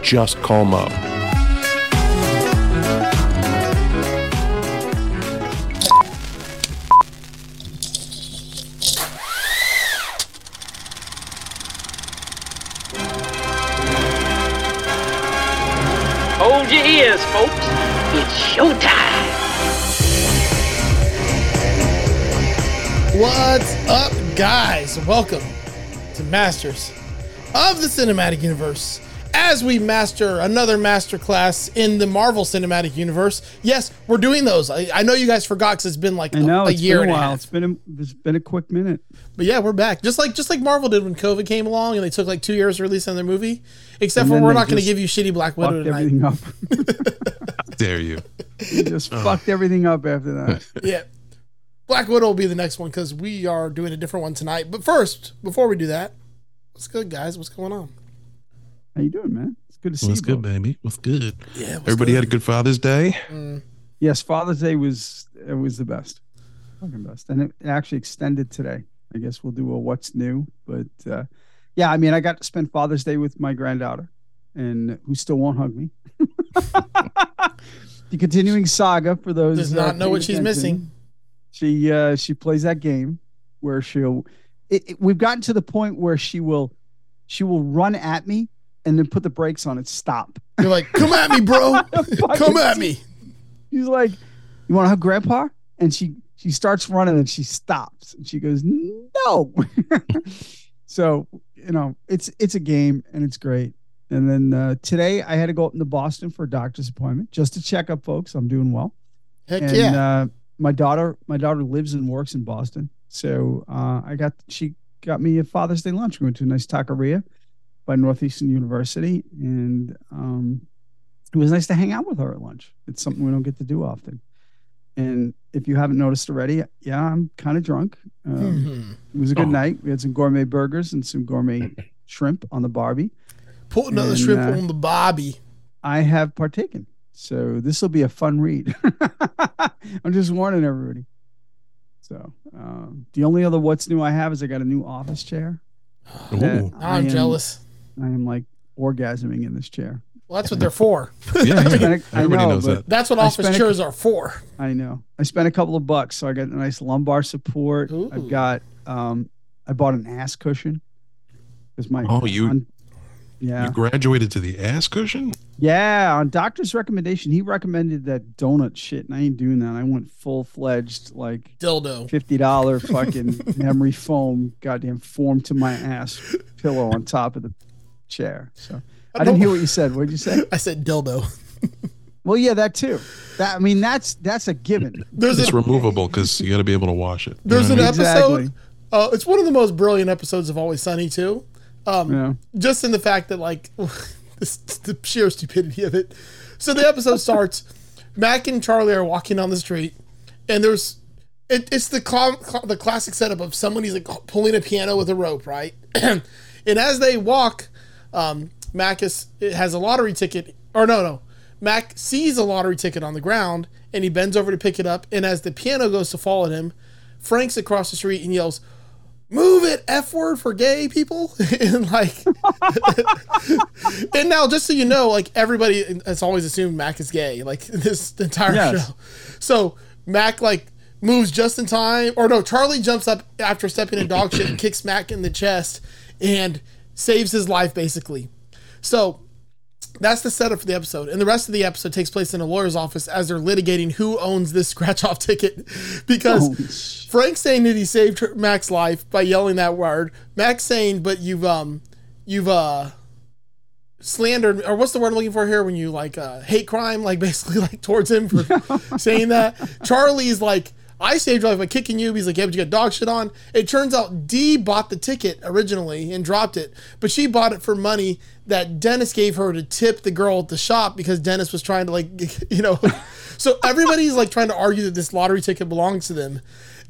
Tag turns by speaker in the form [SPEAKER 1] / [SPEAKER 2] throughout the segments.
[SPEAKER 1] just call Mo.
[SPEAKER 2] Hold your ears, folks. It's showtime.
[SPEAKER 3] What's up, guys? Welcome to Masters of the Cinematic Universe. As we master another master class in the Marvel Cinematic Universe, yes, we're doing those. I, I know you guys forgot because it's been like
[SPEAKER 4] I
[SPEAKER 3] a,
[SPEAKER 4] know
[SPEAKER 3] a
[SPEAKER 4] it's
[SPEAKER 3] year
[SPEAKER 4] been
[SPEAKER 3] and
[SPEAKER 4] a while.
[SPEAKER 3] a
[SPEAKER 4] It's
[SPEAKER 3] half.
[SPEAKER 4] been a, it's been a quick minute.
[SPEAKER 3] But yeah, we're back. Just like just like Marvel did when COVID came along and they took like two years to release another movie. Except
[SPEAKER 4] And
[SPEAKER 3] for
[SPEAKER 4] then
[SPEAKER 3] we're
[SPEAKER 4] they
[SPEAKER 3] not going to
[SPEAKER 4] just
[SPEAKER 3] give you shitty Black Widow
[SPEAKER 4] Fucked
[SPEAKER 3] tonight.
[SPEAKER 4] everything up.
[SPEAKER 5] dare you? Oh.
[SPEAKER 4] We just fucked everything up after that.
[SPEAKER 3] yeah. Black Widow will be the next one because we are doing a different one tonight. But first, before we do that, what's good, guys? What's going on?
[SPEAKER 4] How you doing, man? It's good to see
[SPEAKER 5] What's
[SPEAKER 4] you.
[SPEAKER 5] good,
[SPEAKER 4] bro.
[SPEAKER 5] baby? What's good?
[SPEAKER 3] Yeah, what's
[SPEAKER 5] Everybody
[SPEAKER 3] good?
[SPEAKER 5] had a good Father's Day.
[SPEAKER 3] Mm.
[SPEAKER 4] Yes, Father's Day was it was the best, fucking best, and it, it actually extended today. I guess we'll do a what's new, but uh, yeah, I mean, I got to spend Father's Day with my granddaughter, and who still won't hug me. the continuing saga for those
[SPEAKER 3] does
[SPEAKER 4] that are
[SPEAKER 3] not know what
[SPEAKER 4] paying
[SPEAKER 3] she's
[SPEAKER 4] attention.
[SPEAKER 3] missing.
[SPEAKER 4] she uh she plays that game where she'll it, it- we've gotten to the point where she will she will run at me and then put the brakes on and stop
[SPEAKER 3] You're like, come at me, bro. come at me.
[SPEAKER 4] she's like you want to hug grandpa and she she starts running and she stops and she goes no so you know it's it's a game and it's great and then uh, today i had to go up into boston for a doctor's appointment just to check up folks i'm doing well
[SPEAKER 3] Heck
[SPEAKER 4] and
[SPEAKER 3] yeah.
[SPEAKER 4] uh, my daughter my daughter lives and works in boston so uh, i got she got me a father's day lunch we went to a nice taqueria by northeastern university and um, it was nice to hang out with her at lunch it's something we don't get to do often and if you haven't noticed already yeah i'm kind of drunk um,
[SPEAKER 3] Mhm.
[SPEAKER 4] it was a good
[SPEAKER 5] Oh.
[SPEAKER 4] night we had some gourmet burgers and some gourmet shrimp on the barbie
[SPEAKER 3] Put another
[SPEAKER 4] and,
[SPEAKER 3] shrimp
[SPEAKER 4] uh,
[SPEAKER 3] on the Bobby.
[SPEAKER 4] I have partaken. So this will be a fun read. I'm just warning everybody. So um, the only other what's new I have is I got a new office chair. that
[SPEAKER 5] Ooh.
[SPEAKER 4] I
[SPEAKER 3] I'm
[SPEAKER 4] am-
[SPEAKER 3] jealous.
[SPEAKER 4] I am like orgasming in this chair.
[SPEAKER 3] Well, that's what they're for.
[SPEAKER 5] Yeah,
[SPEAKER 4] I
[SPEAKER 5] yeah.
[SPEAKER 4] spent a- I
[SPEAKER 5] Everybody
[SPEAKER 4] know,
[SPEAKER 5] knows
[SPEAKER 4] but-
[SPEAKER 5] that.
[SPEAKER 3] That's what
[SPEAKER 4] I
[SPEAKER 3] office
[SPEAKER 4] spent a-
[SPEAKER 3] chairs are for.
[SPEAKER 4] I know. I spent a couple of bucks, so I got a nice lumbar support.
[SPEAKER 3] Ooh.
[SPEAKER 4] I've got. Um, I bought an ass cushion. Because my
[SPEAKER 5] Oh, you-
[SPEAKER 4] on- yeah
[SPEAKER 5] You graduated to the ass cushion?
[SPEAKER 4] Yeah, on doctor's recommendation, he recommended that donut shit, and I ain't doing that. I went full fledged, like
[SPEAKER 3] Dildo.
[SPEAKER 4] fifty dollar fucking memory foam, goddamn form to my ass pillow on top of the chair. So I, didn't
[SPEAKER 3] don't-
[SPEAKER 4] hear what you said. What did you say?
[SPEAKER 3] I said dildo.
[SPEAKER 4] Well, yeah, that too. That I mean, that's that's a given.
[SPEAKER 3] There's
[SPEAKER 5] It's
[SPEAKER 3] a,
[SPEAKER 5] removable because you got to be able to wash it. You
[SPEAKER 3] there's
[SPEAKER 5] know
[SPEAKER 3] an
[SPEAKER 5] what
[SPEAKER 4] Exactly.
[SPEAKER 3] episode. Uh, it's one of the most brilliant episodes of Always Sunny too. Um,
[SPEAKER 4] Yeah.
[SPEAKER 3] just in the fact that like this, the sheer stupidity of it. So the episode starts. Mac and Charlie are walking down the street, and there's it, it's the cl- cl- the classic setup of somebody's like pulling a piano with a rope, right? and as they walk, um, Mac is, it has a lottery ticket, or no, no, Mac sees a lottery ticket on the ground, and he bends over to pick it up. And as the piano goes to fall at him, Frank's across the street and yells, move it f word for gay people and like and now just so you know like everybody has always assumed mac is gay like this entire
[SPEAKER 4] Yes.
[SPEAKER 3] show so mac like moves just in time or no charlie jumps up after stepping in dog shit and kicks mac in the chest and saves his life basically so that's the setup for the episode. And the rest of the episode takes place in a lawyer's office as they're litigating who owns this scratch off ticket. Because
[SPEAKER 4] Holy sh-
[SPEAKER 3] Frank's saying that he saved her- Mac's life by yelling that word. Mac's saying, but you've um you've uh slandered or what's the word I'm looking for here when you like uh hate crime, like basically like towards him for saying that. Charlie's like I saved your life by kicking you. He's like, yeah, but you got dog shit on. It turns out D bought the ticket originally and dropped it, but she bought it for money that Dennis gave her to tip the girl at the shop because Dennis was trying to like, you know, so everybody's like trying to argue that this lottery ticket belongs to them.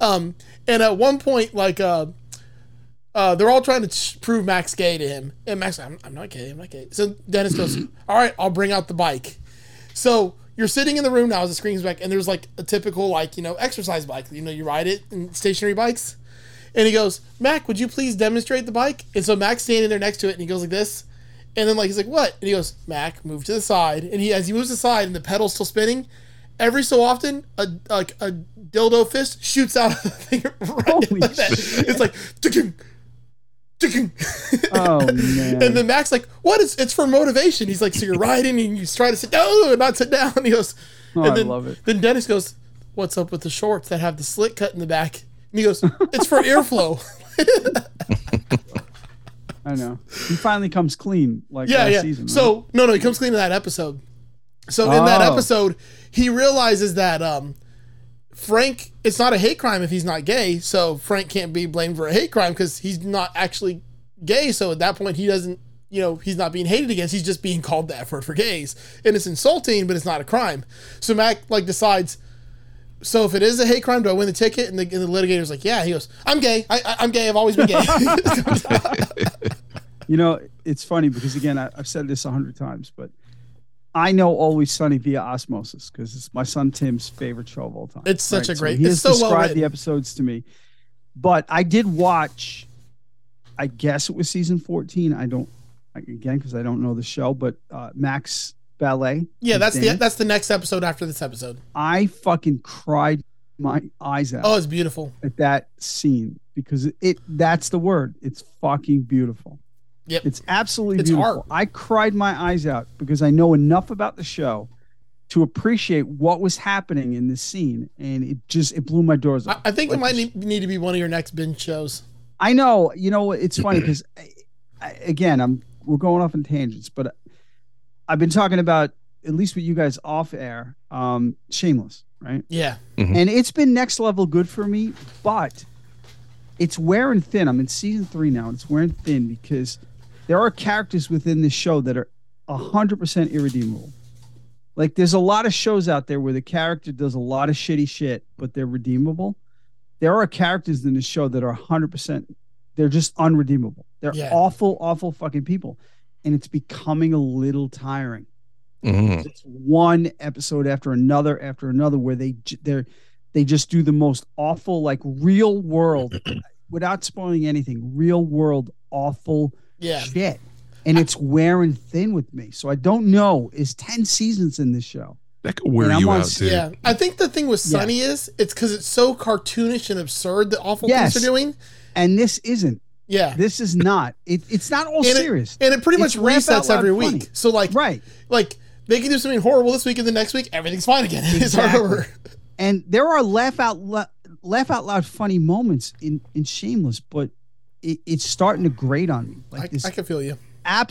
[SPEAKER 3] Um, and at one point, like, uh, uh, they're all trying to ch- prove Max gay to him. And Max, I'm, I'm not gay. I'm not gay. So Dennis goes, all right, I'll bring out the bike. So you're sitting in the room now as the screen's back, and there's like a typical like you know exercise bike. You know, you ride it in stationary bikes. And he goes, Mac, would you please demonstrate the bike? And so Mac's standing there next to it, and he goes like this, and then like he's like, what? And he goes, Mac, move to the side. And he as he moves aside, and the pedal's still spinning. Every so often, a like a dildo fist shoots out of the thing. Right
[SPEAKER 4] Holy
[SPEAKER 3] like that. It's like. "Tick-ing, tick-ing."
[SPEAKER 4] Oh man.
[SPEAKER 3] And then Mac's like, "What? It's it's for motivation." He's like, "So you're riding and you try to sit down, and not sit down." he goes,
[SPEAKER 4] Oh,
[SPEAKER 3] and
[SPEAKER 4] I
[SPEAKER 3] then,
[SPEAKER 4] love it.
[SPEAKER 3] Then Dennis goes, "What's up with the shorts that have the slit cut in the back?" And he goes, "It's for airflow."
[SPEAKER 4] I know. He finally comes clean like
[SPEAKER 3] yeah,
[SPEAKER 4] last
[SPEAKER 3] yeah.
[SPEAKER 4] season. right?
[SPEAKER 3] So no, no, he comes clean in that episode. So in that
[SPEAKER 4] Oh.
[SPEAKER 3] episode, he realizes that um, Frank, it's not a hate crime if he's not gay. So Frank can't be blamed for a hate crime because he's not actually gay. So at that point, he doesn't, you know, he's not being hated against. He's just being called the F word for gays, and it's insulting, but it's not a crime. So Mac like decides. So if it is a hate crime, do I win the ticket? And the, and the litigator's like, yeah. He goes, I'm gay. I, I, I'm gay. I've always been gay.
[SPEAKER 4] you know, it's funny because again, I, I've said this a hundred times, but I know Always Sunny via osmosis because it's my son Tim's favorite show of all time.
[SPEAKER 3] It's such a great-
[SPEAKER 4] So he
[SPEAKER 3] it's
[SPEAKER 4] has
[SPEAKER 3] so well
[SPEAKER 4] described
[SPEAKER 3] written.
[SPEAKER 4] the episodes to me, but I did watch. I guess it was season fourteen. I don't like, again because I don't know the show, but uh, Max Ballet.
[SPEAKER 3] yeah,
[SPEAKER 4] his
[SPEAKER 3] that's the
[SPEAKER 4] dance,
[SPEAKER 3] that's the next episode after this episode.
[SPEAKER 4] I fucking cried my eyes out
[SPEAKER 3] Oh, it's beautiful.
[SPEAKER 4] at that scene because it, that's the word. It's fucking beautiful.
[SPEAKER 3] Yep.
[SPEAKER 4] It's absolutely
[SPEAKER 3] It's
[SPEAKER 4] beautiful.
[SPEAKER 3] art.
[SPEAKER 4] I cried my eyes out because I know enough about the show to appreciate what was happening in this scene and it just it blew my doors
[SPEAKER 3] I,
[SPEAKER 4] off.
[SPEAKER 3] I think it
[SPEAKER 4] Like,
[SPEAKER 3] might need, need to be one of your next binge shows.
[SPEAKER 4] I know, you know, it's funny because again, I'm we're going off on tangents, but I've been talking about at least with you guys off air, um, Shameless, right?
[SPEAKER 3] Yeah.
[SPEAKER 4] and it's been next level good for me but it's wearing thin i'm in season three now and it's wearing thin because there are characters within this show that are 100% irredeemable like there's a lot of shows out there where the character does a lot of shitty shit but they're redeemable there are characters in the show that are 100% they're just unredeemable they're
[SPEAKER 3] Yeah.
[SPEAKER 4] awful awful fucking people and it's becoming a little tiring
[SPEAKER 5] Mhm.
[SPEAKER 4] it's one episode after another after another where they j- they're they just do the most awful like real world without spoiling anything real world awful
[SPEAKER 3] Yeah.
[SPEAKER 4] shit and it's wearing thin with me so i don't know is 10 seasons in this show
[SPEAKER 5] That could wear
[SPEAKER 4] And I'm
[SPEAKER 5] you
[SPEAKER 4] on
[SPEAKER 5] out
[SPEAKER 4] s-
[SPEAKER 5] too.
[SPEAKER 3] Yeah. I think the thing with
[SPEAKER 4] Yeah.
[SPEAKER 3] Sunny is it's because it's so cartoonish and absurd the awful
[SPEAKER 4] Yes.
[SPEAKER 3] things they're doing.
[SPEAKER 4] and this isn't
[SPEAKER 3] Yeah.
[SPEAKER 4] this is not it, it's not all
[SPEAKER 3] And it-
[SPEAKER 4] serious
[SPEAKER 3] And it pretty much
[SPEAKER 4] It's laugh out
[SPEAKER 3] resets every
[SPEAKER 4] loud
[SPEAKER 3] week.
[SPEAKER 4] funny.
[SPEAKER 3] So like
[SPEAKER 4] right
[SPEAKER 3] like they can do something horrible this week and the next week everything's fine again. it's all
[SPEAKER 4] Exactly.
[SPEAKER 3] over.
[SPEAKER 4] and there are laugh out lo- laugh out loud funny moments in in shameless but it, it's starting to grate on me like
[SPEAKER 3] I,
[SPEAKER 4] this
[SPEAKER 3] I can feel you.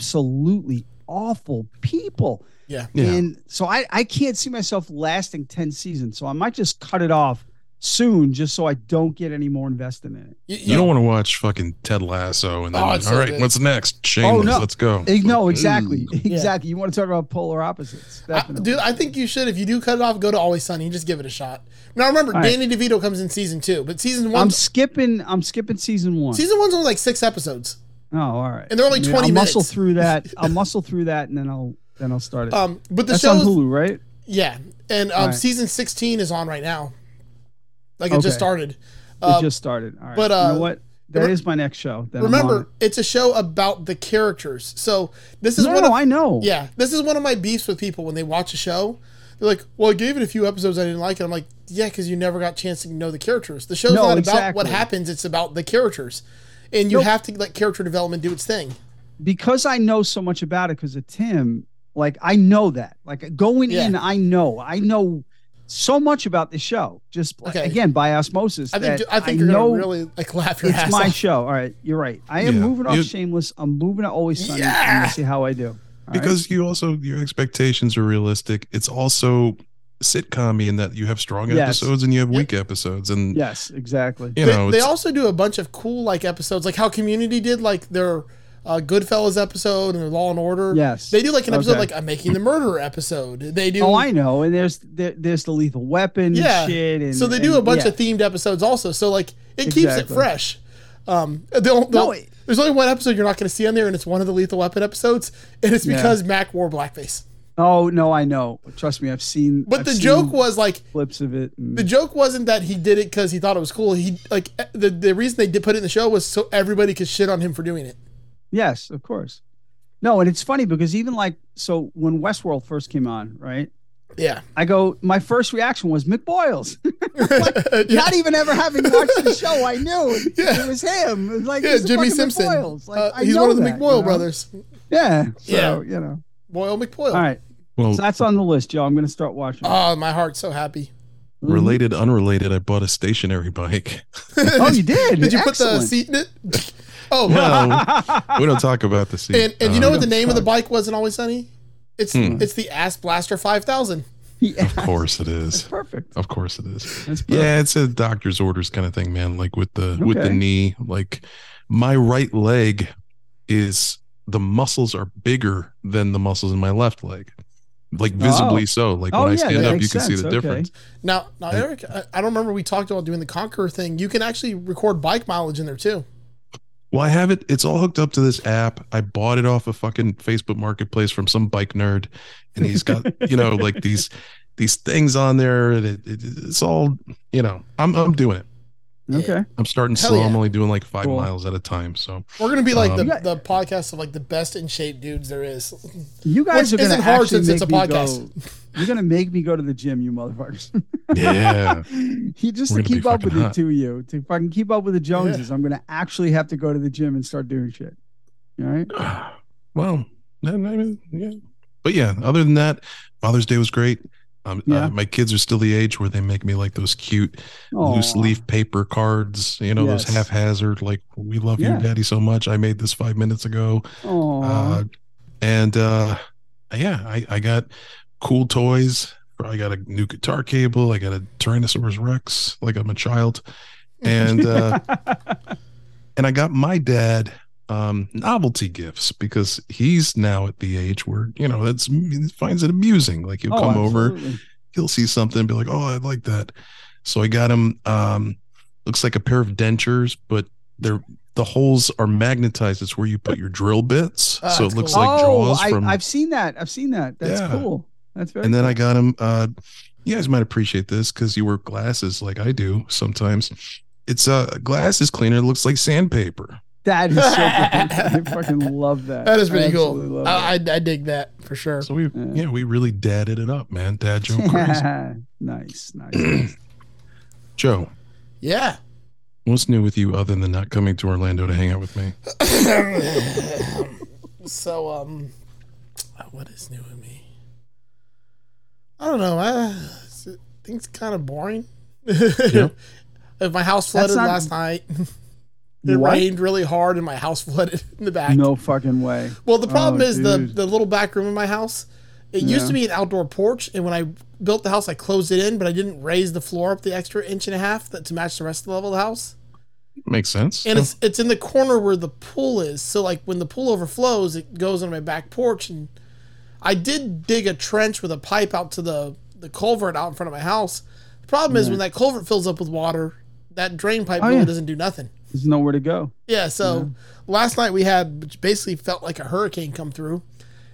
[SPEAKER 4] absolutely awful people.
[SPEAKER 3] Yeah.
[SPEAKER 5] Yeah.
[SPEAKER 4] And so I, I can't see myself lasting 10 seasons. So I might just cut it off soon just so I don't get any more invested in it.
[SPEAKER 3] You, you-
[SPEAKER 5] You don't want to watch fucking Ted Lasso and then,
[SPEAKER 3] Oh,
[SPEAKER 5] all
[SPEAKER 3] it's so
[SPEAKER 5] right,
[SPEAKER 3] good. Oh,
[SPEAKER 5] what's next? Shameless,
[SPEAKER 4] no.
[SPEAKER 5] let's go.
[SPEAKER 4] Eh, No, exactly.
[SPEAKER 5] Ooh.
[SPEAKER 4] Exactly. You want to talk about polar opposites.
[SPEAKER 3] I-
[SPEAKER 4] Definitely.
[SPEAKER 3] dude, I think you should. If you do cut it off, go to Always Sunny and just give it a shot. Now remember,
[SPEAKER 4] All right.
[SPEAKER 3] Danny DeVito comes in season two, but season
[SPEAKER 4] I'm
[SPEAKER 3] one,
[SPEAKER 4] skipping I'm skipping season one.
[SPEAKER 3] season one's only like six episodes.
[SPEAKER 4] oh, all right.
[SPEAKER 3] And they're only 20
[SPEAKER 4] I'll muscle
[SPEAKER 3] minutes.
[SPEAKER 4] through that. I'll muscle through that and then I'll then I'll start it.
[SPEAKER 3] Um, but the
[SPEAKER 4] That's
[SPEAKER 3] show
[SPEAKER 4] on
[SPEAKER 3] is
[SPEAKER 4] Hulu, right?
[SPEAKER 3] Yeah, and um,
[SPEAKER 4] Alright.
[SPEAKER 3] season sixteen is on right now. Like it
[SPEAKER 4] Okay.
[SPEAKER 3] just started. Uh,
[SPEAKER 4] it just started. All right.
[SPEAKER 3] but,
[SPEAKER 4] you
[SPEAKER 3] uh,
[SPEAKER 4] know what? That
[SPEAKER 3] remem-
[SPEAKER 4] is my next show. that I'm on it.
[SPEAKER 3] remember, it's a show about the characters. So this is
[SPEAKER 4] no,
[SPEAKER 3] one
[SPEAKER 4] no,
[SPEAKER 3] of
[SPEAKER 4] I know.
[SPEAKER 3] yeah, this is one of my beefs with people when they watch a show. They're like, "Well, I gave it a few episodes. I didn't like it." I'm like, "Yeah, because you never got a chance to know the characters. The show's
[SPEAKER 4] No,
[SPEAKER 3] not about what
[SPEAKER 4] exactly.
[SPEAKER 3] happens; it's about the characters, and you have to let character development do its thing."
[SPEAKER 4] because I know so much about it because of Tim, like I know that. Like going
[SPEAKER 3] Yeah.
[SPEAKER 4] in, I know. I know so much about the show. Just like,
[SPEAKER 3] Okay.
[SPEAKER 4] again by osmosis.
[SPEAKER 3] I think
[SPEAKER 4] that
[SPEAKER 3] I think you're
[SPEAKER 4] know
[SPEAKER 3] gonna really like laugh your
[SPEAKER 4] it's
[SPEAKER 3] ass
[SPEAKER 4] my
[SPEAKER 3] off.
[SPEAKER 4] show. All right. You're right. I am
[SPEAKER 5] Yeah.
[SPEAKER 4] moving off
[SPEAKER 5] You-
[SPEAKER 4] shameless. I'm moving to always sunny.
[SPEAKER 3] Yeah.
[SPEAKER 4] And we'll see how I do. All right?
[SPEAKER 5] because you also your expectations are realistic. It's also sitcom in that you have strong
[SPEAKER 4] Yes.
[SPEAKER 5] episodes and you have
[SPEAKER 3] Yep.
[SPEAKER 5] weak episodes, and
[SPEAKER 4] Yes, exactly.
[SPEAKER 5] you
[SPEAKER 3] They,
[SPEAKER 5] know
[SPEAKER 3] they
[SPEAKER 5] it's-
[SPEAKER 3] also do a bunch of cool like episodes, like how Community did, like their uh, Goodfellas episode and their Law and Order.
[SPEAKER 4] Yes.
[SPEAKER 3] They do like an episode
[SPEAKER 4] Okay.
[SPEAKER 3] like a Making the Murderer episode. They do.
[SPEAKER 4] Oh, I know. And there's there, there's the lethal weapon
[SPEAKER 3] Yeah.
[SPEAKER 4] shit. And,
[SPEAKER 3] so they do a
[SPEAKER 4] and-
[SPEAKER 3] bunch
[SPEAKER 4] yeah.
[SPEAKER 3] of themed episodes also. So like it keeps it
[SPEAKER 4] Exactly.
[SPEAKER 3] fresh. Um, they'll, they'll-
[SPEAKER 4] No, it-
[SPEAKER 3] there's only one episode you're not going to see on there, and it's one of the Lethal Weapon episodes, and it's
[SPEAKER 4] Yeah.
[SPEAKER 3] because Mac wore blackface.
[SPEAKER 4] Oh no, I know. Trust me, I've seen.
[SPEAKER 3] But
[SPEAKER 4] I've
[SPEAKER 3] the
[SPEAKER 4] seen
[SPEAKER 3] joke was like
[SPEAKER 4] clips of it. and-
[SPEAKER 3] the joke wasn't that he did it because he thought it was cool. He like eh, the the reason they did put it in the show was so everybody could shit on him for doing it.
[SPEAKER 4] Yes, of course. No, and it's funny because even like so when Westworld first came on, right?
[SPEAKER 3] Yeah,
[SPEAKER 4] I go, my first reaction was McBoyles.
[SPEAKER 3] yeah.
[SPEAKER 4] Not even ever having watched the show, I knew it,
[SPEAKER 3] Yeah.
[SPEAKER 4] it was him. It was like
[SPEAKER 3] Yeah,
[SPEAKER 4] he's a
[SPEAKER 3] Jimmy
[SPEAKER 4] fucking
[SPEAKER 3] Simpson.
[SPEAKER 4] McBoyles. Like,
[SPEAKER 3] Uh,
[SPEAKER 4] I
[SPEAKER 3] he's
[SPEAKER 4] know
[SPEAKER 3] one of the
[SPEAKER 4] that,
[SPEAKER 3] McBoyle
[SPEAKER 4] you know?
[SPEAKER 3] brothers.
[SPEAKER 4] Yeah. So
[SPEAKER 3] Yeah.
[SPEAKER 4] you know.
[SPEAKER 3] Boyle McBoyle.
[SPEAKER 4] All right.
[SPEAKER 5] well
[SPEAKER 4] So that's on the list, Joe. I'm gonna start watching.
[SPEAKER 3] Oh, my heart's so happy.
[SPEAKER 4] Mhm.
[SPEAKER 5] related, unrelated. I bought a stationary bike.
[SPEAKER 4] Oh, you did.
[SPEAKER 3] Did you put the
[SPEAKER 4] Excellent.
[SPEAKER 3] seat in it? Oh,
[SPEAKER 5] No, we don't talk about the seat.
[SPEAKER 3] and, and you know what
[SPEAKER 5] Um,
[SPEAKER 3] the name
[SPEAKER 4] Uh,
[SPEAKER 3] of the bike was in Always Sunny? It's
[SPEAKER 5] Hmm.
[SPEAKER 3] it's the Ass Blaster Five Thousand.
[SPEAKER 4] Yeah.
[SPEAKER 5] Of course it is.
[SPEAKER 4] Perfect.
[SPEAKER 5] Of course it is.
[SPEAKER 4] That's perfect.
[SPEAKER 5] Yeah, it's a doctor's orders kind of thing, man. Like with the with the
[SPEAKER 4] Okay.
[SPEAKER 5] knee, like my right leg is the muscles are bigger than the muscles in my left leg. Like visibly
[SPEAKER 4] Oh.
[SPEAKER 5] so. Like
[SPEAKER 4] Oh,
[SPEAKER 5] when I
[SPEAKER 4] yeah,
[SPEAKER 5] stand
[SPEAKER 4] that
[SPEAKER 5] up,
[SPEAKER 4] makes
[SPEAKER 5] you can see
[SPEAKER 4] sense.
[SPEAKER 5] the
[SPEAKER 4] Okay.
[SPEAKER 5] difference.
[SPEAKER 3] Now, now, Eric, I, I don't remember we talked about doing the Conqueror thing. You can actually record bike mileage in there too.
[SPEAKER 5] Well, I have it. It's all hooked up to this app. I bought it off a fucking Facebook Marketplace from some bike nerd, and he's got you know like these these things on there. And it, it, it's all you know. I'm I'm doing it.
[SPEAKER 4] Okay.
[SPEAKER 5] I'm starting
[SPEAKER 3] Hell
[SPEAKER 5] slow.
[SPEAKER 3] yeah.
[SPEAKER 5] I'm only doing like five
[SPEAKER 4] Cool.
[SPEAKER 5] miles at a time. So
[SPEAKER 3] We're gonna be like
[SPEAKER 5] Um,
[SPEAKER 3] the,
[SPEAKER 4] Yeah.
[SPEAKER 3] the podcast of like the best in shape dudes there is.
[SPEAKER 4] You guys
[SPEAKER 3] Which
[SPEAKER 4] are gonna
[SPEAKER 3] isn't hard
[SPEAKER 4] actually
[SPEAKER 3] since it's a
[SPEAKER 4] make me
[SPEAKER 3] podcast.
[SPEAKER 4] go- You're gonna make me go to the gym, you motherfuckers.
[SPEAKER 5] yeah,
[SPEAKER 4] he just to
[SPEAKER 5] We're gonna be
[SPEAKER 4] keep up with
[SPEAKER 5] fucking
[SPEAKER 4] it
[SPEAKER 5] hot.
[SPEAKER 4] to you to fucking keep up with the Joneses. I'm gonna actually have to go to the gym and start doing shit. All right.
[SPEAKER 5] well, I mean, yeah. But yeah, other than that, Father's Day was great. Um,
[SPEAKER 4] Yeah.
[SPEAKER 5] uh, my kids are still the age where they make me like those cute loose
[SPEAKER 4] Aw.
[SPEAKER 5] leaf paper cards. You know, those
[SPEAKER 4] Yes.
[SPEAKER 5] haphazard like "We love
[SPEAKER 4] Yeah.
[SPEAKER 5] you, Daddy, so much." I made this five minutes ago.
[SPEAKER 4] Aw.
[SPEAKER 5] Uh, and uh, yeah, I, I got cool toys. I got a new guitar cable. I got a Tyrannosaurus Rex, like I'm a child. And uh, and I got my dad um, novelty gifts because he's now at the age where you know that's he finds it amusing. Like he'll
[SPEAKER 4] Oh,
[SPEAKER 5] come over,
[SPEAKER 4] absolutely.
[SPEAKER 5] he'll see something, and be like, "Oh, I like that." So I got him. Um, looks like a pair of dentures, but they're the holes are magnetized. It's where you put your drill bits,
[SPEAKER 3] Ah,
[SPEAKER 5] so it
[SPEAKER 3] that's
[SPEAKER 5] looks
[SPEAKER 3] cool.
[SPEAKER 5] like
[SPEAKER 4] oh,
[SPEAKER 5] jaws
[SPEAKER 4] I,
[SPEAKER 5] from
[SPEAKER 4] I've seen that. I've seen that. That's
[SPEAKER 5] Yeah.
[SPEAKER 4] cool. That's very.
[SPEAKER 5] and then I got him. Uh, you guys might appreciate this because you wear glasses like I do sometimes. It's a uh, glasses cleaner. It looks like sandpaper.
[SPEAKER 4] that is so good. I fucking love that.
[SPEAKER 3] That is
[SPEAKER 4] I
[SPEAKER 3] pretty
[SPEAKER 4] absolutely
[SPEAKER 3] cool.
[SPEAKER 4] love
[SPEAKER 3] I, I, I dig that for sure.
[SPEAKER 5] So we,
[SPEAKER 4] Yeah.
[SPEAKER 5] yeah, we really dadded it up, man. Dad joke crazy.
[SPEAKER 4] that. nice, nice. nice.
[SPEAKER 5] Joe,
[SPEAKER 3] Yeah.
[SPEAKER 5] what's new with you other than not coming to Orlando to hang out with me?
[SPEAKER 3] So um, what is new with me? I don't know. I, things kind of boring. If my house flooded
[SPEAKER 4] not-
[SPEAKER 3] last night, it
[SPEAKER 4] What?
[SPEAKER 3] rained really hard, and my house flooded in the back.
[SPEAKER 4] No fucking way.
[SPEAKER 3] Well, the problem
[SPEAKER 4] Oh,
[SPEAKER 3] is the
[SPEAKER 4] dude.
[SPEAKER 3] the little back room in my house. It used
[SPEAKER 4] Yeah.
[SPEAKER 3] to be an outdoor porch, and when I built the house, I closed it in, but I didn't raise the floor up the extra inch and a half that, to match the rest of the level of the house.
[SPEAKER 5] Makes sense.
[SPEAKER 3] And it's it's in the corner where the pool is, so like when the pool overflows, it goes on my back porch. And I did dig a trench with a pipe out to the the culvert out in front of my house. The problem is when that culvert fills up with water, that drain pipe
[SPEAKER 4] Oh,
[SPEAKER 3] really
[SPEAKER 4] yeah.
[SPEAKER 3] doesn't do nothing.
[SPEAKER 4] There's nowhere to go.
[SPEAKER 3] Yeah, so last night we had which basically felt like a hurricane come through.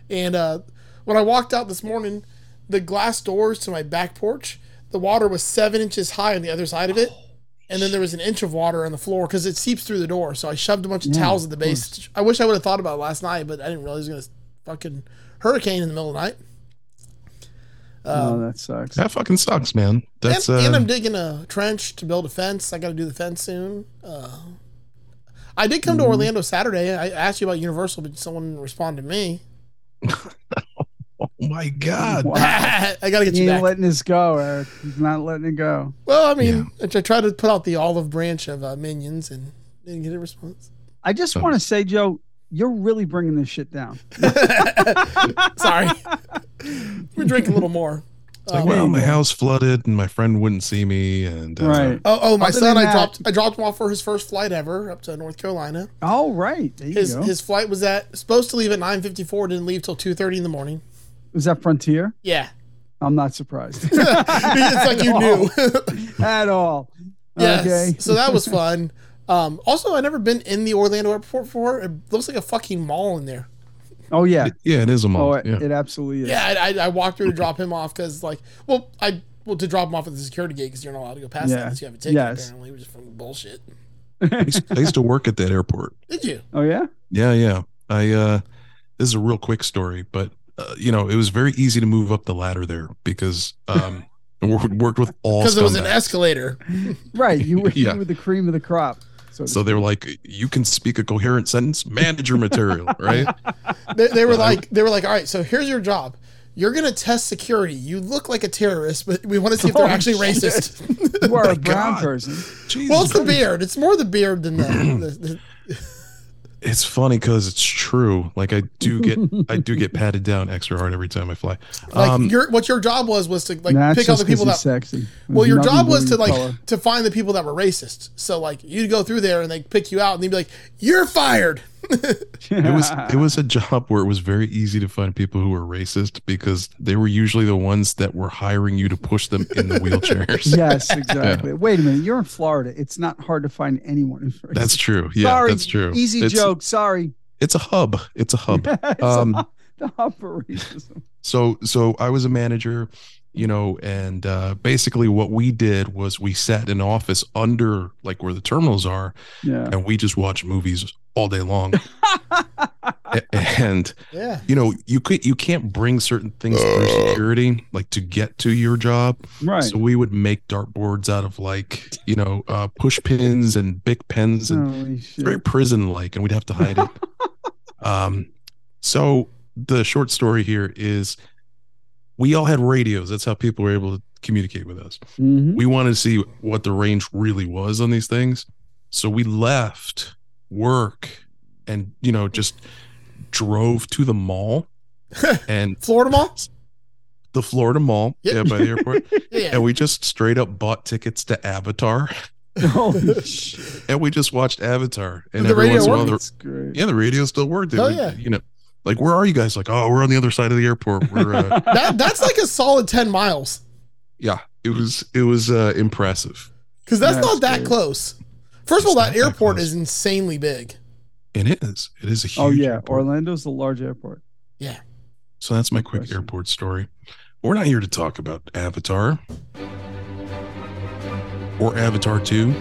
[SPEAKER 3] And uh, when I walked out this morning, the glass doors to my back porch, the water was seven inches high on the other side of it. And then there was an inch of water on the floor because it seeps through the door. So I shoved a bunch of
[SPEAKER 4] Yeah,
[SPEAKER 3] towels at
[SPEAKER 4] of
[SPEAKER 3] the base. I wish I would have thought about it last night, but I didn't realize it was going to fucking hurricane in the middle of the night.
[SPEAKER 4] Oh,
[SPEAKER 3] Um,
[SPEAKER 4] that sucks.
[SPEAKER 5] that fucking sucks, man. That's
[SPEAKER 3] and, and
[SPEAKER 5] uh,
[SPEAKER 4] um,
[SPEAKER 3] I'm digging a trench to build a fence. I got to do the fence soon. Uh, I did come to
[SPEAKER 4] Mm-hmm.
[SPEAKER 3] Orlando Saturday. I asked you about Universal, but someone didn't respond to me.
[SPEAKER 5] oh my god.
[SPEAKER 4] Wow.
[SPEAKER 3] I got to get
[SPEAKER 4] He
[SPEAKER 3] Ah, you
[SPEAKER 4] ain't
[SPEAKER 3] back.
[SPEAKER 4] letting this go, Eric. He's not letting it go.
[SPEAKER 3] well, I mean, I tr- tried to put out the olive branch of uh, minions and didn't get a response.
[SPEAKER 4] I just
[SPEAKER 3] Oh.
[SPEAKER 5] Um,
[SPEAKER 4] want to say, Joe, you're really bringing this shit down.
[SPEAKER 3] Sorry. Let me drink a little more. Um,
[SPEAKER 5] It's like, well, my house flooded and my friend wouldn't see me, and uh,
[SPEAKER 4] Right.
[SPEAKER 3] Oh, oh, my
[SPEAKER 4] Other
[SPEAKER 3] son!
[SPEAKER 4] than
[SPEAKER 3] I
[SPEAKER 4] that-
[SPEAKER 3] dropped I dropped him off for his first flight ever up to North Carolina.
[SPEAKER 4] All right. There you
[SPEAKER 3] oh. His
[SPEAKER 4] go.
[SPEAKER 3] his flight was at supposed to leave at nine fifty four. Didn't leave till two thirty in the morning.
[SPEAKER 4] Is that Frontier?
[SPEAKER 3] Yeah,
[SPEAKER 4] I'm not surprised
[SPEAKER 3] it's like you knew.
[SPEAKER 4] at all.
[SPEAKER 3] yes.
[SPEAKER 4] Okay.
[SPEAKER 3] So that was fun. Um, also, I've never been in the Orlando airport before. It looks like a fucking mall in there.
[SPEAKER 4] Oh yeah.
[SPEAKER 5] yeah, it is a
[SPEAKER 4] Oh,
[SPEAKER 5] mall.
[SPEAKER 4] it,
[SPEAKER 5] yeah.
[SPEAKER 4] it absolutely is.
[SPEAKER 3] Yeah, I, I, I walked through to drop him off because, like, well, I well to drop him off at the security gate because you're not allowed to go past that
[SPEAKER 4] Yeah.
[SPEAKER 3] unless you have a ticket.
[SPEAKER 4] Yes.
[SPEAKER 3] Apparently, which is fucking bullshit.
[SPEAKER 5] I used- I used to work at that airport.
[SPEAKER 3] Did you?
[SPEAKER 4] Oh yeah.
[SPEAKER 5] Yeah, yeah. I uh this is a real quick story, but uh, you know, it was very easy to move up the ladder there because um I wor- worked with all
[SPEAKER 3] Because it was an
[SPEAKER 5] scumbags.
[SPEAKER 3] escalator.
[SPEAKER 4] Right. You were,
[SPEAKER 5] Yeah.
[SPEAKER 4] you were the cream of the crop. So,
[SPEAKER 5] So they were like, "You can speak a coherent sentence, manage your material, right?"
[SPEAKER 3] They, they were
[SPEAKER 5] Well, I-
[SPEAKER 3] like, they were like, all right, so here's your job. You're gonna test security. You look like a terrorist, but we want to see if they're
[SPEAKER 4] Oh,
[SPEAKER 3] actually
[SPEAKER 4] shit.
[SPEAKER 3] racist.
[SPEAKER 4] you are a
[SPEAKER 5] my
[SPEAKER 4] brown
[SPEAKER 5] God.
[SPEAKER 4] person.
[SPEAKER 5] Jesus
[SPEAKER 3] well, it's the
[SPEAKER 5] Christ.
[SPEAKER 3] beard. It's more the beard than the. the, the
[SPEAKER 5] It's funny because it's true. Like I do get, I do get patted down extra hard every time I fly.
[SPEAKER 3] like
[SPEAKER 5] Um,
[SPEAKER 3] your what your job was was to like
[SPEAKER 4] That's
[SPEAKER 3] pick out the
[SPEAKER 4] just 'cause
[SPEAKER 3] people
[SPEAKER 4] he's
[SPEAKER 3] that.
[SPEAKER 4] sexy.
[SPEAKER 3] Well,
[SPEAKER 4] There's
[SPEAKER 3] your
[SPEAKER 4] nothing
[SPEAKER 3] job
[SPEAKER 4] to do
[SPEAKER 3] was
[SPEAKER 4] with
[SPEAKER 3] to like
[SPEAKER 4] color.
[SPEAKER 3] to find the people that were racist. So like you'd go through there and they pick you out and they'd be like, "You're fired."
[SPEAKER 5] it was it was a job where it was very easy to find people who were racist because they were usually the ones that were hiring you to push them in the wheelchairs.
[SPEAKER 4] yes, exactly. Wait a minute. You're in Florida. It's not hard to find anyone. In Florida.
[SPEAKER 5] That's true. Yeah,
[SPEAKER 4] sorry.
[SPEAKER 5] that's true.
[SPEAKER 4] Easy
[SPEAKER 5] it's,
[SPEAKER 4] joke. Sorry.
[SPEAKER 5] It's a hub. It's a hub.
[SPEAKER 4] It's
[SPEAKER 5] Um,
[SPEAKER 4] a- the hopper racism.
[SPEAKER 5] So so I was a manager, you know, and uh, basically what we did was we sat in an office under like where the terminals are,
[SPEAKER 4] Yeah.
[SPEAKER 5] and we just watched movies all day long. A- and
[SPEAKER 3] Yeah.
[SPEAKER 5] you know you could you can't bring certain things through security like to get to your job.
[SPEAKER 4] Right.
[SPEAKER 5] So we would make dartboards out of like you know uh, push pins and big pens and
[SPEAKER 4] Holy shit.
[SPEAKER 5] very prison like and we'd have to hide it um so the short story here is we all had radios that's how people were able to communicate with us
[SPEAKER 4] Mhm.
[SPEAKER 5] we wanted to see what the range really was on these things so we left work and you know just drove to the mall and
[SPEAKER 3] Florida Mall.
[SPEAKER 5] the florida mall
[SPEAKER 3] Yep.
[SPEAKER 5] yeah by the airport
[SPEAKER 3] Yeah.
[SPEAKER 5] and we just straight up bought tickets to avatar
[SPEAKER 4] Holy shit.
[SPEAKER 5] and we just watched avatar and
[SPEAKER 3] Did the
[SPEAKER 5] every
[SPEAKER 3] radio
[SPEAKER 5] once in a while the-
[SPEAKER 4] That's great.
[SPEAKER 5] yeah, the radio still worked. They
[SPEAKER 3] Hell
[SPEAKER 5] would-
[SPEAKER 3] yeah.
[SPEAKER 5] You know, like where are you guys? Like, oh, we're on the other side of the airport. We're uh,
[SPEAKER 3] that that's like a solid ten miles
[SPEAKER 5] yeah. It was it was uh, impressive,
[SPEAKER 3] because that's,
[SPEAKER 4] That's
[SPEAKER 3] not that
[SPEAKER 4] great.
[SPEAKER 3] close. First of all,
[SPEAKER 5] It's
[SPEAKER 3] that
[SPEAKER 5] not that
[SPEAKER 3] airport
[SPEAKER 5] close.
[SPEAKER 3] is insanely big.
[SPEAKER 5] and it is it is a huge.
[SPEAKER 4] Oh yeah,
[SPEAKER 5] airport.
[SPEAKER 4] Orlando's the large airport.
[SPEAKER 5] so that's my quick
[SPEAKER 4] Impressive.
[SPEAKER 5] airport story. We're not here to talk about Avatar or Avatar Two,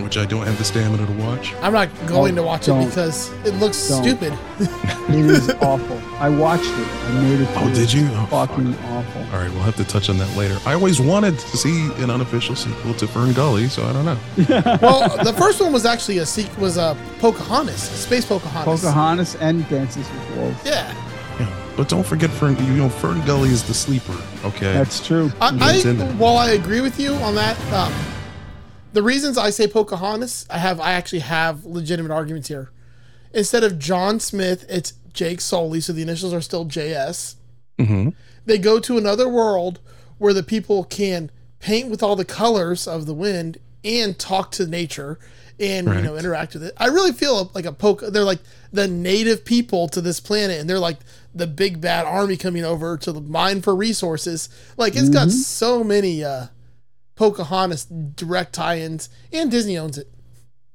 [SPEAKER 5] which I don't have the stamina to watch.
[SPEAKER 3] I'm not going to watch it
[SPEAKER 4] don't.
[SPEAKER 3] because it looks
[SPEAKER 4] Don't.
[SPEAKER 3] stupid.
[SPEAKER 4] It is awful. I watched it. I made it.
[SPEAKER 5] Oh,
[SPEAKER 4] through.
[SPEAKER 5] did you? Oh, fuck.
[SPEAKER 4] Fucking awful.
[SPEAKER 5] All right, we'll have to touch on that later. I always wanted to see an unofficial sequel to Fern Gully, so I don't know.
[SPEAKER 3] well, the first one was actually a sequ- was a Pocahontas, Space Pocahontas.
[SPEAKER 4] Pocahontas and Dances with Wolves.
[SPEAKER 3] Yeah,
[SPEAKER 5] Yeah, but don't forget Fern. You know, Fern Gully is the sleeper. Okay.
[SPEAKER 4] That's true.
[SPEAKER 3] I,
[SPEAKER 5] It's
[SPEAKER 3] I
[SPEAKER 5] in there.
[SPEAKER 3] while I agree with you on that, um, the reasons I say Pocahontas, I have I actually have legitimate arguments here. Instead of John Smith, it's Jake Sully, so the initials are still JS.
[SPEAKER 5] hmm
[SPEAKER 3] They go to another world where the people can paint with all the colors of the wind and talk to nature and you know
[SPEAKER 5] Right.
[SPEAKER 3] interact with it. I really feel like a poke. They're like the native people to this planet, and they're like the big bad army coming over to mine for resources. Like it's got so many uh, Pocahontas direct tie-ins, and Disney owns it.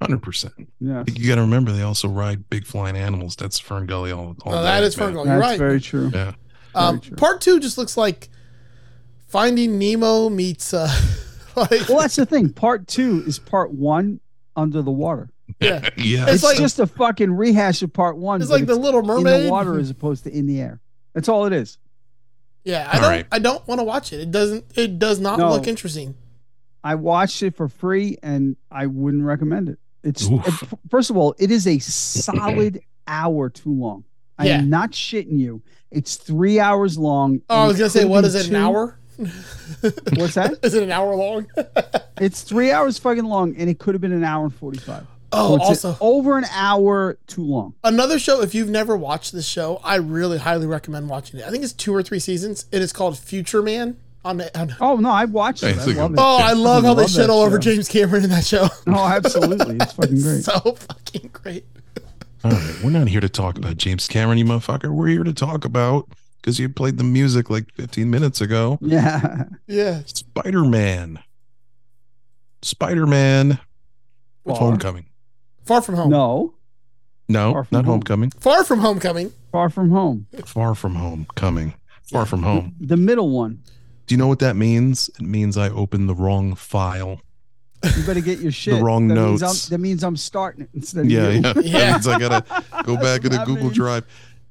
[SPEAKER 5] Hundred percent.
[SPEAKER 4] Yeah.
[SPEAKER 5] You got to remember, they also ride big flying animals. That's Fern Gully all. all
[SPEAKER 3] Oh, that
[SPEAKER 5] day,
[SPEAKER 3] is
[SPEAKER 5] man.
[SPEAKER 3] Fergal. You're
[SPEAKER 4] That's
[SPEAKER 3] right.
[SPEAKER 4] very true.
[SPEAKER 5] Yeah.
[SPEAKER 3] um,
[SPEAKER 4] very true.
[SPEAKER 3] part two just looks like Finding Nemo meets uh, like
[SPEAKER 4] Well, that's the thing. Part two is part one under the water.
[SPEAKER 3] yeah.
[SPEAKER 5] Yeah.
[SPEAKER 3] It's
[SPEAKER 4] It's
[SPEAKER 3] like-
[SPEAKER 4] just a fucking rehash of part one.
[SPEAKER 3] It's
[SPEAKER 4] but
[SPEAKER 3] like the Little
[SPEAKER 4] in
[SPEAKER 3] Mermaid.
[SPEAKER 4] the water as opposed to in the air. That's all it is.
[SPEAKER 3] Yeah, I
[SPEAKER 5] All
[SPEAKER 3] don't.
[SPEAKER 5] right.
[SPEAKER 3] I don't want to watch it. It doesn't. It does not
[SPEAKER 4] No.
[SPEAKER 3] look interesting.
[SPEAKER 4] I watched it for free and I wouldn't recommend it. It's
[SPEAKER 5] Oof.
[SPEAKER 4] it- first of all, it is a solid hour too long. I
[SPEAKER 3] Yeah.
[SPEAKER 4] am not shitting you. It's three hours long.
[SPEAKER 3] Oh, I
[SPEAKER 4] and
[SPEAKER 3] was gonna
[SPEAKER 4] could
[SPEAKER 3] say, what
[SPEAKER 4] be
[SPEAKER 3] is it? An
[SPEAKER 4] two-
[SPEAKER 3] hour?
[SPEAKER 4] What's that?
[SPEAKER 3] Is it an hour long?
[SPEAKER 4] It's three hours fucking long, and it could have been an hour and forty-five.
[SPEAKER 3] Oh,
[SPEAKER 4] So it's
[SPEAKER 3] also
[SPEAKER 4] over an hour too long.
[SPEAKER 3] another show. If you've never watched this show, I really highly recommend watching it. I think it's two or three seasons. It is called Future Man on. on
[SPEAKER 4] Oh no, I've watched
[SPEAKER 5] Yeah,
[SPEAKER 4] it.
[SPEAKER 5] it's
[SPEAKER 4] I
[SPEAKER 5] like a-
[SPEAKER 4] love it.
[SPEAKER 3] oh, I love how they
[SPEAKER 4] Love
[SPEAKER 3] shit
[SPEAKER 4] that
[SPEAKER 3] all over
[SPEAKER 4] show.
[SPEAKER 3] James Cameron in that show.
[SPEAKER 4] Oh, absolutely, it's fucking great.
[SPEAKER 3] so fucking great.
[SPEAKER 5] All right, we're not here to talk about James Cameron, you motherfucker. We're here to talk about because you played the music like 15 minutes ago.
[SPEAKER 4] Yeah,
[SPEAKER 3] Yeah.
[SPEAKER 5] Spider Man, Spider Man,
[SPEAKER 4] Far.
[SPEAKER 5] Homecoming.
[SPEAKER 3] Far from home.
[SPEAKER 4] no,
[SPEAKER 5] No,
[SPEAKER 4] Far From
[SPEAKER 5] not
[SPEAKER 4] Home.
[SPEAKER 5] Homecoming.
[SPEAKER 3] Far from homecoming.
[SPEAKER 4] far from home.
[SPEAKER 5] Far from home, coming. Far from home.
[SPEAKER 4] The middle one.
[SPEAKER 5] Do you know what that means? It means I opened the wrong file.
[SPEAKER 4] You better get your shit.
[SPEAKER 5] wrong
[SPEAKER 4] that Means
[SPEAKER 5] notes.
[SPEAKER 4] I'm, that means I'm starting it instead. Of
[SPEAKER 5] Yeah,
[SPEAKER 4] you.
[SPEAKER 5] yeah.
[SPEAKER 3] Yeah.
[SPEAKER 5] That means I gotta go back into
[SPEAKER 4] That
[SPEAKER 5] Google
[SPEAKER 4] means-
[SPEAKER 5] Drive.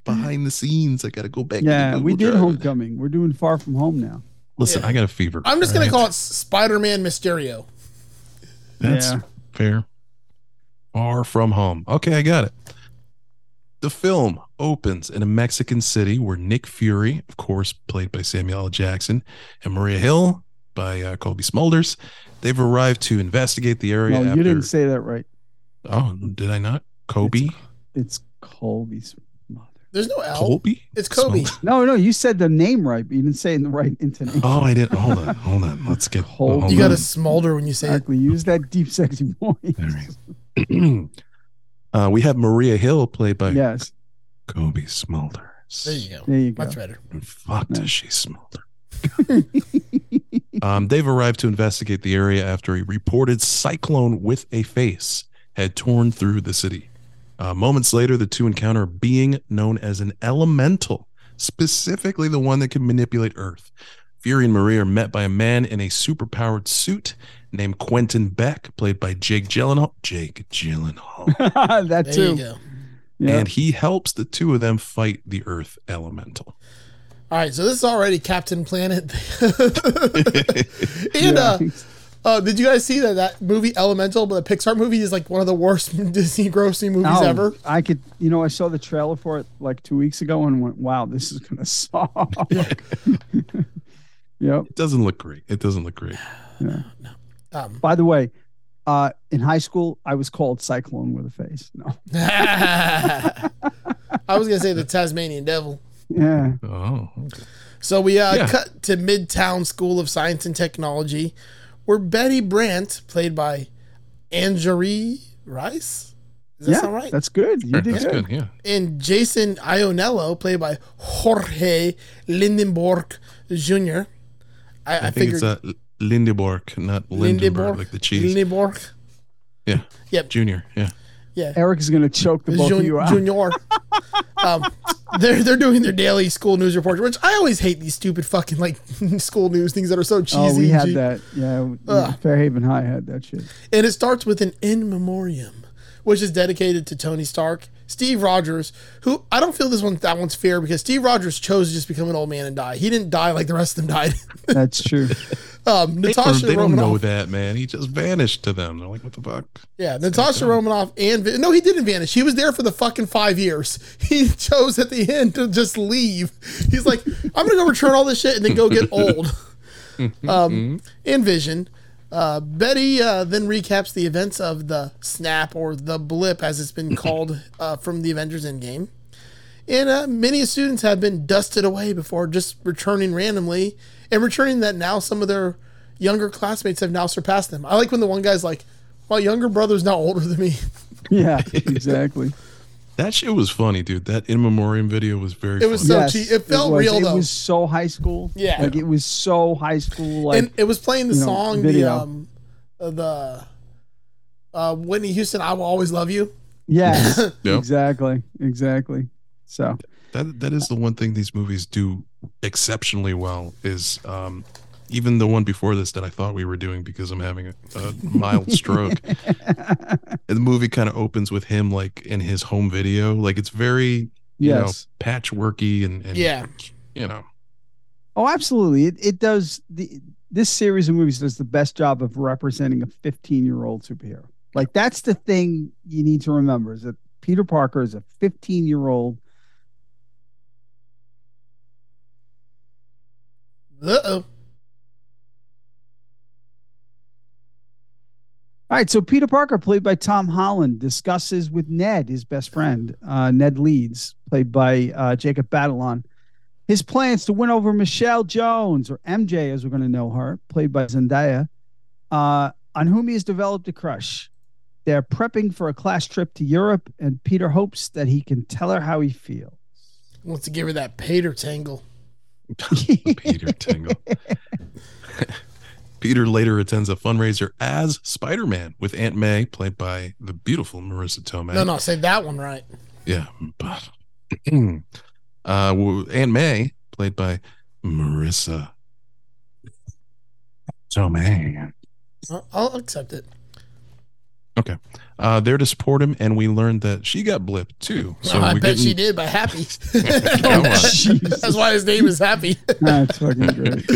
[SPEAKER 5] Behind the scenes, I gotta go back. into
[SPEAKER 4] Yeah, we
[SPEAKER 5] Google
[SPEAKER 4] did
[SPEAKER 5] Drive.
[SPEAKER 4] homecoming. We're doing far from home now.
[SPEAKER 5] Listen, I got a fever.
[SPEAKER 3] I'm just
[SPEAKER 5] all
[SPEAKER 3] gonna
[SPEAKER 5] right?
[SPEAKER 3] call it Spider Man Mysterio.
[SPEAKER 5] That's
[SPEAKER 4] Yeah.
[SPEAKER 5] fair. Far from home. Okay, I got it. The film opens in a Mexican city where Nick Fury, of course, played by Samuel L. Jackson, and Maria Hill by uh, Colby Smulders, they've arrived to investigate the area.
[SPEAKER 4] No,
[SPEAKER 5] after,
[SPEAKER 4] Oh, you didn't say that right.
[SPEAKER 5] oh, did I not? Kobe?
[SPEAKER 4] It's Colby's mother.
[SPEAKER 3] There's no L.
[SPEAKER 5] Colby?
[SPEAKER 3] It's Kobe.
[SPEAKER 5] Smulders.
[SPEAKER 4] No, no, you said the name right, but you didn't say it in the right intonation.
[SPEAKER 5] Oh, I didn't. Hold on. Hold on. Let's get.
[SPEAKER 4] Colby.
[SPEAKER 5] hold
[SPEAKER 3] You
[SPEAKER 5] on.
[SPEAKER 3] gotta smolder when you say it.
[SPEAKER 4] Exactly. Use that deep, sexy voice.
[SPEAKER 5] All right. uh, we have Maria Hill played by
[SPEAKER 4] Yes.
[SPEAKER 5] Kobe Smulders.
[SPEAKER 3] There you go.
[SPEAKER 4] There you go.
[SPEAKER 3] Much better.
[SPEAKER 5] Fuck,
[SPEAKER 4] No.
[SPEAKER 5] does she smolder? um, they've arrived to investigate the area after a reported cyclone with a face had torn through the city. Uh, moments later, the two encounter a being known as an elemental, specifically the one that can manipulate Earth. Fury and Marie are met by a man in a superpowered suit named Quentin Beck, played by Jake Gyllenhaal. Jake Gyllenhaal.
[SPEAKER 4] that
[SPEAKER 3] There
[SPEAKER 4] too.
[SPEAKER 3] you go.
[SPEAKER 4] Yeah.
[SPEAKER 5] And he helps the two of them fight the Earth elemental.
[SPEAKER 3] All right, so this is already Captain Planet. and
[SPEAKER 4] Yeah.
[SPEAKER 3] uh, uh, did you guys see that that movie Elemental, but the Pixar movie is like one of the worst Disney grossing movies
[SPEAKER 4] Oh,
[SPEAKER 3] ever?
[SPEAKER 4] I could, you know, I saw the trailer for it like two weeks ago and went, "Wow, this is gonna suck." yep.
[SPEAKER 5] It doesn't look great. It doesn't look great.
[SPEAKER 3] Um,
[SPEAKER 4] By the way, uh, in high school, I was called Cyclone with a face. No.
[SPEAKER 3] I was gonna say the Tasmanian Devil.
[SPEAKER 4] Yeah.
[SPEAKER 5] Oh, okay.
[SPEAKER 3] So we uh,
[SPEAKER 5] Yeah.
[SPEAKER 3] cut to Midtown School of Science and Technology, where Betty Brandt, played by Angerie Rice, does that
[SPEAKER 4] yeah.
[SPEAKER 3] sound right?
[SPEAKER 4] That's good. You
[SPEAKER 5] Sure,
[SPEAKER 4] did
[SPEAKER 5] that's
[SPEAKER 4] good.
[SPEAKER 5] good. Yeah.
[SPEAKER 3] and Jason Ionello, played by Jorge Lindenborg Jr. I, I,
[SPEAKER 5] I, think
[SPEAKER 3] figured
[SPEAKER 5] it's a Lindeborg, not Lindenberg, like the cheese.
[SPEAKER 3] Lindenborg.
[SPEAKER 5] yeah.
[SPEAKER 3] Yep.
[SPEAKER 5] Junior. Yeah.
[SPEAKER 3] Yeah.
[SPEAKER 4] Eric is gonna choke the both of you
[SPEAKER 3] Jun-
[SPEAKER 4] out.
[SPEAKER 3] junior. um, they're they're doing their daily school news report, which I always hate these stupid fucking like school news things that are so cheesy.
[SPEAKER 4] Oh, we
[SPEAKER 3] and
[SPEAKER 4] had
[SPEAKER 3] cheap.
[SPEAKER 4] that. Yeah,
[SPEAKER 3] Ugh.
[SPEAKER 4] Fairhaven High had that shit.
[SPEAKER 3] And it starts with an in memoriam, which is dedicated to Tony Stark, Steve Rogers, who I don't feel this one that one's fair because Steve Rogers chose to just become an old man and die. He didn't die like the rest of them died.
[SPEAKER 4] That's true.
[SPEAKER 3] um,
[SPEAKER 5] They,
[SPEAKER 3] Natasha
[SPEAKER 5] they don't know
[SPEAKER 3] Romanoff,
[SPEAKER 5] that, man. He just vanished to them. They're like, what the fuck?
[SPEAKER 3] yeah, Natasha Romanoff and Vi- no, he didn't vanish. He was there for the fucking five years. He chose at the end to just leave. He's like, I'm gonna go return all this shit and then go get old. um, in Vision. Uh, Betty uh, then recaps the events of the snap or the blip, as it's been called, uh, from the Avengers Endgame. And uh, many students have been dusted away before just returning randomly and returning that now some of their younger classmates have now surpassed them. I like when the one guy's like, My younger brother's now older than me.
[SPEAKER 4] Yeah, exactly.
[SPEAKER 5] That shit was funny, dude. That in memoriam video was very
[SPEAKER 3] It was
[SPEAKER 5] funny.
[SPEAKER 3] So cheap. It felt
[SPEAKER 4] was.
[SPEAKER 3] real,
[SPEAKER 4] It
[SPEAKER 3] though.
[SPEAKER 4] was so high school.
[SPEAKER 3] Yeah.
[SPEAKER 4] like it was so high school. Like
[SPEAKER 3] and it was playing the
[SPEAKER 4] you know,
[SPEAKER 3] song, the,
[SPEAKER 4] video.
[SPEAKER 3] um, uh, the uh, Whitney Houston, I Will Always Love You.
[SPEAKER 4] yes,
[SPEAKER 5] Yeah.
[SPEAKER 4] exactly, exactly. So
[SPEAKER 5] that that is the one thing these movies do exceptionally well is um even the one before this that I thought we were doing because I'm having a, a mild stroke. and the movie kind of opens with him like in his home video. Like it's very you know,
[SPEAKER 4] yes.
[SPEAKER 5] patchworky and, and
[SPEAKER 3] Yeah.
[SPEAKER 5] you know,
[SPEAKER 4] Oh, absolutely. It it does the this series of movies does the best job of representing a 15 year old superhero. Like that's the thing you need to remember is that Peter Parker is a 15 year old.
[SPEAKER 3] Uh oh.
[SPEAKER 4] All right, so Peter Parker, played by Tom Holland, discusses with Ned, his best friend, uh, Ned Leeds, played by uh, Jacob Batalon, his plans to win over Michelle Jones, or MJ as we're going to know her, played by Zendaya, uh, on whom he has developed a crush. They're prepping for a class trip to Europe, and Peter hopes that he can tell her how he feels.
[SPEAKER 3] Wants to give her that pater tangle.
[SPEAKER 5] Peter Tingle. Peter later attends a fundraiser as Spider Man with Aunt May, played by the beautiful Marissa Tomei.
[SPEAKER 3] No, no, say that one right.
[SPEAKER 5] Yeah. But, uh, w- Aunt May, played by Marissa Tomei.
[SPEAKER 3] I'll, Uh, I'll accept it.
[SPEAKER 5] Okay. Uh, there to support him, and we learned that she got blipped too. So
[SPEAKER 3] Oh, I
[SPEAKER 5] we're
[SPEAKER 3] bet she
[SPEAKER 5] getting-
[SPEAKER 3] did by Happy.
[SPEAKER 5] Come on.
[SPEAKER 3] That's why his name is Happy.
[SPEAKER 4] That's fucking great.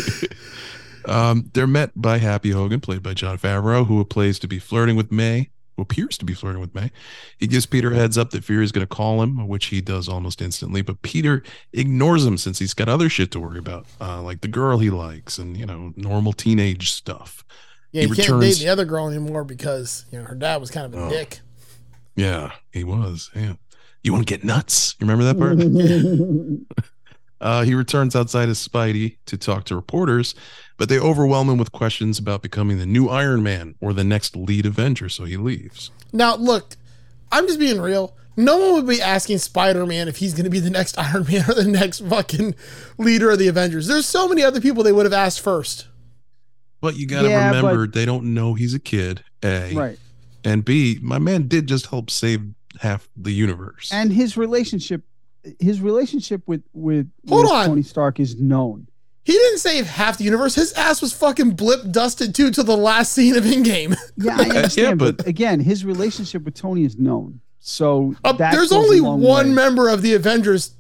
[SPEAKER 5] um, they're met by Happy Hogan, played by John Favreau, who plays to be flirting with May, who appears to be flirting with May. He gives Peter a heads up that Fury's going to call him, which he does almost instantly. But Peter ignores him since he's got other shit to worry about, uh, like the girl he likes and you know normal teenage stuff.
[SPEAKER 3] Yeah,
[SPEAKER 5] He
[SPEAKER 3] you can't date
[SPEAKER 5] returns-
[SPEAKER 3] the other girl anymore because you know her dad was kind of a
[SPEAKER 5] Oh.
[SPEAKER 3] dick.
[SPEAKER 5] Yeah, he was. Yeah, you want to get nuts? You remember that
[SPEAKER 4] Mm-hmm.
[SPEAKER 5] part? Uh, he returns outside as Spidey to talk to reporters, but they overwhelm him with questions about becoming the new Iron Man or the next lead Avenger, so he leaves.
[SPEAKER 3] Now look, I'm just being real. No one would be asking Spider Man if he's going to be the next Iron Man or the next fucking leader of the Avengers. There's so many other people they would have asked first.
[SPEAKER 5] But you got to
[SPEAKER 4] Yeah, but-
[SPEAKER 5] remember, they don't know he's a kid, A.
[SPEAKER 4] right.
[SPEAKER 5] And B, my man did just help save half the universe.
[SPEAKER 4] And his relationship, his relationship with with,
[SPEAKER 3] Hold
[SPEAKER 4] with
[SPEAKER 3] on.
[SPEAKER 4] Tony Stark is known.
[SPEAKER 3] He didn't save half the universe. His ass was fucking blip dusted too till the last scene of In Game.
[SPEAKER 4] Yeah, I understand. but,
[SPEAKER 5] but-
[SPEAKER 4] again, his relationship with Tony is known. So
[SPEAKER 3] Uh,
[SPEAKER 4] that
[SPEAKER 3] there's
[SPEAKER 4] goes a
[SPEAKER 3] only
[SPEAKER 4] long
[SPEAKER 3] one
[SPEAKER 4] way.
[SPEAKER 3] member of the Avengers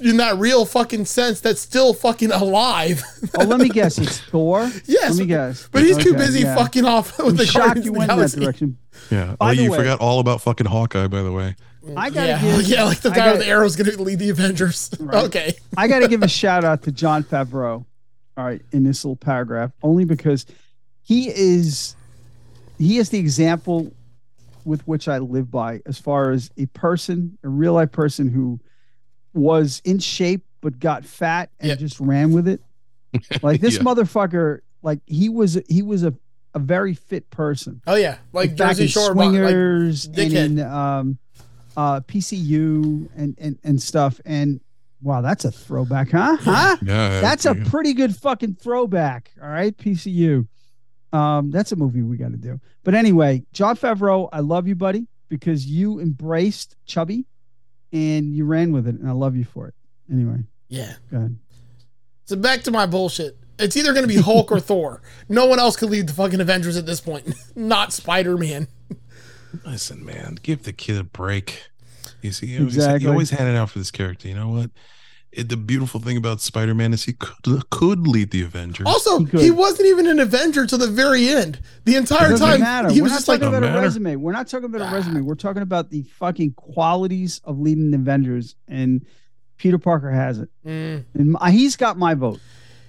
[SPEAKER 3] in that real fucking sense that's still fucking alive.
[SPEAKER 4] Oh, let me guess. It's Thor.
[SPEAKER 3] Yes,
[SPEAKER 4] Let me guess.
[SPEAKER 3] but he's too
[SPEAKER 4] Okay,
[SPEAKER 3] busy
[SPEAKER 4] yeah.
[SPEAKER 3] fucking off with
[SPEAKER 4] I'm
[SPEAKER 3] the
[SPEAKER 4] shocked
[SPEAKER 3] Guardians
[SPEAKER 4] you
[SPEAKER 3] of the
[SPEAKER 4] went in that
[SPEAKER 3] Galaxy.
[SPEAKER 4] direction.
[SPEAKER 5] yeah.
[SPEAKER 4] By
[SPEAKER 5] Oh,
[SPEAKER 4] the
[SPEAKER 5] you
[SPEAKER 4] way-
[SPEAKER 5] forgot all about fucking Hawkeye, by the way.
[SPEAKER 4] I gotta
[SPEAKER 3] Yeah,
[SPEAKER 4] give.
[SPEAKER 3] yeah, like the
[SPEAKER 4] I
[SPEAKER 3] guy with
[SPEAKER 4] gotta-
[SPEAKER 3] the arrow's gonna lead the Avengers.
[SPEAKER 4] Right.
[SPEAKER 3] Okay.
[SPEAKER 4] I got to give a shout out to John Favreau. All right, in this little paragraph, only because he is he is the example with which I live by as far as a person, a real life person who was in shape but got fat and
[SPEAKER 3] Yeah.
[SPEAKER 4] just ran with it. Like this
[SPEAKER 5] Yeah.
[SPEAKER 4] motherfucker, like he was he was a a very fit person.
[SPEAKER 3] Oh yeah, like
[SPEAKER 4] back
[SPEAKER 3] Jersey
[SPEAKER 4] in
[SPEAKER 3] Shore, but, like
[SPEAKER 4] swingers and in um, uh, PCU and, and and stuff. And wow, that's a throwback, huh? Huh?
[SPEAKER 5] Yeah.
[SPEAKER 4] That's a
[SPEAKER 5] yeah.
[SPEAKER 4] pretty good fucking throwback. All right, PCU. Um, that's a movie we got to do. But anyway, John Favreau, I love you, buddy, because you embraced chubby, and you ran with it, and I love you for it. Anyway,
[SPEAKER 3] yeah.
[SPEAKER 4] go ahead.
[SPEAKER 3] So back to my bullshit. It's either gonna be Hulk or Thor. No one else could lead the fucking Avengers at this point. Not Spider Man.
[SPEAKER 5] Listen, man, give the kid a break. You see, he always, he
[SPEAKER 4] Exactly.
[SPEAKER 5] always had it out for this character. You know what? It, the beautiful thing about Spider Man is he could, could lead the Avengers.
[SPEAKER 3] Also,
[SPEAKER 4] He
[SPEAKER 3] he,
[SPEAKER 4] could.
[SPEAKER 3] wasn't even an Avenger till the very end. The
[SPEAKER 4] It
[SPEAKER 3] entire
[SPEAKER 4] doesn't
[SPEAKER 3] time
[SPEAKER 4] matter.
[SPEAKER 3] he
[SPEAKER 4] We're
[SPEAKER 3] was
[SPEAKER 4] not
[SPEAKER 3] just like
[SPEAKER 4] talking about
[SPEAKER 5] Don't
[SPEAKER 4] a
[SPEAKER 5] matter.
[SPEAKER 4] resume. We're not talking about a resume. We're talking about the fucking qualities of leading the Avengers, and Peter Parker has it.
[SPEAKER 3] Mm.
[SPEAKER 4] And my, he's got my vote.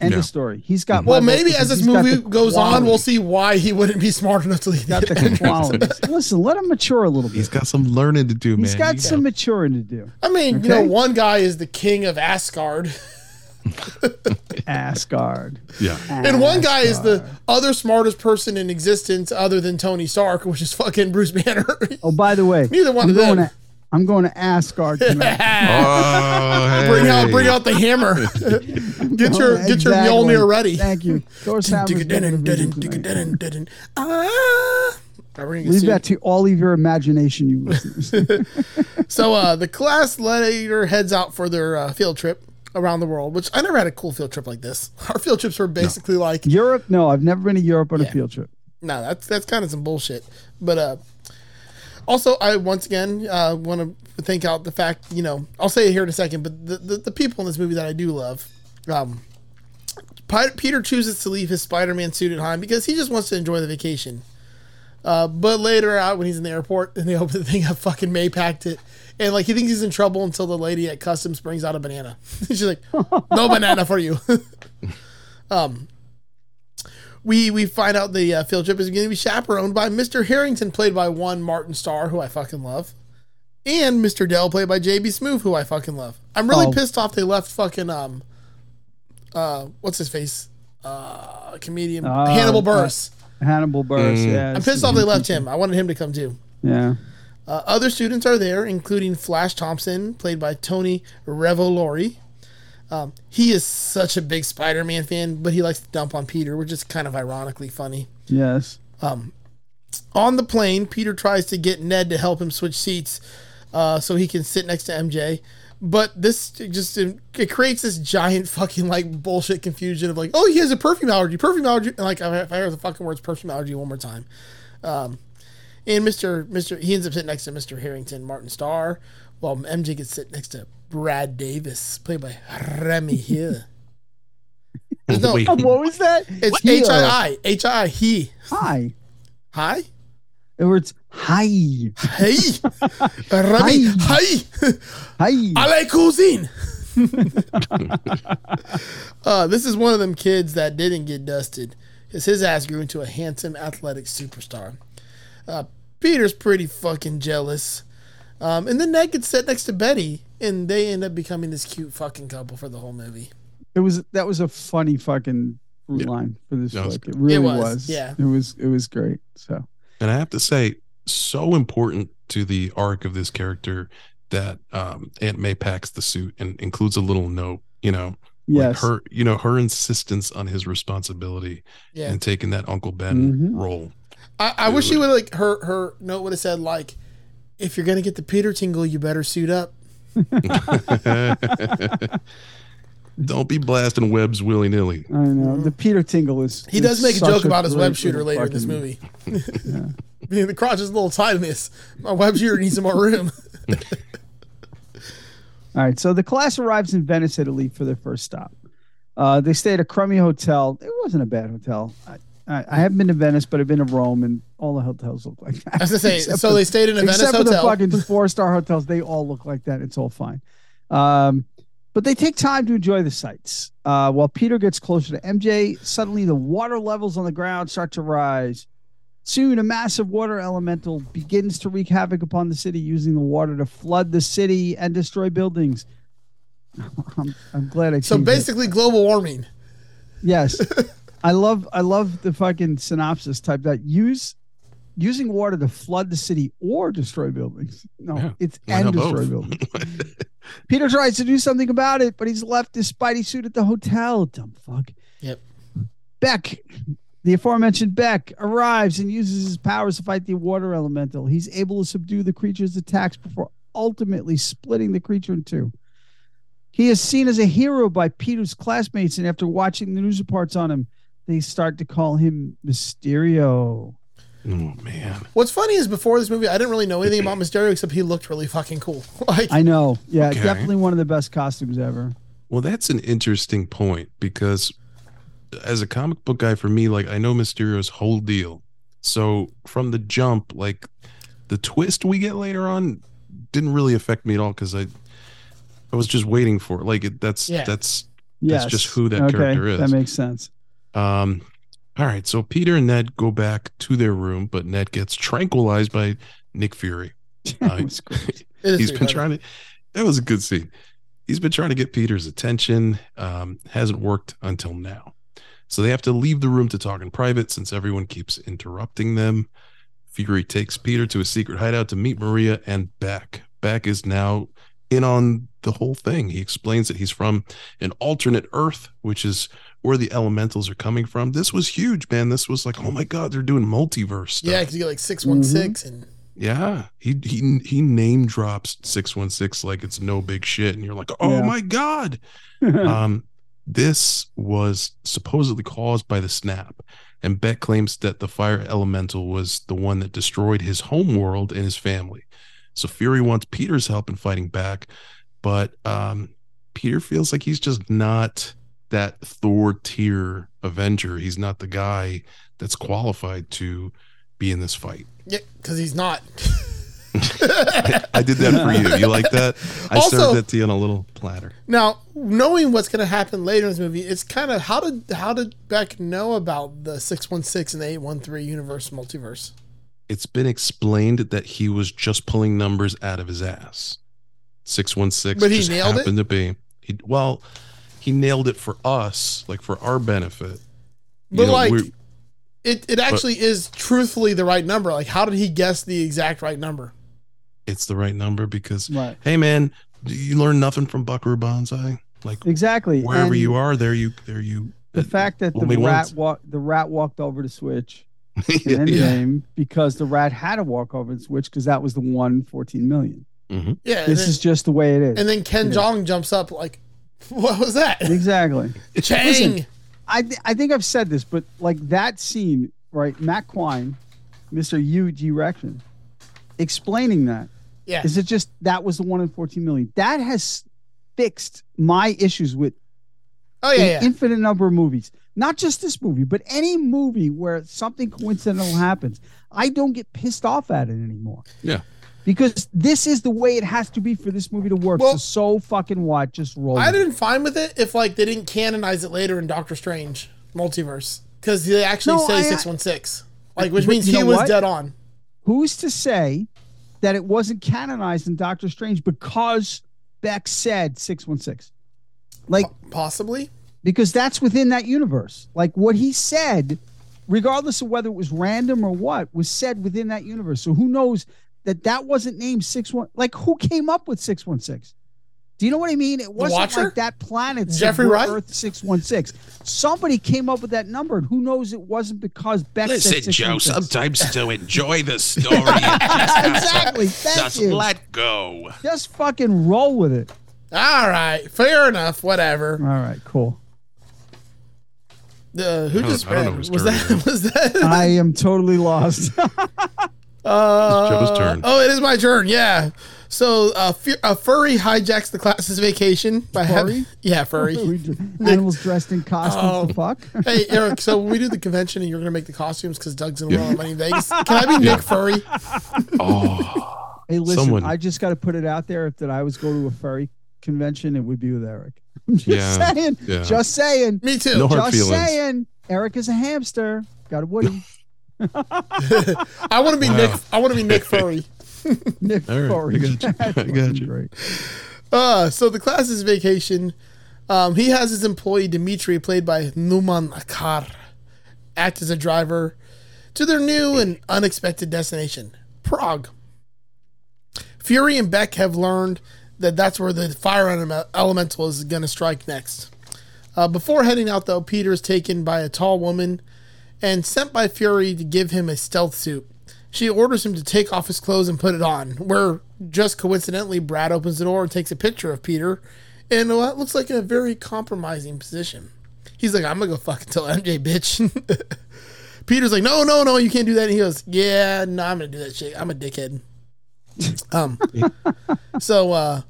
[SPEAKER 4] End
[SPEAKER 5] Yeah.
[SPEAKER 4] of story. He's got.
[SPEAKER 3] Well,
[SPEAKER 4] my vote
[SPEAKER 3] maybe
[SPEAKER 4] because
[SPEAKER 3] as this
[SPEAKER 4] he's got
[SPEAKER 3] movie
[SPEAKER 4] the
[SPEAKER 3] goes on, we'll
[SPEAKER 4] qualities.
[SPEAKER 3] see why he wouldn't be smart enough to lead
[SPEAKER 4] Got
[SPEAKER 3] the
[SPEAKER 4] the
[SPEAKER 3] Avengers.
[SPEAKER 4] qualities. Listen, let him mature a little bit.
[SPEAKER 5] He's got some learning to do, man.
[SPEAKER 4] He's got
[SPEAKER 5] You
[SPEAKER 4] some maturing to do.
[SPEAKER 3] I mean, you know,
[SPEAKER 4] Okay.
[SPEAKER 3] one guy is the king of Asgard,
[SPEAKER 4] Asgard.
[SPEAKER 5] Yeah.
[SPEAKER 3] and
[SPEAKER 4] Oh
[SPEAKER 3] one guy is the other smartest person in existence other than Tony Stark, which is fucking Bruce Banner.
[SPEAKER 4] Oh, by the way,
[SPEAKER 3] Neither one
[SPEAKER 4] I'm
[SPEAKER 3] of
[SPEAKER 4] going
[SPEAKER 3] them.
[SPEAKER 4] To, I'm going to Asgard tonight.
[SPEAKER 5] Oh,
[SPEAKER 3] bring out
[SPEAKER 5] hey.
[SPEAKER 3] bring out the hammer. get your
[SPEAKER 4] Oh,
[SPEAKER 3] get your
[SPEAKER 4] exactly.
[SPEAKER 3] Mjolnir ready.
[SPEAKER 4] Thank you. Thor's Hammer's going to be tonight.
[SPEAKER 3] Ah. Are we gonna
[SPEAKER 4] Leave
[SPEAKER 3] see-
[SPEAKER 4] that to all of your imagination, you listeners.
[SPEAKER 3] So uh, the class later heads out for their uh, field trip around the world, which I never had a cool field trip like this. Our field trips were basically like, no,
[SPEAKER 4] Europe? No, I've never been to Europe on a
[SPEAKER 3] Yeah.
[SPEAKER 4] field trip.
[SPEAKER 3] that's that's kind of some bullshit. But uh, also, I once again uh, want to think out the fact, you know, I'll say it here in a second, but the, the, the people in this movie that I do love, um, Pi- Peter chooses to leave his Spider-Man suit at home because he just wants to enjoy the vacation. Uh, but later out when he's in the airport and they open the thing up, fucking May packed it. And like he thinks he's in trouble until the lady at customs brings out a banana. She's like, "No banana for you." um, we we find out the uh, field trip is going to be chaperoned by Mr. Harrington, played by one Martin Starr, who I fucking love, and Mr. Dell, played by JB Smoove, who I fucking love. I'm really
[SPEAKER 4] Oh.
[SPEAKER 3] pissed off they left fucking um, uh, what's his face, uh, comedian
[SPEAKER 4] Oh,
[SPEAKER 3] Hannibal
[SPEAKER 4] uh,
[SPEAKER 3] Buress.
[SPEAKER 4] Hannibal Buress.
[SPEAKER 5] Mm.
[SPEAKER 4] Yeah,
[SPEAKER 3] I'm pissed off they left him. I wanted him to come too.
[SPEAKER 4] Yeah.
[SPEAKER 3] Uh, other students are there, including Flash Thompson, played by Tony Revolori. Um, he is such a big Spider-Man fan, but he likes to dump on Peter, which is kind of ironically funny.
[SPEAKER 4] Yes.
[SPEAKER 3] On the plane, Peter tries to get Ned to help him switch seats uh, so he can sit next to MJ. But this just it creates this giant fucking like bullshit confusion of like, oh, he has a perfume allergy, perfume allergy, and like if I hear the fucking words perfume allergy one more time, um, and Mister Mister he ends up sitting next to Mister Harrington, Martin Starr, while MJ gets sit next to Brad Davis, played by Remy Hill. There's no-
[SPEAKER 5] Wait,
[SPEAKER 4] what was that?
[SPEAKER 3] it's H I I H I he
[SPEAKER 4] Hi.
[SPEAKER 3] hi
[SPEAKER 4] Or it's hi.
[SPEAKER 3] hey Remy hi.
[SPEAKER 4] Hi.
[SPEAKER 3] I like cuisine. uh, this is one of them kids that didn't get dusted. 'cause his ass grew into a handsome, athletic superstar. Uh, Peter's pretty fucking jealous. Um, and then Ned gets set next to Betty, and they end up becoming this cute fucking couple for the whole movie.
[SPEAKER 4] It was that was a funny fucking through
[SPEAKER 5] Yeah.
[SPEAKER 4] line for this
[SPEAKER 5] That was-
[SPEAKER 4] flick. It really
[SPEAKER 3] It was,
[SPEAKER 4] was,
[SPEAKER 3] yeah.
[SPEAKER 4] It was it was great. So
[SPEAKER 5] And I have to say, so important to the arc of this character that um, Aunt May packs the suit and includes a little note, you know, like
[SPEAKER 4] yes.
[SPEAKER 5] her, you know, her insistence on his responsibility
[SPEAKER 3] Yeah.
[SPEAKER 5] and taking that Uncle Ben
[SPEAKER 4] Mhm.
[SPEAKER 5] role.
[SPEAKER 3] I, I wish she would like her her note would have said like, if you're gonna get the Peter tingle, you better suit up.
[SPEAKER 5] Don't be blasting webs willy nilly.
[SPEAKER 4] I know. The Peter Tingle is
[SPEAKER 3] Mm. He
[SPEAKER 4] is
[SPEAKER 3] does make a
[SPEAKER 4] such
[SPEAKER 3] joke about his
[SPEAKER 4] great
[SPEAKER 3] web shooter
[SPEAKER 4] little
[SPEAKER 3] later in this
[SPEAKER 4] fucking-
[SPEAKER 3] movie. Man, the crotch is a little tight in this. My web shooter needs some more room.
[SPEAKER 4] All right, so the class arrives in Venice, Italy, for their first stop. Uh, they stay at a crummy hotel. It wasn't a bad hotel. I, I, I haven't been to Venice, but I've been to Rome, and all the hotels look like that.
[SPEAKER 3] I was gonna say,
[SPEAKER 4] Except
[SPEAKER 3] so
[SPEAKER 4] for-
[SPEAKER 3] they stayed in a Venice
[SPEAKER 4] except for the
[SPEAKER 3] hotel.
[SPEAKER 4] fucking four star hotels, they all look like that. It's all fine. Um, but they take time to enjoy the sights. Uh, while Peter gets closer to MJ, suddenly the water levels on the ground start to rise. Soon, a massive water elemental begins to wreak havoc upon the city, using the water to flood the city and destroy buildings. I'm, I'm glad I.
[SPEAKER 3] so
[SPEAKER 4] changed it.
[SPEAKER 3] basically, global warming.
[SPEAKER 4] Yes. I love I love the fucking synopsis type that use using water to flood the city or destroy buildings. No,
[SPEAKER 5] Yeah.
[SPEAKER 4] it's
[SPEAKER 5] Why
[SPEAKER 4] and
[SPEAKER 5] not
[SPEAKER 4] destroy
[SPEAKER 5] both?
[SPEAKER 4] buildings. Peter tries to do something about it, but he's left his spidey suit at the hotel. Dumb fuck.
[SPEAKER 3] Yep.
[SPEAKER 4] Beck, the aforementioned Beck, arrives and uses his powers to fight the water elemental. He's able to subdue the creature's attacks before ultimately splitting the creature in two. He is seen as a hero by Peter's classmates, and after watching the news reports on him, they start to call him Mysterio.
[SPEAKER 5] Oh man,
[SPEAKER 3] What's funny is before this movie, I didn't really know anything about Mysterio except he looked really fucking cool. Like,
[SPEAKER 4] I know. Yeah,
[SPEAKER 5] Okay.
[SPEAKER 4] definitely one of the best costumes ever.
[SPEAKER 5] well, that's an interesting point because as a comic book guy, for me, like I know Mysterio's whole deal. So from the jump, like the twist we get later on didn't really affect me at all because I, I was just waiting for it. Like it, that's
[SPEAKER 3] Yeah.
[SPEAKER 5] that's
[SPEAKER 4] Yes.
[SPEAKER 5] That's just who that character is.
[SPEAKER 4] That makes sense.
[SPEAKER 5] Um, all right, so Peter and Ned go back to their room, but Ned gets tranquilized by Nick Fury.
[SPEAKER 4] That
[SPEAKER 5] Uh,
[SPEAKER 4] was great.
[SPEAKER 3] it is
[SPEAKER 5] he's
[SPEAKER 3] pretty
[SPEAKER 5] been
[SPEAKER 3] funny.
[SPEAKER 5] trying to. That was a good scene. He's been trying to get Peter's attention. Um, hasn't worked until now. So they have to leave the room to talk in private since everyone keeps interrupting them. Fury takes Peter to a secret hideout to meet Maria and Beck. Beck is now in on the whole thing. He explains that he's from an alternate Earth, which is where the elementals are coming from. This was huge, man. This was like, oh my God, they're doing multiverse stuff.
[SPEAKER 3] Yeah, because you get like six one six
[SPEAKER 4] Mm-hmm.
[SPEAKER 3] and
[SPEAKER 5] Yeah, he he he name drops six one six like it's no big shit, and you're like, oh
[SPEAKER 4] Yeah.
[SPEAKER 5] my god. um, this was supposedly caused by the snap, and Beck claims that the fire elemental was the one that destroyed his homeworld and his family. So Fury wants Peter's help in fighting back, but um, Peter feels like he's just not that Thor tier Avenger. He's not the guy that's qualified to be in this fight.
[SPEAKER 3] yeah, because he's not.
[SPEAKER 5] I did that for you. You like that? I
[SPEAKER 3] Also-
[SPEAKER 5] served that to you on a little platter.
[SPEAKER 3] Now, knowing what's going to happen later in this movie, it's kind of how did how did Beck know about the six one six and the eight one three universe multiverse?
[SPEAKER 5] It's been explained that he was just pulling numbers out of his ass. Six one six
[SPEAKER 3] But he
[SPEAKER 5] just
[SPEAKER 3] nailed it?
[SPEAKER 5] happened to be. He, well, he nailed it for us, like for our benefit. You
[SPEAKER 3] But
[SPEAKER 5] know,
[SPEAKER 3] like,
[SPEAKER 5] we're-
[SPEAKER 3] it it actually is truthfully the right number. Like, how did he guess the exact right number?
[SPEAKER 5] it's the right number because
[SPEAKER 4] Right.
[SPEAKER 5] hey man, you learn nothing from Buckaroo Banzai. Like
[SPEAKER 4] Exactly.
[SPEAKER 5] wherever
[SPEAKER 4] and
[SPEAKER 5] you are, there you there you.
[SPEAKER 4] The fact that the
[SPEAKER 5] Only
[SPEAKER 4] rat
[SPEAKER 5] once.
[SPEAKER 4] walk the rat walked over to Switch in
[SPEAKER 5] yeah, yeah.
[SPEAKER 4] Endgame because the rat had to walk over to Switch because that was the one 14 million.
[SPEAKER 3] Yeah, and
[SPEAKER 4] This
[SPEAKER 3] then,
[SPEAKER 4] is just the way it is.
[SPEAKER 3] and then Ken
[SPEAKER 4] Yeah.
[SPEAKER 3] Jong jumps up like, what was that?
[SPEAKER 4] exactly.
[SPEAKER 3] Chang.
[SPEAKER 4] Listen, I th- I think I've said this, but like that scene, right? Matt Quine, Mr. U G Rection, explaining that
[SPEAKER 3] yeah,
[SPEAKER 4] is it just that was the one in 14 million that has fixed my issues with
[SPEAKER 3] oh yeah,
[SPEAKER 4] an
[SPEAKER 3] yeah.
[SPEAKER 4] infinite number of movies. Not just this movie, but any movie where something coincidental happens. I don't get pissed off at it anymore.
[SPEAKER 5] Yeah.
[SPEAKER 4] Because this is the way it has to be for this movie to work.
[SPEAKER 3] Well-
[SPEAKER 4] so, so fucking what? Just roll.
[SPEAKER 3] I'd
[SPEAKER 4] with it.
[SPEAKER 3] have been fine with it if like they didn't canonize it later in Doctor Strange multiverse because they actually
[SPEAKER 4] No, I-
[SPEAKER 3] say six one six, like which
[SPEAKER 4] But
[SPEAKER 3] means
[SPEAKER 4] you
[SPEAKER 3] he
[SPEAKER 4] know
[SPEAKER 3] was
[SPEAKER 4] what?
[SPEAKER 3] dead on.
[SPEAKER 4] Who's to say that it wasn't canonized in Doctor Strange because Beck said 616? Like,
[SPEAKER 3] Possibly.
[SPEAKER 4] because that's within that universe. Like what he said, regardless of whether it was random or what, was said within that universe. So who knows that that wasn't named six one? Like who came up with six one six? Do you know what I mean? It wasn't
[SPEAKER 3] Watcher?
[SPEAKER 4] like that planet said,
[SPEAKER 3] Jeffrey
[SPEAKER 4] "We're
[SPEAKER 3] Wright?
[SPEAKER 4] Earth six one six. Somebody came up with that number, and who knows it wasn't because Beck said
[SPEAKER 6] Listen, Joe,
[SPEAKER 4] 616.
[SPEAKER 6] sometimes to enjoy the story, you just
[SPEAKER 4] Exactly. Thank
[SPEAKER 6] just
[SPEAKER 4] you.
[SPEAKER 6] let go.
[SPEAKER 4] Just fucking roll with it.
[SPEAKER 3] All right, fair enough. Whatever.
[SPEAKER 4] All right, cool.
[SPEAKER 3] Uh, who
[SPEAKER 5] I don't-
[SPEAKER 3] just
[SPEAKER 5] I don't know
[SPEAKER 3] read?
[SPEAKER 5] who's
[SPEAKER 3] was
[SPEAKER 5] turn
[SPEAKER 3] that? Was that?
[SPEAKER 4] I am totally lost.
[SPEAKER 3] Uh,
[SPEAKER 5] Joe's turn.
[SPEAKER 3] Oh, it is my turn. Yeah. So uh, fu- a furry hijacks the class's vacation by having
[SPEAKER 4] Furry?
[SPEAKER 3] yeah furry.
[SPEAKER 4] We d- Animals dressed in
[SPEAKER 3] Um,
[SPEAKER 4] costumes. the fuck.
[SPEAKER 3] hey Eric, so when we do the convention and you're gonna make the costumes because Doug's gonna roll money in Vegas. Can I be Nick Furry?
[SPEAKER 5] Oh,
[SPEAKER 4] Hey, listen,
[SPEAKER 5] Someone-
[SPEAKER 4] I just got to put it out there. If that I was go to a furry convention, it would be with Eric. I'm just
[SPEAKER 5] Yeah,
[SPEAKER 4] saying.
[SPEAKER 5] yeah.
[SPEAKER 4] Just saying.
[SPEAKER 3] Me too.
[SPEAKER 5] No hard
[SPEAKER 4] Just
[SPEAKER 5] feelings.
[SPEAKER 4] saying. Eric is a hamster. Got a Woody.
[SPEAKER 3] I want to be
[SPEAKER 5] Wow.
[SPEAKER 3] Nick. I want to be Nick Furry.
[SPEAKER 4] Nick
[SPEAKER 5] All right,
[SPEAKER 4] Furry.
[SPEAKER 5] I got you.
[SPEAKER 4] That's
[SPEAKER 5] I got
[SPEAKER 4] fucking
[SPEAKER 5] you.
[SPEAKER 4] great.
[SPEAKER 3] Uh, so the class's vacation. Um, he has his employee Dimitri, played by Numan Akar, act as a driver to their new and unexpected destination, Prague. Fury and Beck have learned that that's where the fire ele- elemental is going to strike next. Uh, before heading out, though, Peter is taken by a tall woman and sent by Fury to give him a stealth suit. She orders him to take off his clothes and put it on, where just coincidentally, Brad opens the door and takes a picture of Peter in what looks like a very compromising position. He's like, I'm gonna go fucking tell MJ, bitch. Peter's like, No, no, no, you can't do that. And he goes, Yeah, no, I'm gonna do that shit. I'm a dickhead. um, so, uh,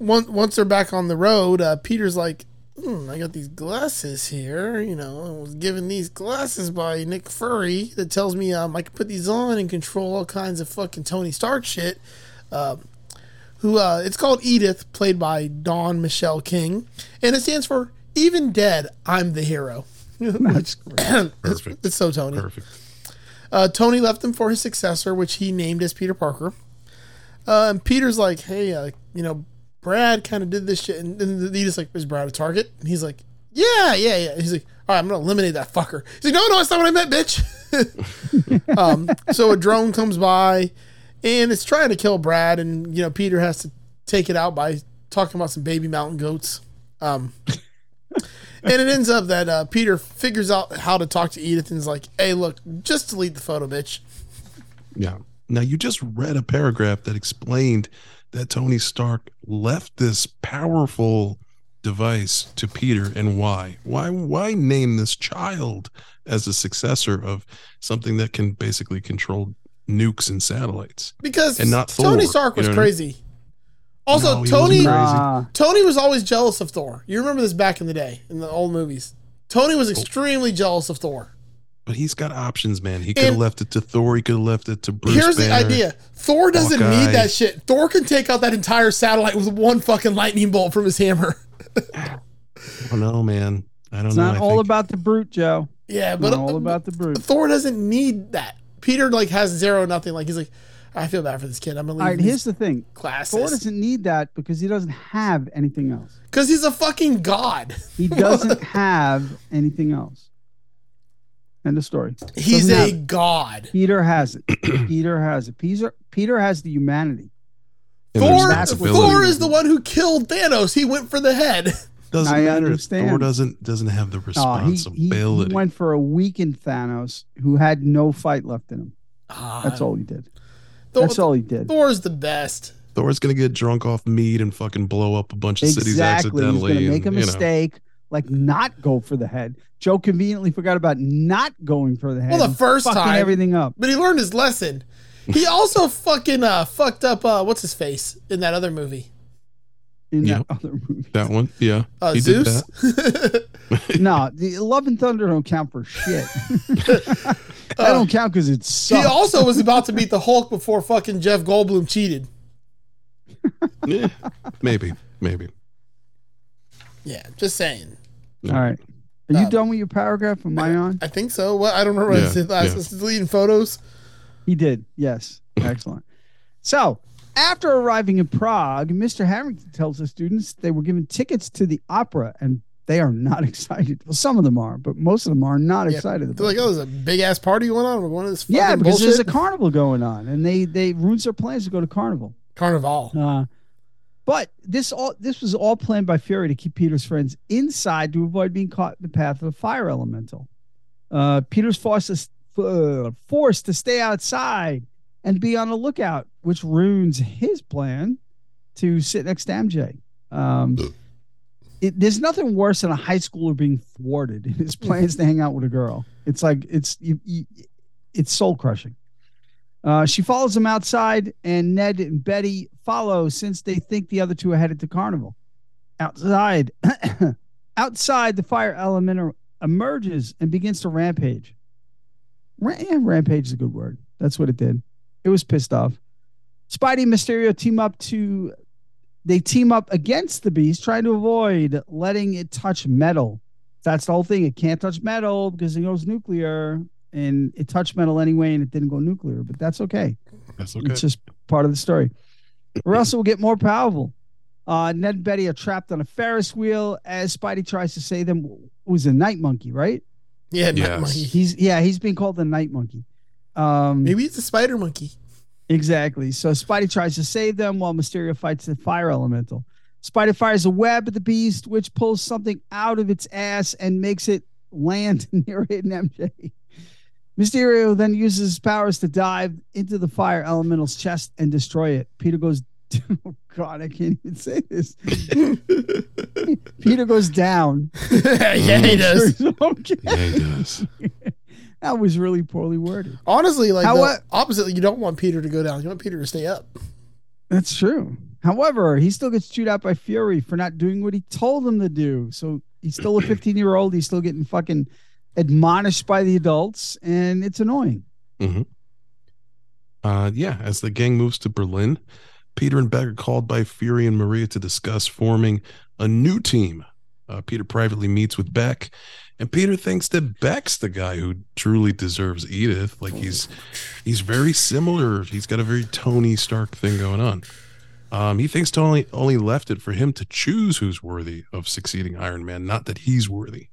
[SPEAKER 3] once once they're back on the road, uh, Peter's like, hmm, I got these glasses here. You know, I was given these glasses by Nick Furry that tells me um, I can put these on and control all kinds of fucking Tony Stark shit. Um, who uh, it's called Edith, played by Dawn Michelle King, and it stands for Even Dead, I'm the Hero. Which- it's,
[SPEAKER 5] Perfect.
[SPEAKER 3] it's so Tony.
[SPEAKER 5] perfect.
[SPEAKER 3] Uh, Tony left them for his successor, which he named as Peter Parker. Uh, and Peter's like, hey, uh, you know, Brad kind of did this shit. And then he just like, is Brad a target? And he's like, yeah, yeah, yeah. He's like, all right, I'm going to eliminate that fucker. He's like, no, no, that's not what I meant, bitch. um, so a drone comes by and it's trying to kill Brad. And, you know, Peter has to take it out by talking about some baby mountain goats. Um, and it ends up that uh, Peter figures out how to talk to Edith and is like, hey, look, just delete the photo, bitch.
[SPEAKER 5] Yeah. Now you just read a paragraph that explained that Tony Stark left this powerful device to Peter and why? Why why name this child as a successor of something that can basically control nukes and satellites?
[SPEAKER 3] Because
[SPEAKER 5] And not
[SPEAKER 3] Tony
[SPEAKER 5] Thor,
[SPEAKER 3] Stark
[SPEAKER 5] you
[SPEAKER 3] was
[SPEAKER 5] know what I mean?
[SPEAKER 3] crazy. Also,
[SPEAKER 5] No, he
[SPEAKER 3] Tony
[SPEAKER 5] wasn't crazy.
[SPEAKER 4] Nah,
[SPEAKER 3] Tony was always jealous of Thor. You remember this back in the day in the old movies. Tony was extremely jealous of Thor.
[SPEAKER 5] But he's got options, man. He could have
[SPEAKER 3] And-
[SPEAKER 5] left it to Thor. He could have left it to Bruce.
[SPEAKER 3] Here's the
[SPEAKER 5] Banner.
[SPEAKER 3] idea: Thor doesn't
[SPEAKER 5] Hawkeye.
[SPEAKER 3] need that shit. Thor can take out that entire satellite with one fucking lightning bolt from his hammer.
[SPEAKER 5] I don't know, man. I don't
[SPEAKER 4] It's
[SPEAKER 5] know.
[SPEAKER 4] not
[SPEAKER 5] I
[SPEAKER 4] all
[SPEAKER 5] think-
[SPEAKER 4] about the brute, Joe.
[SPEAKER 3] Yeah,
[SPEAKER 4] It's
[SPEAKER 3] but
[SPEAKER 4] not all about the brute.
[SPEAKER 3] Thor doesn't need that. Peter like has zero nothing. Like he's like, I feel bad for this kid. I'm gonna
[SPEAKER 4] All
[SPEAKER 3] leave
[SPEAKER 4] right,
[SPEAKER 3] him his
[SPEAKER 4] here's the thing. Thor
[SPEAKER 3] classes
[SPEAKER 4] doesn't need that because he doesn't have anything else.
[SPEAKER 3] because he's a fucking god.
[SPEAKER 4] He doesn't have anything else. End of story.
[SPEAKER 3] He's
[SPEAKER 4] Doesn't
[SPEAKER 3] a
[SPEAKER 4] have it.
[SPEAKER 3] god.
[SPEAKER 4] Peter has it. Peter has it. Peter Peter has the humanity.
[SPEAKER 5] and there's
[SPEAKER 3] Thor,
[SPEAKER 5] this
[SPEAKER 4] responsibility.
[SPEAKER 3] Thor is the one who killed Thanos. He went for the head.
[SPEAKER 5] Doesn't
[SPEAKER 4] I
[SPEAKER 5] matter if
[SPEAKER 4] understand.
[SPEAKER 5] Thor doesn't doesn't have the
[SPEAKER 4] Oh, he, he
[SPEAKER 5] responsibility.
[SPEAKER 4] went for a weakened Thanos who had no fight left in him.
[SPEAKER 3] Ah,
[SPEAKER 4] That's all he did.
[SPEAKER 3] Thor,
[SPEAKER 4] That's all he did.
[SPEAKER 3] Thor's the best.
[SPEAKER 5] Thor's gonna get drunk off mead and fucking blow up a bunch of cities
[SPEAKER 4] Exactly. He's
[SPEAKER 5] accidentally.
[SPEAKER 4] going to make a
[SPEAKER 5] and, you know.
[SPEAKER 4] mistake, like not go for the head. Joe conveniently forgot about not going for the head.
[SPEAKER 3] Well, the
[SPEAKER 4] and
[SPEAKER 3] first
[SPEAKER 4] fucking
[SPEAKER 3] time-
[SPEAKER 4] everything up.
[SPEAKER 3] But he learned his lesson. He also fucking uh, fucked up. Uh, what's his face in that other movie?
[SPEAKER 4] in
[SPEAKER 5] Yeah.
[SPEAKER 4] that other movie.
[SPEAKER 5] That one, yeah,
[SPEAKER 3] Uh,
[SPEAKER 5] he did
[SPEAKER 3] Zeus.
[SPEAKER 5] that.
[SPEAKER 4] no, the Love and Thunder don't count for shit. I don't count because it
[SPEAKER 3] he
[SPEAKER 4] sucks.
[SPEAKER 3] also was about to beat the Hulk before fucking Jeff Goldblum cheated.
[SPEAKER 5] Yeah, maybe, maybe.
[SPEAKER 3] Yeah, just saying.
[SPEAKER 4] All right. Are you done with your paragraph? Am I on?
[SPEAKER 3] I think so. What I don't remember. what I
[SPEAKER 5] Yeah,
[SPEAKER 3] said last.
[SPEAKER 5] yeah.
[SPEAKER 3] Was it deleting photos.
[SPEAKER 4] He did. Yes. Excellent. So, after arriving in Prague, Mr. Harrington tells the students they were given tickets to the opera and they are not excited. Well, some of them are, but most of them are not
[SPEAKER 3] Yeah.
[SPEAKER 4] excited about
[SPEAKER 3] They're like,
[SPEAKER 4] it.
[SPEAKER 3] oh, there's a big ass party going on. We're going to this fucking
[SPEAKER 4] yeah, because
[SPEAKER 3] bullshit.
[SPEAKER 4] there's a carnival going on and they they ruins their plans to go to carnival.
[SPEAKER 3] carnival.
[SPEAKER 4] Uh, but this all this was all planned by Fury to keep Peter's friends inside to avoid being caught in the path of the fire elemental. Uh, Peter's forced to, s- uh, forced to stay outside and be on the lookout, which ruins his plan to sit next to MJ. Um, it, there's nothing worse than a high schooler being thwarted in his plans to hang out with a girl. It's like it's you, you, it's soul crushing. Uh, she follows him outside, and Ned and Betty follow since they think the other two are headed to Carnival. Outside, outside, the fire element er, emerges and begins to rampage. Ra- yeah, rampage is a good word. That's what it did. It was pissed off. Spidey and Mysterio team up to. They team up against the beast, trying to avoid letting it touch metal. That's the whole thing. It can't touch metal because it goes nuclear, and it touched metal anyway, and it didn't go nuclear. But that's okay.
[SPEAKER 5] That's okay.
[SPEAKER 4] It's just part of the story. Or else it will get more powerful. Uh, Ned and Betty are trapped on a Ferris wheel as Spidey tries to save them. It was a night monkey, right?
[SPEAKER 3] Yeah,
[SPEAKER 5] Yes.
[SPEAKER 3] night monkey.
[SPEAKER 4] He's yeah, he's being called the night monkey. Um,
[SPEAKER 3] Maybe it's a spider monkey.
[SPEAKER 4] Exactly. So Spidey tries to save them while Mysterio fights the fire elemental. Spidey fires a web at the beast, which pulls something out of its ass and makes it land near hidden MJ. Mysterio then uses his powers to dive into the fire elemental's chest and destroy it. Peter goes, oh God, I can't even say this. Peter goes down.
[SPEAKER 3] yeah,
[SPEAKER 5] Mm.
[SPEAKER 3] he does.
[SPEAKER 5] yeah, he does.
[SPEAKER 4] that was really poorly worded.
[SPEAKER 3] Honestly, like
[SPEAKER 4] How
[SPEAKER 3] the
[SPEAKER 4] what?
[SPEAKER 3] opposite, you don't want Peter to go down. You want Peter to stay up.
[SPEAKER 4] That's true. However, he still gets chewed out by Fury for not doing what he told him to do. So he's still a 15 year old. He's still getting fucking admonished by the adults, and it's annoying.
[SPEAKER 5] Uh, yeah, as the gang moves to Berlin, Peter and Beck are called by Fury and Maria to discuss forming a new team. Uh, Peter privately meets with Beck, and Peter thinks that Beck's the guy who truly deserves Edith. Like he's he's very similar. He's got a very Tony Stark thing going on. Um, he thinks Tony only left it for him to choose who's worthy of succeeding Iron Man, not that he's worthy.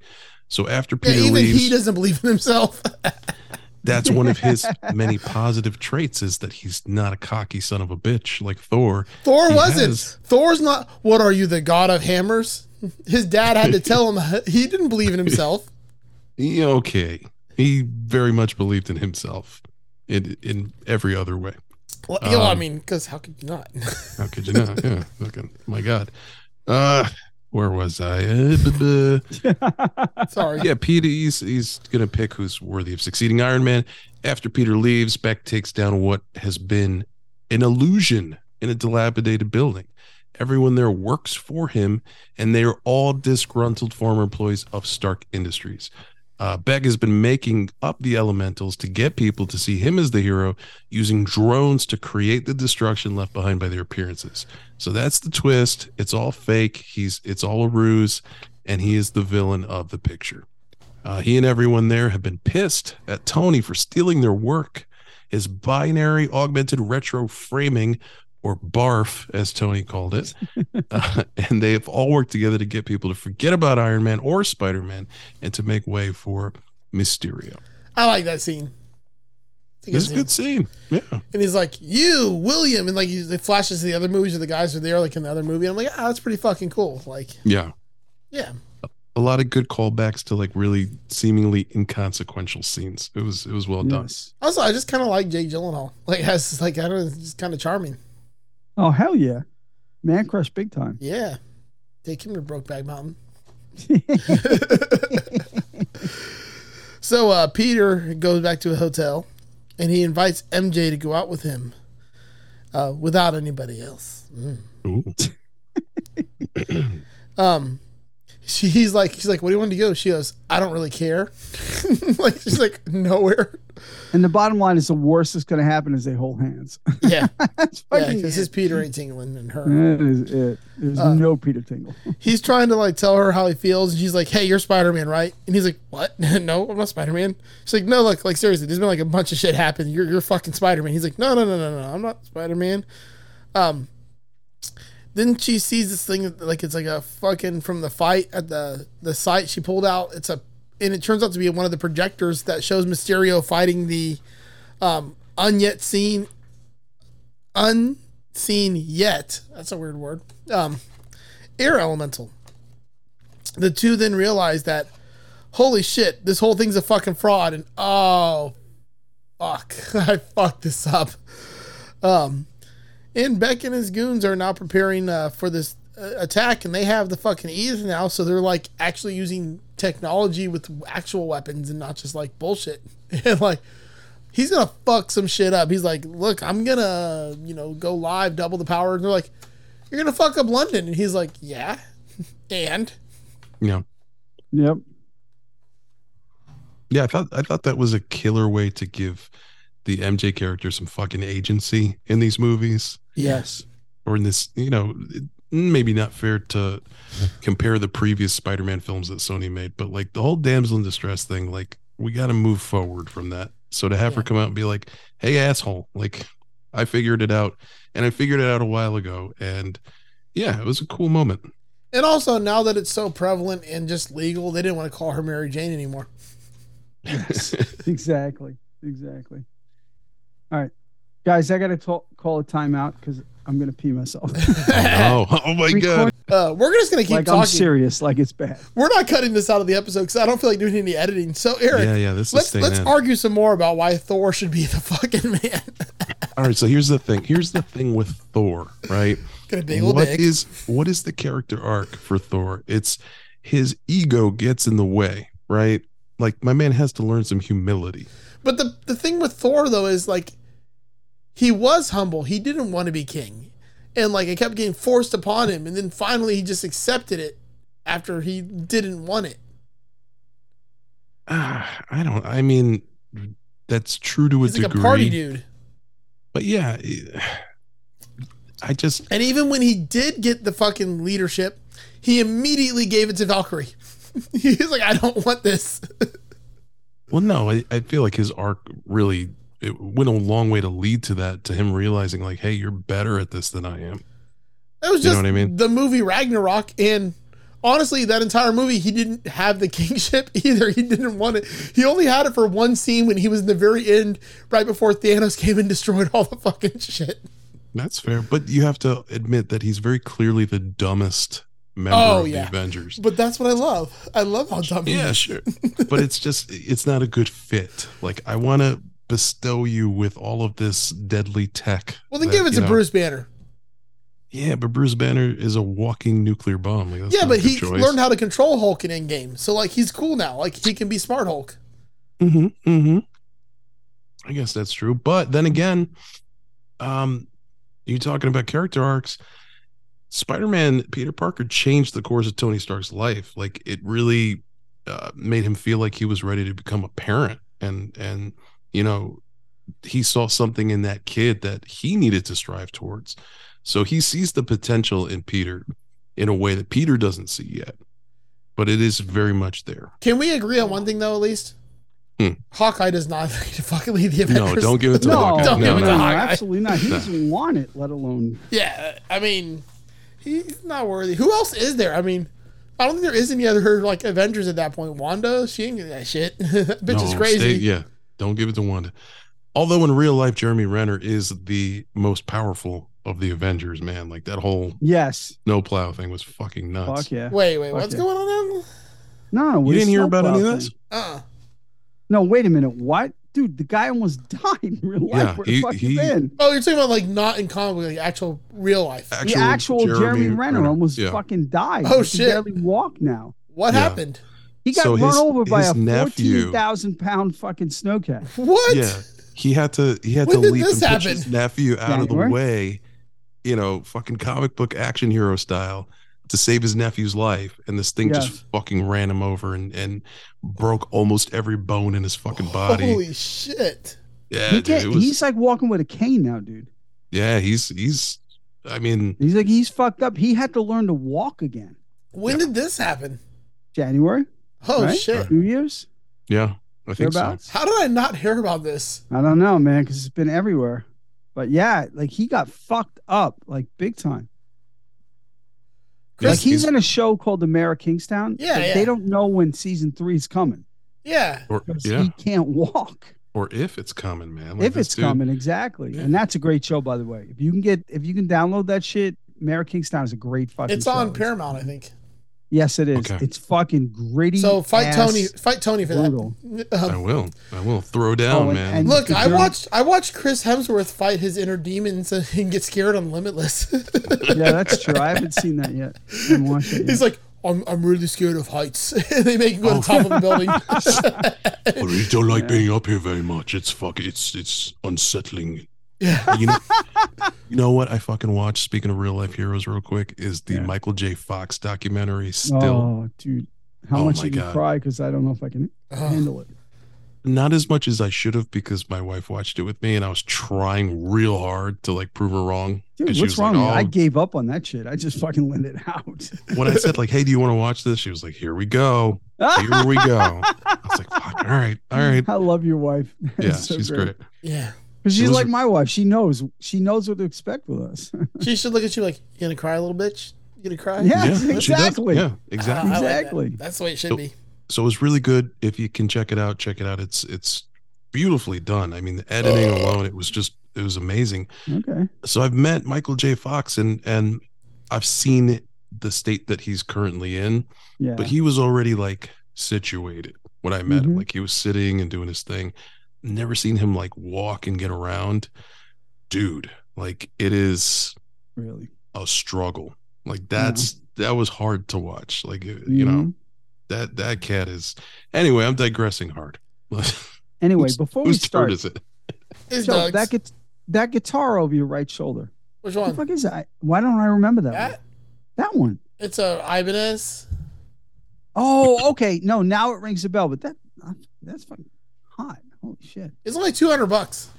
[SPEAKER 5] So after
[SPEAKER 3] Yeah,
[SPEAKER 5] Peter
[SPEAKER 3] even
[SPEAKER 5] leaves,
[SPEAKER 3] he doesn't believe in himself.
[SPEAKER 5] that's one of his many positive traits is that he's not a cocky son of a bitch like Thor.
[SPEAKER 3] Thor
[SPEAKER 5] He
[SPEAKER 3] wasn't.
[SPEAKER 5] has.
[SPEAKER 3] Thor's not. What are you, the god of hammers? His dad had to tell him he didn't believe in himself.
[SPEAKER 5] He- okay. He very much believed in himself in in every other way.
[SPEAKER 3] Well, you know, I
[SPEAKER 5] Um,
[SPEAKER 3] mean, because how could you not?
[SPEAKER 5] How could you not? Yeah. Fucking my God. Uh where was I? Uh, buh, buh.
[SPEAKER 3] Sorry.
[SPEAKER 5] yeah, Peter he's he's gonna pick who's worthy of succeeding Iron Man. After Peter leaves, Beck takes down what has been an illusion in a dilapidated building. Everyone there works for him, and they are all disgruntled former employees of Stark Industries. Uh, Beck has been making up the elementals to get people to see him as the hero, using drones to create the destruction left behind by their appearances. So that's the twist. It's all fake. He's it's all a ruse, and he is the villain of the picture. Uh, he and everyone there have been pissed at Tony for stealing their work. His binary augmented retro framing, or BARF, as Tony called it, uh, and they have all worked together to get people to forget about Iron Man or Spider Man and to make way for Mysterio.
[SPEAKER 3] I like that scene. It's a
[SPEAKER 5] This is a good scene. Yeah.
[SPEAKER 3] And he's like, "You, William," and like he- it flashes to the other movies, and the guys are there, like in the other movie. I'm like, "Ah, that's pretty fucking cool." Like,
[SPEAKER 5] Yeah.
[SPEAKER 3] yeah,
[SPEAKER 5] A lot of good callbacks to like really seemingly inconsequential scenes. It was it was well done.
[SPEAKER 4] Yes.
[SPEAKER 3] Also, I just kind of like Jake Gyllenhaal. Like, has like I don't know, it's just kind of charming.
[SPEAKER 4] Oh hell yeah, man crush big time.
[SPEAKER 3] Yeah, take him to Brokeback Mountain. so uh, Peter goes back to a hotel, and he invites MJ to go out with him, uh, without anybody else.
[SPEAKER 5] Ooh.
[SPEAKER 3] Um, she, he's like, she's like, "What do you want to go?" She goes, "I don't really care." like, she's like, "Nowhere."
[SPEAKER 4] And the bottom line is the worst that's going to happen is they hold hands.
[SPEAKER 3] Yeah,
[SPEAKER 4] that's
[SPEAKER 3] yeah,
[SPEAKER 4] fucking
[SPEAKER 3] because his Peter ain't tingling and her.
[SPEAKER 4] That is it. There's no Peter Tingle.
[SPEAKER 3] he's trying to like tell her how he feels, and she's like, "Hey, you're Spider Man, right?" And he's like, "What? no, I'm not Spider Man." She's like, "No, look, like seriously, there's been like a bunch of shit happen. You're you're fucking Spider Man." He's like, "No, no, no, no, no, I'm not Spider Man." Um, then she sees this thing like it's like a fucking from the fight at the the site she pulled out. It's a and it turns out to be one of the projectors that shows Mysterio fighting the um unyet seen unseen yet. That's a weird word. Um air elemental. The two then realize that, holy shit, this whole thing's a fucking fraud, and oh, fuck, I fucked this up. Um, and Beck and his goons are now preparing uh, for this uh, attack, and they have the fucking ease now, so they're like actually using technology with actual weapons and not just like bullshit. and like, he's gonna fuck some shit up. He's like, look, I'm gonna, you know, go live, double the power. And they're like, you're gonna fuck up London. And he's like, yeah. And
[SPEAKER 5] Yeah.
[SPEAKER 4] Yep.
[SPEAKER 5] Yeah, I thought I thought that was a killer way to give the MJ character some fucking agency in these movies
[SPEAKER 4] Yes.
[SPEAKER 5] or in this, you know, it- maybe not fair to compare the previous Spider-Man films that Sony made, but like the whole damsel in distress thing, like we got to move forward from that. So to have her
[SPEAKER 3] Yeah.
[SPEAKER 5] come out and be like, "Hey asshole, like I figured it out and I figured it out a while ago." And yeah, it was a cool moment.
[SPEAKER 3] and also now that it's so prevalent and just legal, they didn't want to call her Mary Jane anymore.
[SPEAKER 4] Exactly. Exactly. All right, guys, I got to talk, call a timeout because I'm going to pee myself.
[SPEAKER 5] oh, oh my god.
[SPEAKER 3] Uh, we're just gonna keep
[SPEAKER 4] like I'm
[SPEAKER 3] talking.
[SPEAKER 4] serious. Like it's bad.
[SPEAKER 3] We're not cutting this out of the episode because I don't feel like doing any editing. So Eric,
[SPEAKER 5] Yeah, yeah, this is
[SPEAKER 3] let's
[SPEAKER 5] staying
[SPEAKER 3] let's
[SPEAKER 5] in.
[SPEAKER 3] argue some more about why Thor should be the fucking man.
[SPEAKER 5] All right, so here's the thing. Here's the thing with Thor, right?
[SPEAKER 3] Get a big old
[SPEAKER 5] What
[SPEAKER 3] dick.
[SPEAKER 5] is what is the character arc for Thor? It's his ego gets in the way, right? Like my man has to learn some humility.
[SPEAKER 3] But the the thing with Thor though is like he was humble. He didn't want to be king. And like it kept getting forced upon him and then finally he just accepted it after he didn't want it.
[SPEAKER 5] Ah, I don't. I mean, that's true to a
[SPEAKER 3] He's like
[SPEAKER 5] degree.
[SPEAKER 3] a party dude.
[SPEAKER 5] But yeah, it- I just
[SPEAKER 3] And even when he did get the fucking leadership, he immediately gave it to Valkyrie. He's like, I don't want this.
[SPEAKER 5] Well, no, I, I feel like his arc really it went a long way to lead to that, to him realizing like, hey, you're better at this than I am.
[SPEAKER 3] That was
[SPEAKER 5] You know
[SPEAKER 3] just
[SPEAKER 5] what I mean?
[SPEAKER 3] the movie Ragnarok and honestly that entire movie he didn't have the kingship either. He didn't want it. He only had it for one scene when he was in the very end right before Thanos came and destroyed all the fucking shit.
[SPEAKER 5] That's fair, but you have to admit that he's very clearly the dumbest member
[SPEAKER 3] Oh,
[SPEAKER 5] of
[SPEAKER 3] yeah.
[SPEAKER 5] the Avengers.
[SPEAKER 3] But that's what I love. I love how dumb he
[SPEAKER 5] Yeah,
[SPEAKER 3] is.
[SPEAKER 5] sure. but it's just it's not a good fit. Like I want to bestow you with all of this deadly tech.
[SPEAKER 3] Well then
[SPEAKER 5] that,
[SPEAKER 3] give it
[SPEAKER 5] you
[SPEAKER 3] to
[SPEAKER 5] know-
[SPEAKER 3] Bruce Banner.
[SPEAKER 5] Yeah, but Bruce Banner is a walking nuclear bomb. Like, that's
[SPEAKER 3] yeah,
[SPEAKER 5] not
[SPEAKER 3] but
[SPEAKER 5] a good
[SPEAKER 3] he
[SPEAKER 5] choice.
[SPEAKER 3] learned how to control Hulk in Endgame. So like he's cool now. Like he can be smart Hulk.
[SPEAKER 5] Mm-hmm. Mm-hmm. I guess that's true. But then again, um, you talking about character arcs. Spider-Man, Peter Parker changed the course of Tony Stark's life. Like it really uh, made him feel like he was ready to become a parent, and and you know he saw something in that kid that he needed to strive towards. So he sees the potential in Peter in a way that Peter doesn't see yet, but it is very much there.
[SPEAKER 3] Can we agree on one thing though? At least
[SPEAKER 5] Hmm.
[SPEAKER 3] Hawkeye does not fucking leave the
[SPEAKER 5] No,
[SPEAKER 3] Avengers.
[SPEAKER 5] don't give it to
[SPEAKER 4] No,
[SPEAKER 5] Hawkeye.
[SPEAKER 3] don't
[SPEAKER 5] no,
[SPEAKER 3] give it
[SPEAKER 5] no.
[SPEAKER 3] to Hawkeye.
[SPEAKER 4] absolutely not. He doesn't want it, let alone.
[SPEAKER 3] Yeah, I mean, he's not worthy. Who else is there? I mean, I don't think there is any other like Avengers at that point. Wanda, she ain't getting that shit. Bitch
[SPEAKER 5] No,
[SPEAKER 3] is
[SPEAKER 5] stay-
[SPEAKER 3] crazy.
[SPEAKER 5] yeah, don't give it to Wanda. Although in real life, Jeremy Renner is the most powerful of the Avengers, man. Like that whole
[SPEAKER 4] Yes.
[SPEAKER 5] snowplow thing was fucking nuts.
[SPEAKER 4] Fuck yeah.
[SPEAKER 3] Wait, wait,
[SPEAKER 4] Fuck
[SPEAKER 3] what's
[SPEAKER 4] yeah.
[SPEAKER 3] going on
[SPEAKER 4] No,
[SPEAKER 5] You
[SPEAKER 4] with
[SPEAKER 5] didn't hear about
[SPEAKER 4] snowplow
[SPEAKER 5] any of this?
[SPEAKER 4] thing.
[SPEAKER 3] now? Uh,
[SPEAKER 4] No, wait a minute. What? Dude, the guy almost died in real life.
[SPEAKER 5] Yeah,
[SPEAKER 4] Where the
[SPEAKER 5] he-
[SPEAKER 4] fuck you
[SPEAKER 5] he-
[SPEAKER 4] been?
[SPEAKER 3] oh, you're talking about like not in comic, book, like actual real life.
[SPEAKER 5] Uh,
[SPEAKER 4] The actual Jeremy, Renner, almost
[SPEAKER 5] Yeah.
[SPEAKER 4] fucking died.
[SPEAKER 3] Oh,
[SPEAKER 4] He
[SPEAKER 3] shit.
[SPEAKER 4] can barely walk now.
[SPEAKER 3] What
[SPEAKER 5] Yeah.
[SPEAKER 3] happened?
[SPEAKER 4] He got
[SPEAKER 5] So
[SPEAKER 4] run
[SPEAKER 5] his-
[SPEAKER 4] over by
[SPEAKER 5] his
[SPEAKER 4] a
[SPEAKER 5] nephew-
[SPEAKER 4] fourteen thousand pound fucking snowcat.
[SPEAKER 3] What?
[SPEAKER 5] Yeah, he had to he had
[SPEAKER 3] When
[SPEAKER 5] to
[SPEAKER 3] did
[SPEAKER 5] leap
[SPEAKER 3] this
[SPEAKER 5] and push his
[SPEAKER 3] happen?
[SPEAKER 5] nephew out of the
[SPEAKER 4] January?
[SPEAKER 5] way, you know, fucking comic book action hero style to save his nephew's life, and this thing
[SPEAKER 4] Yes.
[SPEAKER 5] just fucking ran him over and and broke almost every bone in his fucking body.
[SPEAKER 3] Holy shit!
[SPEAKER 5] yeah,
[SPEAKER 4] He
[SPEAKER 5] dude, it
[SPEAKER 4] can't,
[SPEAKER 5] was-
[SPEAKER 4] he's like walking with a cane now, dude.
[SPEAKER 5] yeah, he's he's. I mean,
[SPEAKER 4] He's like he's fucked up. He had to learn to walk again.
[SPEAKER 3] When did this happen?
[SPEAKER 4] January,
[SPEAKER 3] Oh
[SPEAKER 4] Right?
[SPEAKER 3] shit!
[SPEAKER 4] New Year's,
[SPEAKER 5] yeah, I think so.
[SPEAKER 4] thereabouts.
[SPEAKER 3] How did I not hear about this?
[SPEAKER 4] I don't know, man, because it's been everywhere. But yeah, like he got fucked up like big time.
[SPEAKER 5] Yes,
[SPEAKER 4] like he's,
[SPEAKER 5] he's-
[SPEAKER 4] in a show called The Mayor of Kingstown.
[SPEAKER 3] Yeah,
[SPEAKER 4] but
[SPEAKER 3] yeah.
[SPEAKER 4] They don't know when season three is coming
[SPEAKER 3] Yeah,
[SPEAKER 5] Or,
[SPEAKER 4] 'cause
[SPEAKER 5] yeah,
[SPEAKER 4] he can't walk.
[SPEAKER 5] or if it's coming, man.
[SPEAKER 4] if
[SPEAKER 5] this
[SPEAKER 4] it's
[SPEAKER 5] dude-
[SPEAKER 4] coming, exactly. And that's a great show, by the way. If you can get, if you can download that shit, Mayor of Kingstown is a great fucking.
[SPEAKER 3] it's on
[SPEAKER 4] show.
[SPEAKER 3] Paramount, I think.
[SPEAKER 4] Yes, it is.
[SPEAKER 5] Okay.
[SPEAKER 4] It's fucking gritty.
[SPEAKER 3] So fight
[SPEAKER 4] ass
[SPEAKER 3] Tony, fight Tony for
[SPEAKER 4] brutal.
[SPEAKER 3] that.
[SPEAKER 5] I
[SPEAKER 3] Um,
[SPEAKER 5] will, I will throw down,
[SPEAKER 4] Oh, and-
[SPEAKER 5] man.
[SPEAKER 4] and-
[SPEAKER 3] look,
[SPEAKER 4] The
[SPEAKER 3] I
[SPEAKER 4] girl-
[SPEAKER 3] watched I watched Chris Hemsworth fight his inner demons and get scared on Limitless.
[SPEAKER 4] Yeah, that's true. I haven't seen that yet. I haven't watched it yet.
[SPEAKER 3] He's like, I'm, I'm really scared of heights. And they make him go to the top of a building.
[SPEAKER 4] Oh.
[SPEAKER 5] I really don't like being up here very much. It's fuck. It's it's unsettling.
[SPEAKER 3] yeah.
[SPEAKER 5] You know, you know what I fucking watched. Speaking of real life heroes, real quick, is the
[SPEAKER 4] Yeah.
[SPEAKER 5] Michael J. Fox documentary. Still
[SPEAKER 4] oh, dude, how
[SPEAKER 5] Oh
[SPEAKER 4] much
[SPEAKER 5] my
[SPEAKER 4] did you
[SPEAKER 5] God.
[SPEAKER 4] cry? Because I don't know if I can
[SPEAKER 3] Oh,
[SPEAKER 4] handle it.
[SPEAKER 5] not as much as I should have because my wife watched it with me, and I was trying real hard to like prove her wrong.
[SPEAKER 4] Dude,
[SPEAKER 5] 'Cause she
[SPEAKER 4] what's
[SPEAKER 5] was
[SPEAKER 4] wrong?
[SPEAKER 5] like,
[SPEAKER 4] with you? I
[SPEAKER 5] "Oh,
[SPEAKER 4] gave up on that shit. I just fucking let it out.
[SPEAKER 5] when I said like, "Hey, do you want to watch this?" She was like, "Here we go, here we go." I was like, "Fuck, all right, all right."
[SPEAKER 4] I love your wife.
[SPEAKER 5] Yeah, she's great.
[SPEAKER 3] yeah.
[SPEAKER 4] Because
[SPEAKER 5] She
[SPEAKER 4] she's
[SPEAKER 5] was-
[SPEAKER 4] like my wife. She knows. She knows what to expect with us.
[SPEAKER 3] She should look at you like, You gonna cry, little bitch? You gonna cry?
[SPEAKER 4] Yeah.
[SPEAKER 5] Yeah, she does.
[SPEAKER 4] exactly.
[SPEAKER 5] Yeah,
[SPEAKER 3] Ah, I
[SPEAKER 5] exactly.
[SPEAKER 3] like that.
[SPEAKER 4] Exactly.
[SPEAKER 3] That's the way it should
[SPEAKER 5] So-
[SPEAKER 3] be.
[SPEAKER 5] so it's really good if you can check it out check it out it's it's beautifully done i mean the editing alone it was just it was amazing
[SPEAKER 4] okay.
[SPEAKER 5] so i've met michael j fox and and i've seen the state that he's currently in
[SPEAKER 4] Yeah.
[SPEAKER 5] but he was already like situated when i met him
[SPEAKER 4] Mhm.
[SPEAKER 5] like he was sitting and doing his thing never seen him like walk and get around dude like it is
[SPEAKER 4] really.
[SPEAKER 5] a struggle like that's
[SPEAKER 4] Mm-hmm.
[SPEAKER 5] that was hard to watch like you know
[SPEAKER 4] Mhm.
[SPEAKER 5] that that cat is. Anyway, I'm digressing hard.
[SPEAKER 4] Mm-hmm. Anyway,
[SPEAKER 5] who's-
[SPEAKER 4] before we
[SPEAKER 5] Whose turn
[SPEAKER 4] start,
[SPEAKER 5] is it?
[SPEAKER 3] It's
[SPEAKER 4] Joe,
[SPEAKER 3] Doug's.
[SPEAKER 4] that gets that guitar over your right shoulder.
[SPEAKER 3] Which
[SPEAKER 4] What the
[SPEAKER 3] one?
[SPEAKER 4] fuck is that? Why don't I remember that? One?
[SPEAKER 3] That?
[SPEAKER 4] That one.
[SPEAKER 3] It's a Ibanez.
[SPEAKER 4] Oh, okay. No, now it rings a bell, but that that's fucking hot. Holy shit.
[SPEAKER 3] It's only 200 bucks.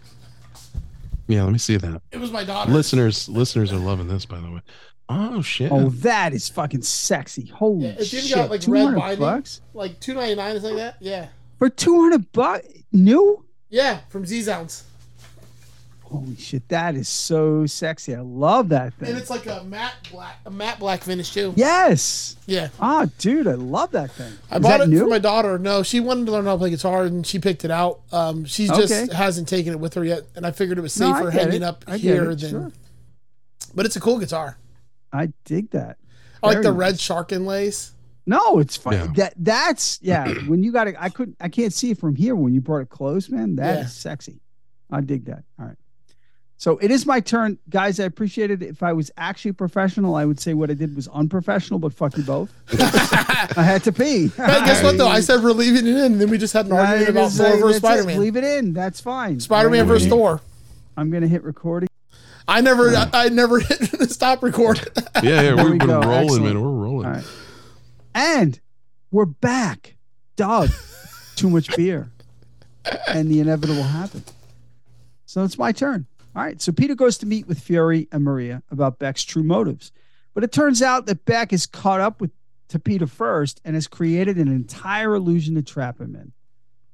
[SPEAKER 5] Yeah, let me see that.
[SPEAKER 3] It was my daughter.
[SPEAKER 5] Listeners, listeners are loving this, by the way. Oh shit!
[SPEAKER 4] Oh, that is fucking sexy. Holy
[SPEAKER 3] Yeah, it's even
[SPEAKER 4] shit.
[SPEAKER 3] got, like, red
[SPEAKER 4] 200
[SPEAKER 3] binding.
[SPEAKER 4] bucks?
[SPEAKER 3] Like 299 or something like that? Yeah.
[SPEAKER 4] For 200 bucks new?
[SPEAKER 3] Yeah, from Z Zounds.
[SPEAKER 4] Holy shit, that is so sexy. I love that thing.
[SPEAKER 3] And it's like a matte black a matte black finish too.
[SPEAKER 4] yes.
[SPEAKER 3] Yeah.
[SPEAKER 4] Ah, dude, I love that thing.
[SPEAKER 3] I
[SPEAKER 4] Is
[SPEAKER 3] bought
[SPEAKER 4] that
[SPEAKER 3] it
[SPEAKER 4] new?
[SPEAKER 3] for my daughter. No, she wanted to learn how to play guitar, and she picked it out. Um, she just
[SPEAKER 4] Okay.
[SPEAKER 3] hasn't taken it with her yet, and I figured it was
[SPEAKER 4] No, I
[SPEAKER 3] safer
[SPEAKER 4] get
[SPEAKER 3] hanging
[SPEAKER 4] it.
[SPEAKER 3] up
[SPEAKER 4] I get
[SPEAKER 3] here
[SPEAKER 4] it,
[SPEAKER 3] than.
[SPEAKER 4] sure.
[SPEAKER 3] But it's a cool guitar.
[SPEAKER 4] I dig that.
[SPEAKER 3] I like
[SPEAKER 4] Very
[SPEAKER 3] the
[SPEAKER 4] nice.
[SPEAKER 3] red shark inlays.
[SPEAKER 4] No, it's fine.
[SPEAKER 5] Yeah.
[SPEAKER 4] That that's yeah. when you got it, I couldn't. I can't see it from here. When you brought it close, man, that is
[SPEAKER 3] Yeah.
[SPEAKER 4] sexy. I dig that. All right. So it is my turn, guys. I appreciate it. If I was actually professional, I would say what I did was unprofessional. But fuck you both. I had to pee.
[SPEAKER 3] Hey, guess what though? I said we're leaving it in, and then we just had an
[SPEAKER 4] I
[SPEAKER 3] argument about
[SPEAKER 4] just say
[SPEAKER 3] Thor versus
[SPEAKER 4] that's it.
[SPEAKER 3] Spider Man.
[SPEAKER 4] Leave it in. That's fine.
[SPEAKER 3] Spider Man
[SPEAKER 4] I'm
[SPEAKER 3] versus
[SPEAKER 4] gonna-
[SPEAKER 3] Thor.
[SPEAKER 4] I'm gonna hit recording.
[SPEAKER 3] I never, I, I never hit stop record.
[SPEAKER 5] yeah, yeah,
[SPEAKER 4] There
[SPEAKER 5] we're,
[SPEAKER 4] we
[SPEAKER 5] we're
[SPEAKER 4] go.
[SPEAKER 5] rolling,
[SPEAKER 4] Excellent.
[SPEAKER 5] man. We're rolling.
[SPEAKER 4] All right. And we're back. Doug, too much beer, and the inevitable happened. So it's my turn. All right. So Peter goes to meet with Fury and Maria about Beck's true motives, but it turns out that Beck is caught up with to Peter first and has created an entire illusion to trap him in.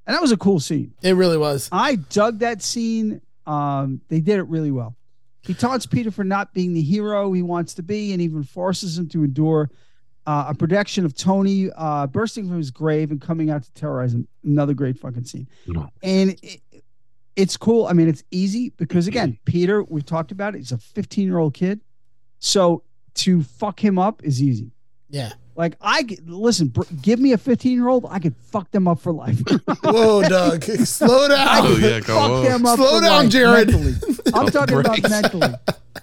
[SPEAKER 4] And that was a cool scene.
[SPEAKER 3] It really was.
[SPEAKER 4] I dug that scene. Um, they did it really well. He taunts Peter for not being the hero he wants to be and even forces him to endure uh, a projection of Tony uh, bursting from his grave and coming out to terrorize him. Another great fucking scene.
[SPEAKER 5] Yeah.
[SPEAKER 4] And it, it's cool. I mean, it's easy because, again, Peter, we've talked about it, he's a 15 year old kid. So to fuck him up is easy.
[SPEAKER 3] Yeah.
[SPEAKER 4] Like, I g- listen, br- give me a 15 year old, I could fuck them up for life.
[SPEAKER 3] Whoa, Doug. Slow down.
[SPEAKER 5] Oh yeah, go
[SPEAKER 4] fuck them
[SPEAKER 5] on.
[SPEAKER 4] up.
[SPEAKER 3] Slow
[SPEAKER 4] for
[SPEAKER 3] down,
[SPEAKER 4] life
[SPEAKER 3] Jared.
[SPEAKER 4] mentally. I'm
[SPEAKER 5] Oh,
[SPEAKER 4] talking about
[SPEAKER 5] Christ.
[SPEAKER 4] mentally.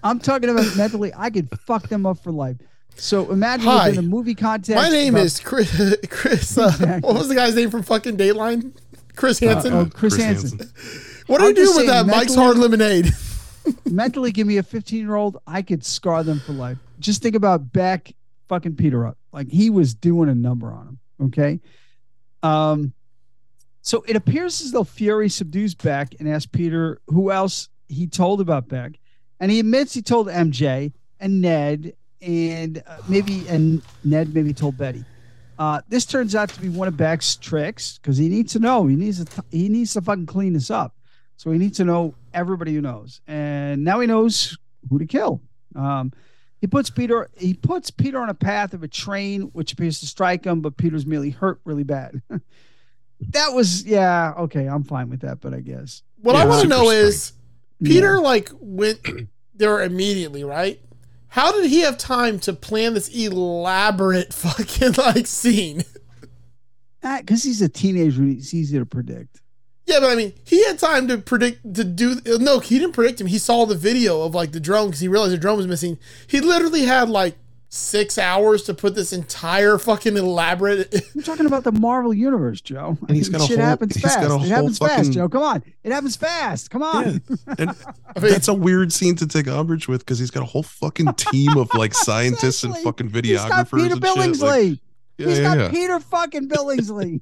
[SPEAKER 4] I'm talking about mentally. I could fuck them up for life. So imagine
[SPEAKER 3] Hi.
[SPEAKER 4] within a movie context.
[SPEAKER 3] My name
[SPEAKER 4] about-
[SPEAKER 3] is Chris. Chris uh,
[SPEAKER 4] Exactly.
[SPEAKER 3] What was the guy's name from fucking Dateline? Chris Hansen.
[SPEAKER 4] oh, Chris Hansen.
[SPEAKER 3] what do you
[SPEAKER 4] I'm just
[SPEAKER 3] do with that
[SPEAKER 4] saying,
[SPEAKER 3] Mike's
[SPEAKER 4] mentally-
[SPEAKER 3] Hard Lemonade?
[SPEAKER 4] mentally. Give me a 15 year old. I could scar them for life. Just think about Beck fucking Peter up. Like he was doing a number on him. Okay. Um. So it appears as though Fury subdues Beck and asks Peter who else he told about Beck, and he admits he told MJ and Ned and uh, maybe and Ned maybe told Betty. Uh, this turns out to be one of Beck's tricks because he needs to know. He needs to t- he needs to fucking clean this up. So he needs to know everybody who knows, and now he knows who to kill. Um, he puts Peter he puts Peter on a path of a train which appears to strike him, but Peter's merely hurt really bad. that was yeah okay. I'm fine with that, but I guess
[SPEAKER 3] What I
[SPEAKER 4] Yeah.
[SPEAKER 3] want to know
[SPEAKER 5] Super
[SPEAKER 3] is Peter like went there immediately, right? How did he have time to plan this elaborate fucking like scene?
[SPEAKER 4] because Ah, he's a teenager and it's easy to predict.
[SPEAKER 3] Yeah, but I mean, he had time to predict to do. No, he didn't predict him. He saw the video of like the drone because he realized the drone was missing. He literally had like six hours to put this entire fucking elaborate.
[SPEAKER 4] I'm talking about the Marvel universe, Joe. I
[SPEAKER 5] And he's
[SPEAKER 4] mean,
[SPEAKER 5] got a
[SPEAKER 4] shit
[SPEAKER 5] whole-
[SPEAKER 4] happens
[SPEAKER 5] he's
[SPEAKER 4] fast.
[SPEAKER 5] got a
[SPEAKER 4] it
[SPEAKER 5] whole
[SPEAKER 4] happens fast,
[SPEAKER 5] fucking-
[SPEAKER 4] Joe. Come on, it happens fast. Come on.
[SPEAKER 5] Yeah. And
[SPEAKER 3] I mean,
[SPEAKER 5] that's a weird scene to take umbrage with because he's got a whole fucking team of like scientists and
[SPEAKER 4] Exactly.
[SPEAKER 5] fucking
[SPEAKER 4] He's got
[SPEAKER 5] videographers
[SPEAKER 4] Peter
[SPEAKER 5] and shit. Like,
[SPEAKER 4] Billingsley.
[SPEAKER 5] yeah,
[SPEAKER 4] he's
[SPEAKER 5] yeah,
[SPEAKER 4] got
[SPEAKER 5] yeah.
[SPEAKER 4] Peter fucking Billingsley.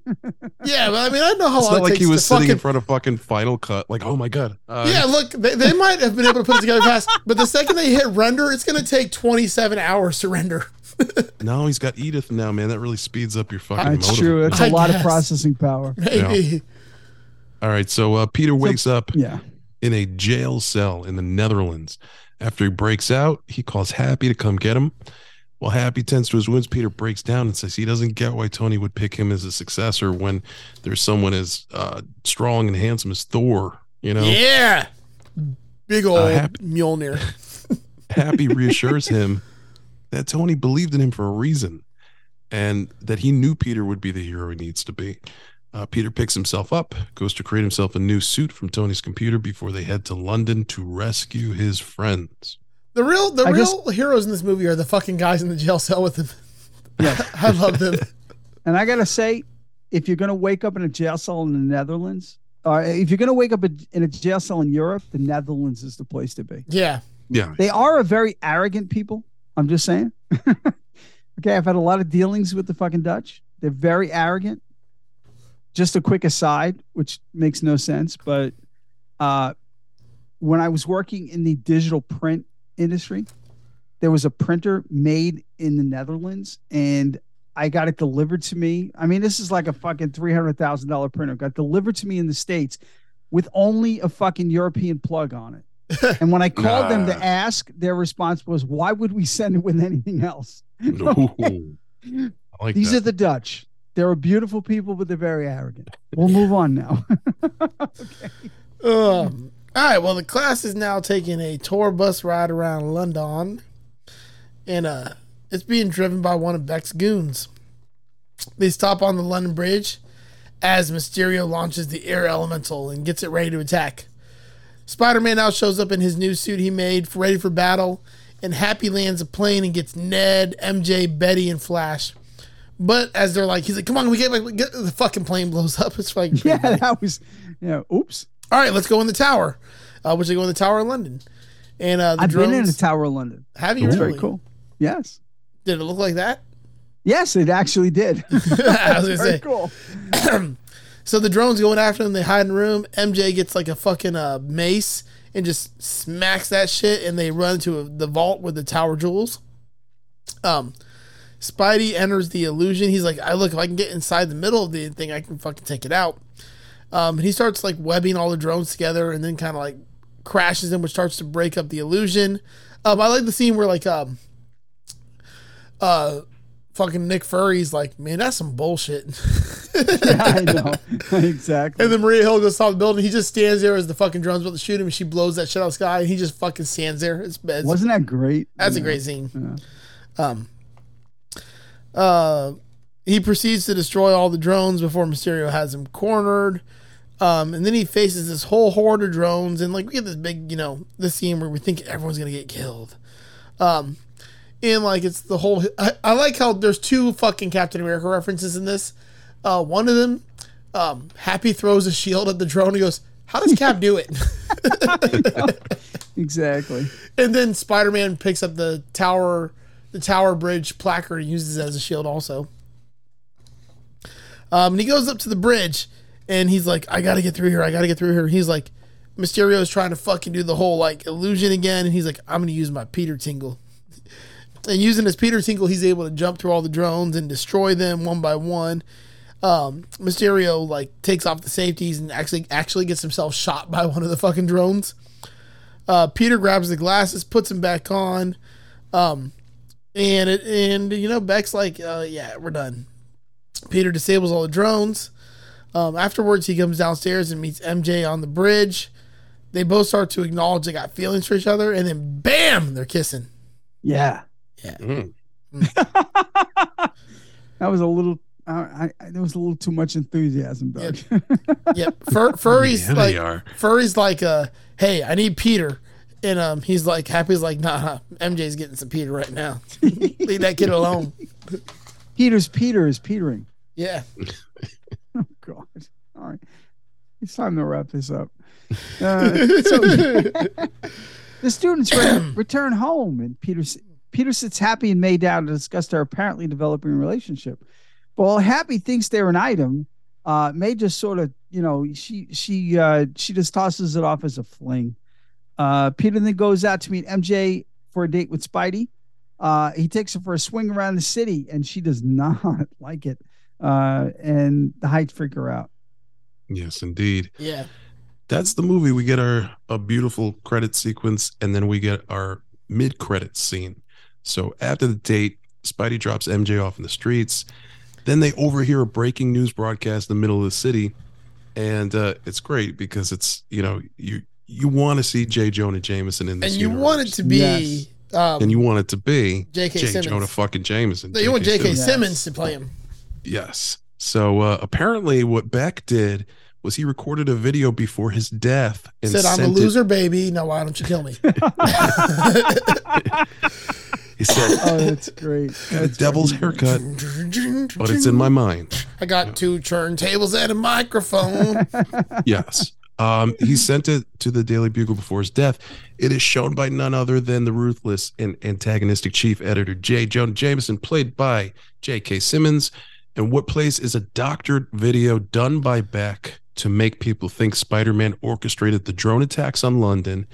[SPEAKER 3] yeah, but I mean, I know how
[SPEAKER 5] It's
[SPEAKER 3] long
[SPEAKER 5] not
[SPEAKER 3] it
[SPEAKER 5] like
[SPEAKER 3] takes
[SPEAKER 5] he was
[SPEAKER 3] to
[SPEAKER 5] sitting
[SPEAKER 3] fucking
[SPEAKER 5] in front of fucking Final Cut. Like, oh my god. Uh,
[SPEAKER 3] yeah, look, they, they might have been able to put it together fast, but the second they hit render, it's going to take 27 hours to render.
[SPEAKER 5] No, he's got Edith now, man. That really speeds up your fucking.
[SPEAKER 4] That's
[SPEAKER 5] motive.
[SPEAKER 4] true. That's
[SPEAKER 3] I
[SPEAKER 4] a lot
[SPEAKER 3] guess.
[SPEAKER 4] of processing power.
[SPEAKER 3] Maybe.
[SPEAKER 5] All right, so uh, Peter wakes up
[SPEAKER 4] Yeah.
[SPEAKER 5] in a jail cell in the Netherlands. After he breaks out, he calls Happy to come get him. While Happy tends to his wounds, Peter breaks down and says he doesn't get why Tony would pick him as a successor when there's someone as uh, strong and handsome as Thor. You know,
[SPEAKER 3] Yeah. Big old
[SPEAKER 5] Uh, happy-
[SPEAKER 3] Mjolnir.
[SPEAKER 5] Happy reassures him that Tony believed in him for a reason and that he knew Peter would be the hero he needs to be. Uh, Peter picks himself up, goes to create himself a new suit from Tony's computer before they head to London to rescue his friends.
[SPEAKER 3] The real the
[SPEAKER 4] I guess-
[SPEAKER 3] real heroes in this movie are the fucking guys in the jail cell with them.
[SPEAKER 4] Yes.
[SPEAKER 3] I love them.
[SPEAKER 4] And I gotta say, if you're gonna wake up in a jail cell in the Netherlands, or if you're gonna wake up in a jail cell in Europe, the Netherlands is the place to be.
[SPEAKER 3] Yeah.
[SPEAKER 5] Yeah.
[SPEAKER 4] They are a very arrogant people. I'm just saying. okay, I've had a lot of dealings with the fucking Dutch. They're very arrogant. Just a quick aside, which makes no sense, but uh, when I was working in the digital print industry, there was a printer made in the Netherlands, and I got it delivered to me. I mean, this is like a fucking three hundred thousand dollar printer. Got delivered to me in the states with only a fucking European plug on it. And when I called them to
[SPEAKER 5] Nah.
[SPEAKER 4] ask, their response was, "Why would we send it with anything else?"
[SPEAKER 5] Ooh. I like
[SPEAKER 4] These
[SPEAKER 5] that.
[SPEAKER 4] are the Dutch. They're a beautiful people, but they're very arrogant. We'll move on now.
[SPEAKER 3] Um, all right. Well, the class is now taking a tour bus ride around London, and uh, it's being driven by one of Beck's goons. They stop on the London Bridge as Mysterio launches the air elemental and gets it ready to attack. Spider Man now shows up in his new suit he made, f- ready for battle, and Happy lands a plane and gets Ned, MJ, Betty, and Flash. But as they're like, he's like, "Come on, we get, we get the fucking plane blows up." It's like,
[SPEAKER 4] yeah, that was, you know, oops.
[SPEAKER 3] all right, let's go in the tower, uh, which they go in the tower in London. And uh, the
[SPEAKER 4] I've
[SPEAKER 3] drones,
[SPEAKER 4] been in the Tower of London.
[SPEAKER 3] have you
[SPEAKER 4] It's
[SPEAKER 3] really?
[SPEAKER 4] very cool. Yes.
[SPEAKER 3] Did it look like that?
[SPEAKER 4] Yes, it actually did.
[SPEAKER 3] I was gonna
[SPEAKER 4] Very
[SPEAKER 3] say.
[SPEAKER 4] cool.
[SPEAKER 3] So the drone's going after them. They hide in a room. MJ gets like a fucking uh, mace and just smacks that shit, and they run to the vault with the tower jewels. Um, Spidey enters the illusion. He's like, "I look if I can get inside the middle of the thing, I can fucking take it out." Um, and he starts like webbing all the drones together, and then kind of like crashes them, which starts to break up the illusion. Um, I like the scene where like um, uh, fucking Nick Fury's like, "Man, that's some bullshit."
[SPEAKER 4] I know exactly.
[SPEAKER 3] And then Maria Hill goes top the building. He just stands there as the fucking drone's about to shoot him, and she blows that shit out of the sky, and he just fucking stands there. It's, it's
[SPEAKER 4] Wasn't that great?
[SPEAKER 3] that's a
[SPEAKER 4] Yeah.
[SPEAKER 3] great scene.
[SPEAKER 4] Yeah.
[SPEAKER 3] Um, uh, he proceeds to destroy all the drones before Mysterio has him cornered. Um, and then he faces this whole horde of drones, and like we get this big, you know, this scene where we think everyone's gonna get killed. Um, and like it's the whole. I, I like how there's two fucking Captain America references in this. Uh, one of them, um, Happy throws a shield at the drone. and goes, "How does Cap do it?"
[SPEAKER 4] Exactly.
[SPEAKER 3] And then Spider Man picks up the tower, the tower bridge placard, and uses it as a shield. Also, um, and he goes up to the bridge, and he's like, "I gotta get through here. I gotta get through here." He's like, Mysterio's trying to fucking do the whole like illusion again, and he's like, "I'm gonna use my Peter Tingle." And using his Peter Tingle, he's able to jump through all the drones and destroy them one by one. Um, Mysterio like takes off the safeties and actually actually gets himself shot by one of the fucking drones. Uh, Peter grabs the glasses, puts them back on, um, and it, and you know Beck's like, uh, "Yeah, we're done." Peter disables all the drones. Um, afterwards, he comes downstairs and meets MJ on the bridge. They both start to acknowledge they got feelings for each other, and then bam, they're kissing.
[SPEAKER 4] Yeah.
[SPEAKER 3] Yeah.
[SPEAKER 6] Mm.
[SPEAKER 4] that was a little. I, I, I- there was a little too much enthusiasm, Doug.
[SPEAKER 3] Yep, Fur- Furry's
[SPEAKER 5] yeah,
[SPEAKER 3] like
[SPEAKER 5] they are.
[SPEAKER 3] Furry's like, uh, "Hey, I need Peter," and um, he's like, "Happy's like, nah, nah, MJ's getting some Peter right now. Leave that kid alone."
[SPEAKER 4] Peter's Peter is petering.
[SPEAKER 3] Yeah.
[SPEAKER 4] Oh God! All right, it's time to wrap this up. Uh, so the students re- return home, and Peter s- Peter sits Happy and May down to discuss their apparently developing relationship. But while Happy thinks they're an item, uh, May just sort of, you know, she she uh, she just tosses it off as a fling. Uh, Peter then goes out to meet MJ for a date with Spidey. Uh, he takes her for a swing around the city, and she does not like it uh, and the heights freak her out.
[SPEAKER 5] Yes, indeed.
[SPEAKER 3] Yeah.
[SPEAKER 5] That's the movie. We get our a beautiful credit sequence, and then we get our mid credit scene. So after the date, Spidey drops MJ off in the streets. Then they overhear a breaking news broadcast in the middle of the city, and uh, it's great because it's you know you you want to see J. Jonah Jameson in this,
[SPEAKER 3] and you
[SPEAKER 5] universe.
[SPEAKER 3] want it to be
[SPEAKER 4] Yes.
[SPEAKER 3] um,
[SPEAKER 5] and you want it to be
[SPEAKER 3] J.K.
[SPEAKER 5] J.
[SPEAKER 3] Simmons.
[SPEAKER 5] Jonah fucking Jameson.
[SPEAKER 3] No, you want J.K.
[SPEAKER 5] Simmons.
[SPEAKER 4] Simmons.
[SPEAKER 3] Simmons to play him.
[SPEAKER 5] Yes. So uh, apparently, what Beck did was he recorded a video before his death and
[SPEAKER 3] Said, "I'm a
[SPEAKER 5] sent it-
[SPEAKER 3] loser, baby. Now why don't you kill me?"
[SPEAKER 5] He said,
[SPEAKER 4] Oh, that's great.
[SPEAKER 5] "Got a devil's haircut, but it's in my mind."
[SPEAKER 3] I got two turntables and a microphone.
[SPEAKER 5] Yes. Um, he sent it to the Daily Bugle before his death. It is shown by none other than the ruthless and antagonistic chief editor J. Jonah Jameson, played by J.K. Simmons. And what plays is a doctored video done by Beck to make people think Spider Man orchestrated the drone attacks on London.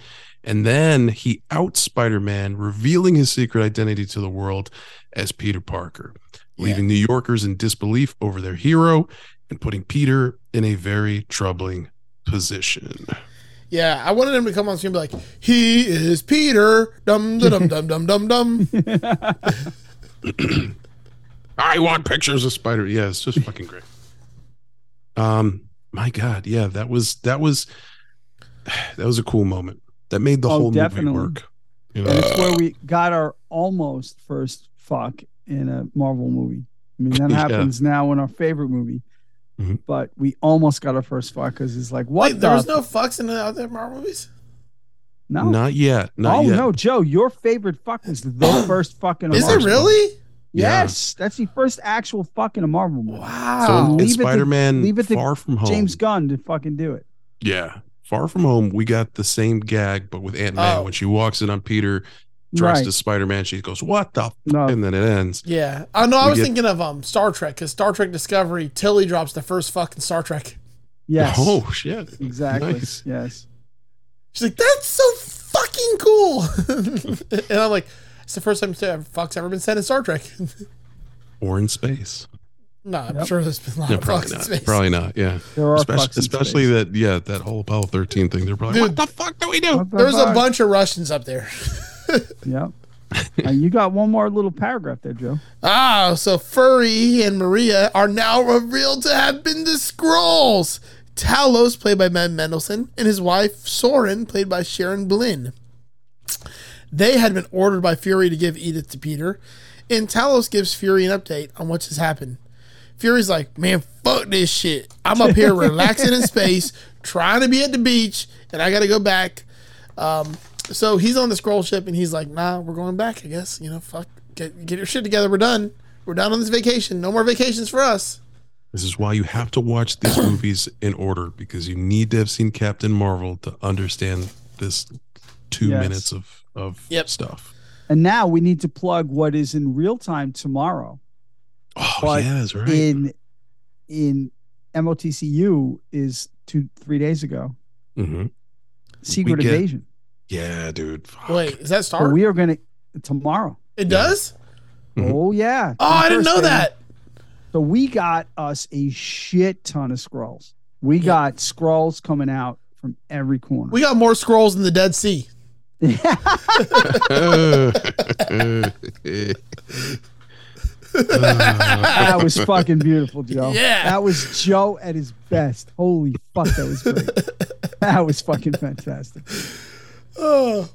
[SPEAKER 5] And then he outs Spider Man, revealing his secret identity to the world as Peter Parker, leaving New Yorkers in disbelief over their hero and putting Peter in a very troubling position.
[SPEAKER 3] yeah, I wanted him to come on screen and be like, "He is Peter." Dum dum dum dum dum dum.
[SPEAKER 5] I want pictures of Spider. Yeah, it's just fucking great. Um, my God, yeah, that was that was that was a cool moment that made the
[SPEAKER 4] Oh,
[SPEAKER 5] whole
[SPEAKER 4] definitely.
[SPEAKER 5] movie work. You
[SPEAKER 4] And
[SPEAKER 5] know,
[SPEAKER 4] it's where we got our almost first fuck in a Marvel movie. I mean, that
[SPEAKER 5] Yeah.
[SPEAKER 4] happens now in our favorite movie,
[SPEAKER 5] Mhm.
[SPEAKER 4] but we almost got our first fuck because it's like, what?
[SPEAKER 3] Wait, there
[SPEAKER 4] the
[SPEAKER 3] was no fucks in the other Marvel movies.
[SPEAKER 4] no,
[SPEAKER 5] not yet, not
[SPEAKER 4] oh
[SPEAKER 5] yet.
[SPEAKER 4] no, Joe, your favorite fuck was the first fucking.
[SPEAKER 3] Is it really?
[SPEAKER 5] Yeah.
[SPEAKER 4] Yes, that's the first actual fucking a Marvel movie.
[SPEAKER 5] So
[SPEAKER 3] Wow.
[SPEAKER 5] in-
[SPEAKER 4] Leave
[SPEAKER 5] in
[SPEAKER 4] it to-
[SPEAKER 5] Spider-Man,
[SPEAKER 4] leave it to
[SPEAKER 5] Far From Home,
[SPEAKER 4] James Gunn to fucking do it.
[SPEAKER 5] yeah, Far From Home, we got the same gag, but with Ant Man
[SPEAKER 3] Oh.
[SPEAKER 5] when she walks in on Peter tries
[SPEAKER 4] Right. Oh.
[SPEAKER 5] to Spider-Man. She goes, "What the?" F-?
[SPEAKER 4] No.
[SPEAKER 5] And then it ends.
[SPEAKER 3] Yeah, I know. I
[SPEAKER 5] We
[SPEAKER 3] was
[SPEAKER 5] get-
[SPEAKER 3] thinking of um Star Trek because Star Trek Discovery, Tilly drops the first fucking Star Trek.
[SPEAKER 4] Yes.
[SPEAKER 5] Oh shit!
[SPEAKER 4] Exactly.
[SPEAKER 5] Nice.
[SPEAKER 4] Yes.
[SPEAKER 3] She's like, "That's so fucking cool," and I'm like, "It's the first time fuck's ever been said in Star Trek."
[SPEAKER 5] Or in space.
[SPEAKER 3] no, I'm
[SPEAKER 4] Yep.
[SPEAKER 3] sure there's been a lot
[SPEAKER 5] No,
[SPEAKER 3] of fucks
[SPEAKER 5] probably
[SPEAKER 3] in
[SPEAKER 5] not.
[SPEAKER 3] space.
[SPEAKER 5] Probably not. Yeah.
[SPEAKER 4] There are
[SPEAKER 5] Especially,
[SPEAKER 4] fucks in
[SPEAKER 5] especially
[SPEAKER 4] space.
[SPEAKER 5] that. Yeah, that whole Apollo 13 thing. They're probably.
[SPEAKER 3] Dude.
[SPEAKER 5] What the fuck do we do?
[SPEAKER 4] What the
[SPEAKER 3] There's a
[SPEAKER 4] fuck?
[SPEAKER 3] bunch of Russians up there.
[SPEAKER 4] Yep. Uh, you got one more little paragraph there, Joe.
[SPEAKER 3] Ah, so Furry and Maria are now revealed to have been the Skrulls. Talos, played by Matt Mendelson, and his wife Soren, played by Sharon Blinn. They had been ordered by Fury to give Edith to Peter, and Talos gives Fury an update on what has happened. Fury's like, man, fuck this shit. I'm up here relaxing in space, trying to be at the beach, and I gotta go back. Um, so he's on the scroll ship, and he's like, nah, we're going back, I guess. You know, fuck, get, get your shit together. We're done. We're done on this vacation. No more vacations for us.
[SPEAKER 5] This is why you have to watch these movies in order because you need to have seen Captain Marvel to understand this two
[SPEAKER 4] Yes.
[SPEAKER 5] minutes of of
[SPEAKER 3] Yep.
[SPEAKER 5] stuff.
[SPEAKER 4] And now we need to plug what is in real time tomorrow
[SPEAKER 5] Oh
[SPEAKER 4] But
[SPEAKER 5] yeah, that's right.
[SPEAKER 4] in in MOTCU is two three days ago.
[SPEAKER 5] Mhm.
[SPEAKER 4] Secret
[SPEAKER 5] get-
[SPEAKER 4] Invasion.
[SPEAKER 5] Yeah, dude. Fuck.
[SPEAKER 3] Wait, is that
[SPEAKER 4] So
[SPEAKER 3] Star?
[SPEAKER 4] we are gonna tomorrow.
[SPEAKER 3] it does?
[SPEAKER 5] Mhm.
[SPEAKER 4] Oh yeah.
[SPEAKER 3] Oh, I didn't know
[SPEAKER 4] Thursday.
[SPEAKER 3] that.
[SPEAKER 4] So we got us a shit ton of scrolls. We
[SPEAKER 3] Yeah.
[SPEAKER 4] got scrolls coming out from every corner.
[SPEAKER 3] We got more scrolls in the Dead Sea.
[SPEAKER 4] that was fucking beautiful, Joe.
[SPEAKER 3] Yeah.
[SPEAKER 4] That was Joe at his best. Holy fuck, that was great. that was fucking fantastic.
[SPEAKER 3] Oh.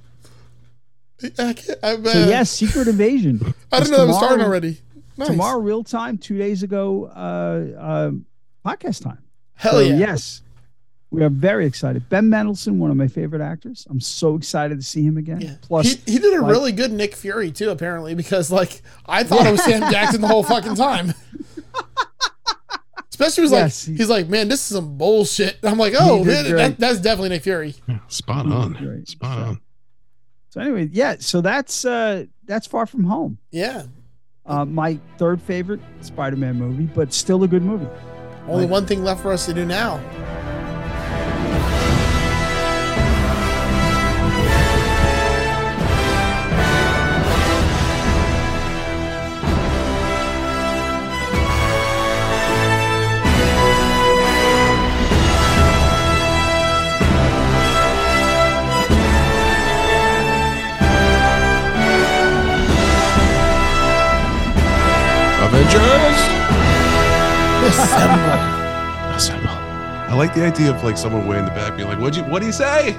[SPEAKER 3] I can't, I,
[SPEAKER 4] So yes, Secret Invasion.
[SPEAKER 3] I
[SPEAKER 4] it's
[SPEAKER 3] didn't know that was
[SPEAKER 4] tomorrow.
[SPEAKER 3] starting already. Nice.
[SPEAKER 4] Tomorrow, real time, two days ago, uh, um podcast time.
[SPEAKER 3] Hell
[SPEAKER 4] So,
[SPEAKER 3] yeah.
[SPEAKER 4] Yes. We are very excited. Ben Mendelsohn, one of my favorite actors. I'm so excited to see him again.
[SPEAKER 3] Yeah.
[SPEAKER 4] Plus,
[SPEAKER 3] he, he did a
[SPEAKER 4] like-
[SPEAKER 3] really good Nick Fury too, apparently, because like I thought it was Sam Jackson the whole fucking time. Especially was
[SPEAKER 4] Yes, he-
[SPEAKER 3] like he's like, man, this is some bullshit. I'm like, oh,
[SPEAKER 4] He did
[SPEAKER 3] man,
[SPEAKER 4] great.
[SPEAKER 3] that, that's definitely Nick Fury.
[SPEAKER 5] Spot on.
[SPEAKER 4] Right.
[SPEAKER 5] Spot on.
[SPEAKER 4] so anyway, yeah. So that's uh, that's far from home.
[SPEAKER 3] Yeah,
[SPEAKER 4] Uh, my third favorite Spider-Man movie, but still a good movie.
[SPEAKER 3] only
[SPEAKER 4] Like-
[SPEAKER 3] one thing left for us to do now.
[SPEAKER 5] Avengers.
[SPEAKER 3] Assemble.
[SPEAKER 5] Assemble. I like the idea of like someone way in the back being like, "What'd you? What'd he say?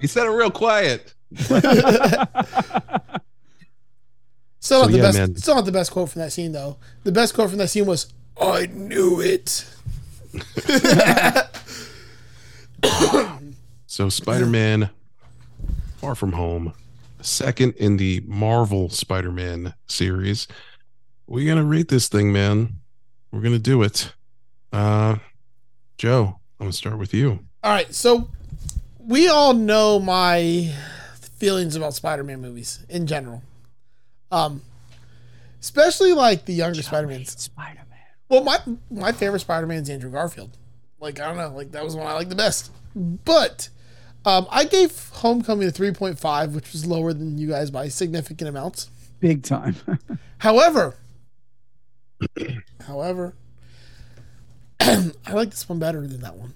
[SPEAKER 5] he said it real quiet."
[SPEAKER 3] Still not
[SPEAKER 5] So,
[SPEAKER 3] the
[SPEAKER 5] yeah,
[SPEAKER 3] best.
[SPEAKER 5] man.
[SPEAKER 3] Still not the best quote from that scene though. The best quote from that scene was, "I knew it."
[SPEAKER 5] So Spider-Man, Far From Home, second in the Marvel Spider-Man series. We're gonna rate this thing, man. We're gonna do it. Uh, Joe, I'm gonna start with you.
[SPEAKER 3] All right, so we all know my feelings about Spider-Man movies in general, um, especially like the younger Spider-Mans.
[SPEAKER 4] Spider-Man.
[SPEAKER 3] Well, my my favorite Spider-Man is Andrew Garfield. Like I don't know, like that was the one I liked the best. But um, I gave Homecoming a three point five, which was lower than you guys by significant amounts.
[SPEAKER 4] Big time.
[SPEAKER 3] However, however, I like this one better than that one.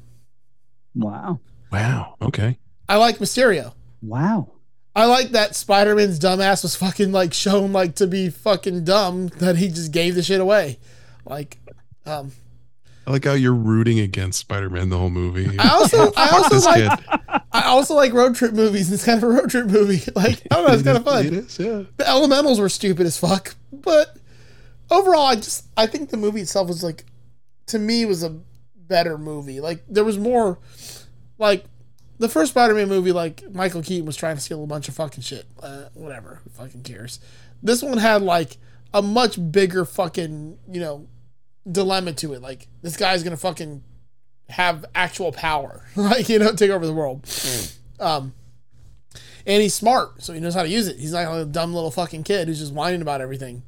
[SPEAKER 4] wow.
[SPEAKER 5] Wow. Okay.
[SPEAKER 3] I like Mysterio.
[SPEAKER 4] Wow.
[SPEAKER 3] I like that Spider Man's dumbass was fucking like shown like to be fucking dumb that he just gave the shit away. Like, um,
[SPEAKER 5] I like how you're rooting against Spider-Man the whole movie.
[SPEAKER 3] I also I also
[SPEAKER 5] This
[SPEAKER 3] like
[SPEAKER 5] kid.
[SPEAKER 3] I also like road trip movies. It's kind of a road trip movie. Like I don't know, it's kind of
[SPEAKER 5] It
[SPEAKER 3] fun.
[SPEAKER 5] is, yeah.
[SPEAKER 3] The elementals were stupid as fuck, but overall, I just I think the movie itself was like, to me, was a better movie. Like there was more, like the first Spider-Man movie. Like Michael Keaton was trying to steal a bunch of fucking shit. Uh, whatever, who fucking cares. This one had like a much bigger fucking you know dilemma to it. Like this guy's gonna fucking have actual power, like you know, take over the world. Um, and he's smart, so he knows how to use it. He's not like a dumb little fucking kid who's just whining about everything.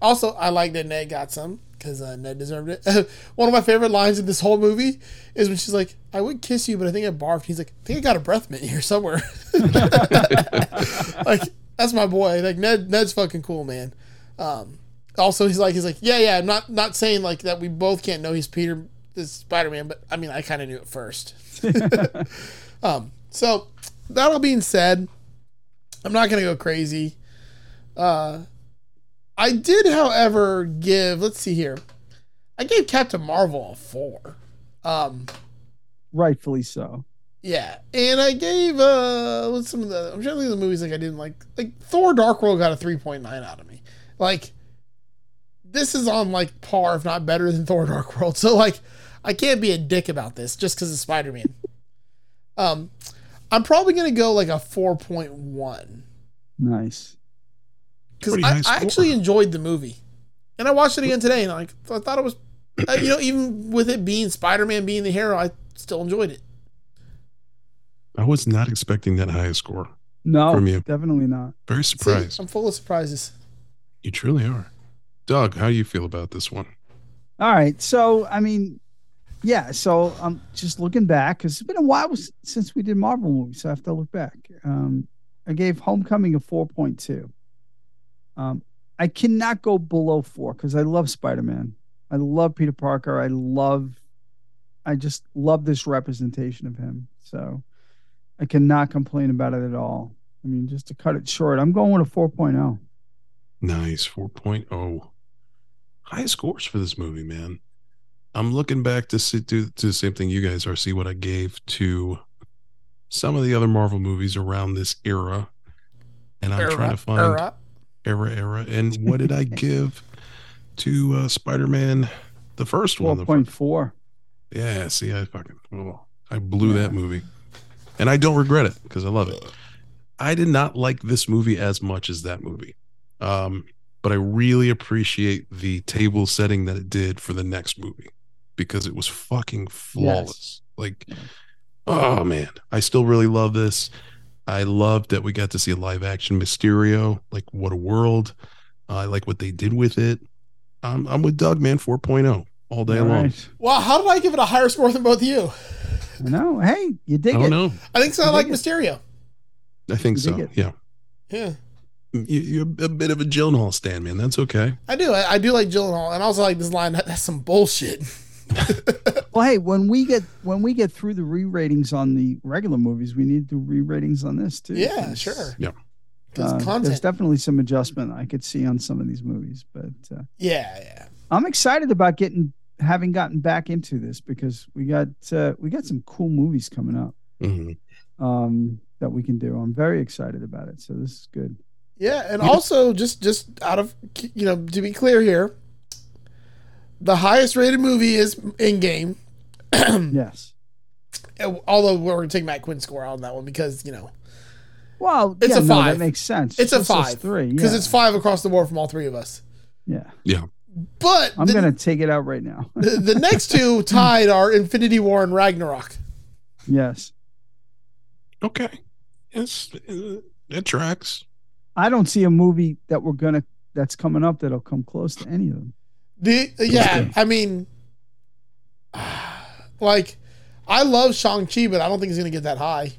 [SPEAKER 3] Also, I like that Ned got some because uh, Ned deserved it. One of my favorite lines in this whole movie is when she's like, "I would kiss you, but I think I barfed." He's like, "I think I got a breath mint here somewhere." like that's my boy. Like Ned, Ned's fucking cool, man. Um, also, he's like, he's like, yeah, yeah. I'm not not saying like that. We both can't know he's Peter, this Spider Man, but I mean, I kind of knew it first. um, so that all being said, I'm not gonna go crazy. Uh, I did, however, give. Let's see here. I gave Captain Marvel a four. Um,
[SPEAKER 4] Rightfully so.
[SPEAKER 3] yeah, and I gave uh, what's some of the? I'm trying to think of the movies like I didn't like. Like Thor: Dark World got a 3.9 out of me. Like this is on like par, if not better than Thor: Dark World. So like, I can't be a dick about this just because it's Spider-Man. um, I'm probably gonna go like a 4.1
[SPEAKER 4] Nice.
[SPEAKER 3] because
[SPEAKER 5] Pretty
[SPEAKER 3] I,
[SPEAKER 5] high
[SPEAKER 3] I
[SPEAKER 5] score.
[SPEAKER 3] actually enjoyed the movie, and I watched it again today, and like I thought it was, uh, you know, even with it being Spider Man being the hero, I still enjoyed it.
[SPEAKER 5] I was not expecting that high a score.
[SPEAKER 4] No,
[SPEAKER 5] From you.
[SPEAKER 4] definitely not.
[SPEAKER 5] Very
[SPEAKER 3] See,
[SPEAKER 5] surprised.
[SPEAKER 3] I'm full of surprises.
[SPEAKER 5] You truly are. Doug, how do you feel about this one?
[SPEAKER 4] All right. So, I mean, yeah. So I'm just looking back because it's been a while s- since we did Marvel movies. So I have to look back. Um, I gave Homecoming a 4.2. Um, I cannot go below four because I love Spider Man. I love Peter Parker. I love, I just love this representation of him. So I cannot complain about it at all. I mean, just to cut it short, I'm going with a oh. 4.0.
[SPEAKER 5] Nice 4.0. High scores for this movie, man. I'm looking back to see do, to the same thing you guys are, see what I gave to some of the other Marvel movies around this era. And I'm trying to find
[SPEAKER 3] Era.
[SPEAKER 5] era era. And what did I give to uh, Spider Man the first one? the fir-
[SPEAKER 4] 4.4.
[SPEAKER 5] Yeah, see, I fucking oh, I blew that movie, and I don't regret it because I love it. I did not like this movie as much as that movie, um, but I really appreciate the table setting that it did for the next movie because it was fucking flawless. Like, oh man, I still really love this. I loved that we got to see a live action Mysterio. Like, what a world! I like what they did with it. I'm I'm with Doug, man. 4.0 all day
[SPEAKER 4] All
[SPEAKER 5] long.
[SPEAKER 4] right.
[SPEAKER 3] Wow, how did I give it a higher score than both of you?
[SPEAKER 4] No, hey, you
[SPEAKER 5] I
[SPEAKER 4] dig
[SPEAKER 5] don't
[SPEAKER 4] it.
[SPEAKER 5] know.
[SPEAKER 3] I think so. I
[SPEAKER 4] I
[SPEAKER 3] like
[SPEAKER 4] dig it.
[SPEAKER 3] Mysterio.
[SPEAKER 5] I think
[SPEAKER 4] You dig
[SPEAKER 5] so.
[SPEAKER 4] it?
[SPEAKER 5] Yeah.
[SPEAKER 3] Yeah,
[SPEAKER 5] You, you're a bit of a Gyllenhaal stand, man. That's okay.
[SPEAKER 3] I do. I, I do like Gyllenhaal, and I also like this line. That, that's some bullshit.
[SPEAKER 4] Well, hey, when we get when we get through the re-ratings on the regular movies, we need to do re-ratings on this too.
[SPEAKER 3] Yeah,
[SPEAKER 4] 'cause,
[SPEAKER 3] sure.
[SPEAKER 5] Yeah.
[SPEAKER 3] 'Cause
[SPEAKER 4] uh, there's
[SPEAKER 3] content.
[SPEAKER 4] definitely some adjustment I could see on some of these movies, but uh,
[SPEAKER 3] yeah, yeah.
[SPEAKER 4] I'm excited about getting having gotten back into this because we got uh, we got some cool movies coming up
[SPEAKER 5] Mhm.
[SPEAKER 4] um, that we can do. I'm very excited about it, so this is good.
[SPEAKER 3] Yeah, and also just just out of you know to be clear here, the highest rated movie is Endgame.
[SPEAKER 4] Yes.
[SPEAKER 3] Although we're gonna take Matt Quinn's score on that one because you know
[SPEAKER 4] Well,
[SPEAKER 3] It's
[SPEAKER 4] yeah,
[SPEAKER 3] a
[SPEAKER 4] no,
[SPEAKER 3] five.
[SPEAKER 4] that makes sense.
[SPEAKER 3] it's a
[SPEAKER 4] Just us
[SPEAKER 3] five
[SPEAKER 4] three
[SPEAKER 3] because
[SPEAKER 4] yeah.
[SPEAKER 3] it's five across the board from all three of us.
[SPEAKER 4] Yeah,
[SPEAKER 3] But
[SPEAKER 4] I'm
[SPEAKER 3] the,
[SPEAKER 4] gonna take it out right now.
[SPEAKER 3] the, the next two tied are Infinity War and Ragnarok.
[SPEAKER 4] yes.
[SPEAKER 5] Okay. It's, it tracks.
[SPEAKER 4] I don't see a movie that we're gonna that's coming up that'll come close to any of them.
[SPEAKER 3] The yeah, I mean, like I love Shang Chi, but I don't think it's gonna get that high.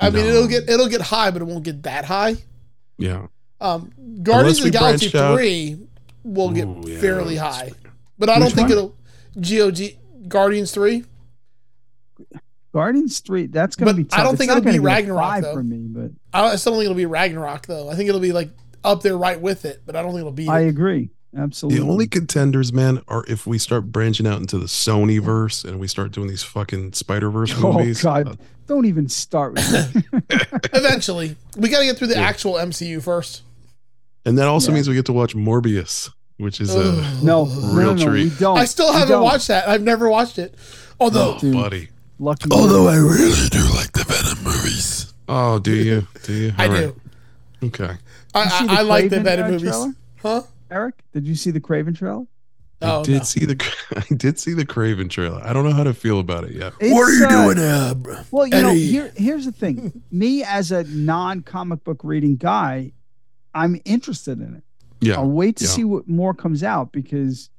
[SPEAKER 3] I mean,
[SPEAKER 5] No.
[SPEAKER 3] it'll get it'll get high, but it won't get that high.
[SPEAKER 5] Yeah.
[SPEAKER 3] Um, Guardians of
[SPEAKER 5] we
[SPEAKER 3] the Galaxy
[SPEAKER 5] branch out-
[SPEAKER 3] three will get
[SPEAKER 5] Ooh, yeah,
[SPEAKER 3] fairly
[SPEAKER 5] that's
[SPEAKER 3] high, but I don't
[SPEAKER 4] Which
[SPEAKER 3] think
[SPEAKER 4] one?
[SPEAKER 3] it'll. GOG Guardians three.
[SPEAKER 4] Guardians three, that's gonna
[SPEAKER 3] But
[SPEAKER 4] be.
[SPEAKER 3] I
[SPEAKER 4] Tough.
[SPEAKER 3] don't
[SPEAKER 4] It's
[SPEAKER 3] think
[SPEAKER 4] not
[SPEAKER 3] it'll be
[SPEAKER 4] gonna get a
[SPEAKER 3] Ragnarok,
[SPEAKER 4] five
[SPEAKER 3] though.
[SPEAKER 4] for me, but
[SPEAKER 3] I I still don't think it'll be Ragnarok though. I think it'll be like up there right with it, but I don't think it'll be.
[SPEAKER 4] I agree
[SPEAKER 5] The
[SPEAKER 4] absolutely.
[SPEAKER 5] only contenders, man, are if we start branching out into the Sony verse and we start doing these fucking Spider Verse
[SPEAKER 4] oh
[SPEAKER 5] movies. Uh,
[SPEAKER 4] god, don't even start with that.
[SPEAKER 3] Eventually, we got to get through the
[SPEAKER 5] Yeah.
[SPEAKER 3] actual MCU first.
[SPEAKER 5] and that also
[SPEAKER 4] Yeah.
[SPEAKER 5] means we get to watch Morbius, which is uh, a.
[SPEAKER 3] Ugh.
[SPEAKER 4] no, no, no,
[SPEAKER 5] Real
[SPEAKER 4] no, we
[SPEAKER 5] treat.
[SPEAKER 4] don't.
[SPEAKER 3] I still
[SPEAKER 4] We
[SPEAKER 3] haven't
[SPEAKER 4] don't.
[SPEAKER 3] watched that. I've never watched it. Although
[SPEAKER 5] Oh,
[SPEAKER 4] Dude.
[SPEAKER 5] buddy.
[SPEAKER 4] Lucky.
[SPEAKER 5] I really do like the Venom movies. Oh, do you? Do you?
[SPEAKER 3] I
[SPEAKER 5] All right.
[SPEAKER 3] do,
[SPEAKER 5] Okay.
[SPEAKER 4] Did you see
[SPEAKER 3] I, I, I like the
[SPEAKER 4] Kraven,
[SPEAKER 3] Venom
[SPEAKER 4] uh,
[SPEAKER 3] movies.
[SPEAKER 4] trailer?
[SPEAKER 3] Huh?
[SPEAKER 4] Eric, did you see the Craven trailer?
[SPEAKER 3] Oh,
[SPEAKER 5] I did
[SPEAKER 3] no.
[SPEAKER 5] see the I did see the Craven trailer. I don't know how to feel about it yet.
[SPEAKER 1] What are you
[SPEAKER 4] It's, uh,
[SPEAKER 1] doing now, bro?
[SPEAKER 4] Well, you know,
[SPEAKER 1] Eddie.
[SPEAKER 4] here, here's the thing. Me as a non comic book reading guy, I'm interested in it.
[SPEAKER 5] Yeah.
[SPEAKER 4] I'll wait to
[SPEAKER 5] yeah.
[SPEAKER 4] see what more comes out because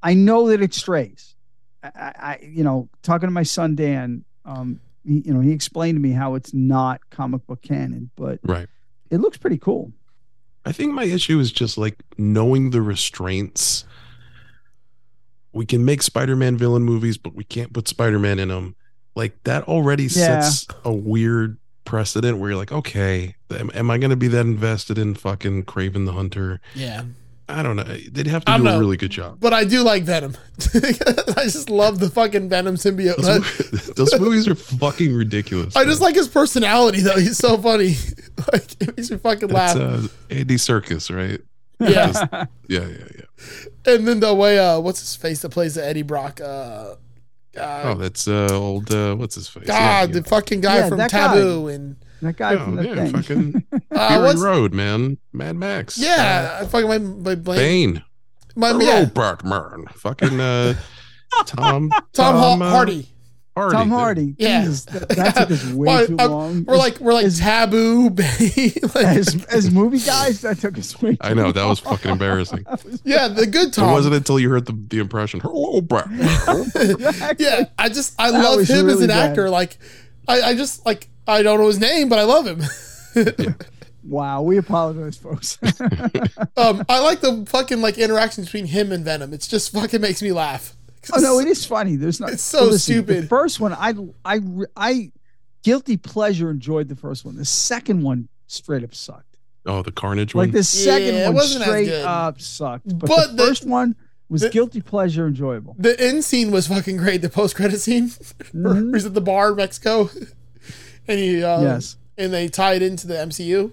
[SPEAKER 4] I know that it strays. I, I I- you know, talking to my son Dan, um, he, you know, he explained to me how it's not comic book canon, but
[SPEAKER 5] Right.
[SPEAKER 4] it looks pretty cool.
[SPEAKER 5] I think my issue is just like knowing the restraints. We can make Spider-Man villain movies, but we can't put Spider-Man in them. Like that already
[SPEAKER 4] Yeah.
[SPEAKER 5] sets a weird precedent where you're like, okay, am, am I going to be that invested in fucking Craven the Hunter?
[SPEAKER 3] Yeah.
[SPEAKER 5] I don't know. They'd have to
[SPEAKER 3] I
[SPEAKER 5] do
[SPEAKER 3] don't know.
[SPEAKER 5] a really good job.
[SPEAKER 3] But I do like Venom. I just love the fucking Venom symbiote.
[SPEAKER 5] Those, mo- those movies are fucking ridiculous.
[SPEAKER 3] I just like his personality though. He's so funny. like it makes me fucking
[SPEAKER 5] that's
[SPEAKER 3] laugh.
[SPEAKER 5] uh, Andy Circus, right?
[SPEAKER 3] yeah.
[SPEAKER 5] Yeah, yeah, yeah.
[SPEAKER 3] And then the way uh what's his face that plays the Eddie Brock uh
[SPEAKER 5] Oh, that's uh, old. Uh, what's his face? Yeah,
[SPEAKER 3] God, the fucking guy
[SPEAKER 4] Yeah,
[SPEAKER 3] from
[SPEAKER 4] that guy.
[SPEAKER 3] Taboo and
[SPEAKER 4] that guy
[SPEAKER 5] yeah,
[SPEAKER 4] from
[SPEAKER 5] Oh, yeah,
[SPEAKER 4] that
[SPEAKER 5] yeah
[SPEAKER 4] thing.
[SPEAKER 5] fucking
[SPEAKER 3] uh,
[SPEAKER 5] Fury
[SPEAKER 3] what's
[SPEAKER 5] Road, man. Mad Max.
[SPEAKER 3] yeah, I fucking my my blame
[SPEAKER 5] Bane. Oh,
[SPEAKER 3] my
[SPEAKER 5] Hello,
[SPEAKER 3] yeah,
[SPEAKER 5] Batman. Fucking uh,
[SPEAKER 3] Tom
[SPEAKER 5] Tom. Tom,
[SPEAKER 3] Ha-
[SPEAKER 5] uh,
[SPEAKER 3] Hardy.
[SPEAKER 5] Hardy.
[SPEAKER 4] Tom Hardy.
[SPEAKER 3] Yeah.
[SPEAKER 4] Jesus, that, that took us way
[SPEAKER 3] Well,
[SPEAKER 4] too
[SPEAKER 3] I'm-
[SPEAKER 4] long.
[SPEAKER 3] We're like we're like
[SPEAKER 4] is-
[SPEAKER 3] Taboo. Bane, like,
[SPEAKER 4] as as movie guys, that took us way. Too
[SPEAKER 5] I know that was fucking embarrassing.
[SPEAKER 4] That was-
[SPEAKER 3] yeah, the good
[SPEAKER 5] It
[SPEAKER 3] Tom.
[SPEAKER 5] wasn't until you heard the, the impression. Hello, Batman.
[SPEAKER 3] yeah, I just I
[SPEAKER 4] That
[SPEAKER 3] love
[SPEAKER 4] was
[SPEAKER 3] him as
[SPEAKER 4] really
[SPEAKER 3] an
[SPEAKER 4] bad.
[SPEAKER 3] actor. Like I, I just like I don't know his name, but I love him.
[SPEAKER 4] Wow, we apologize, folks.
[SPEAKER 3] Um, I like the fucking like interactions between him and Venom. It's just fucking makes me laugh.
[SPEAKER 4] oh no, it is funny. There's not.
[SPEAKER 3] It's so
[SPEAKER 4] The
[SPEAKER 3] stupid.
[SPEAKER 4] first one, I I re- I guilty pleasure enjoyed the first one. The second one straight up sucked.
[SPEAKER 5] oh, the Carnage
[SPEAKER 4] Like
[SPEAKER 5] one.
[SPEAKER 4] the second
[SPEAKER 3] Yeah, it
[SPEAKER 4] one
[SPEAKER 3] wasn't as
[SPEAKER 4] straight
[SPEAKER 3] good.
[SPEAKER 4] up sucked. But,
[SPEAKER 3] But
[SPEAKER 4] the,
[SPEAKER 3] the-
[SPEAKER 4] first one was
[SPEAKER 3] the-
[SPEAKER 4] guilty pleasure enjoyable.
[SPEAKER 3] The end scene was fucking great. The post credit scene. where
[SPEAKER 4] Mhm.
[SPEAKER 3] He's at the bar in Mexico, and he uh,
[SPEAKER 4] yes.
[SPEAKER 3] and they tie it into the MCU.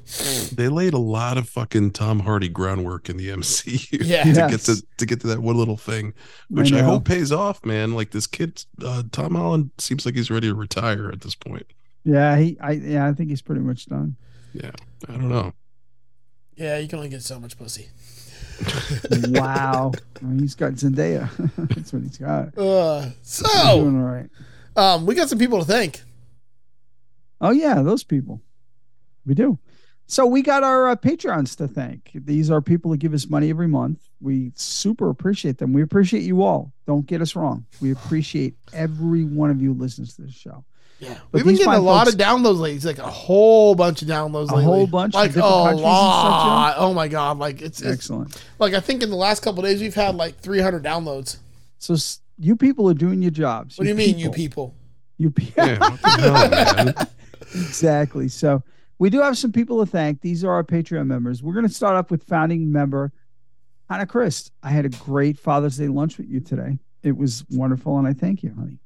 [SPEAKER 5] they laid a lot of fucking Tom Hardy groundwork in the MCU
[SPEAKER 3] Yeah.
[SPEAKER 5] to
[SPEAKER 4] Yes.
[SPEAKER 5] get to to get to that one little thing, which I,
[SPEAKER 4] know.
[SPEAKER 5] hope pays off, man. Like this kid, uh, Tom Holland seems like he's ready to retire at this point.
[SPEAKER 4] Yeah, he. I yeah, I think he's pretty much done.
[SPEAKER 5] I don't know.
[SPEAKER 3] Yeah, you can only get so much pussy.
[SPEAKER 4] Wow, I mean, he's got Zendaya. That's what he's got.
[SPEAKER 3] Uh,
[SPEAKER 4] He's
[SPEAKER 3] so
[SPEAKER 4] doing all right.
[SPEAKER 3] um, we got some people to thank.
[SPEAKER 4] Oh yeah, those people. We do. So we got our uh, patrons to thank. These are people who give us money every month. We super appreciate them. We appreciate you all. Don't get us wrong. We appreciate every one of you listens to this show.
[SPEAKER 3] Yeah,
[SPEAKER 4] But
[SPEAKER 3] we've been
[SPEAKER 4] these
[SPEAKER 3] getting a
[SPEAKER 4] fine
[SPEAKER 3] lot
[SPEAKER 4] folks-
[SPEAKER 3] of downloads lately. It's like a whole bunch of downloads.
[SPEAKER 4] A
[SPEAKER 3] lately.
[SPEAKER 4] whole bunch from
[SPEAKER 3] like a
[SPEAKER 4] different countries and
[SPEAKER 3] lot.
[SPEAKER 4] such,
[SPEAKER 3] Oh my god, like it's, it's
[SPEAKER 4] Excellent.
[SPEAKER 3] like I think in the last couple of days we've had like 300 downloads.
[SPEAKER 4] So s- you people are doing your jobs.
[SPEAKER 3] What do you mean, you people?
[SPEAKER 4] You pe-
[SPEAKER 5] Yeah, what the hell, man?
[SPEAKER 4] exactly. So we do have some people to thank. These are our Patreon members. We're going to start off with founding member Hannah Christ. I had a great Father's Day lunch with you today. It was wonderful, and I thank you, honey.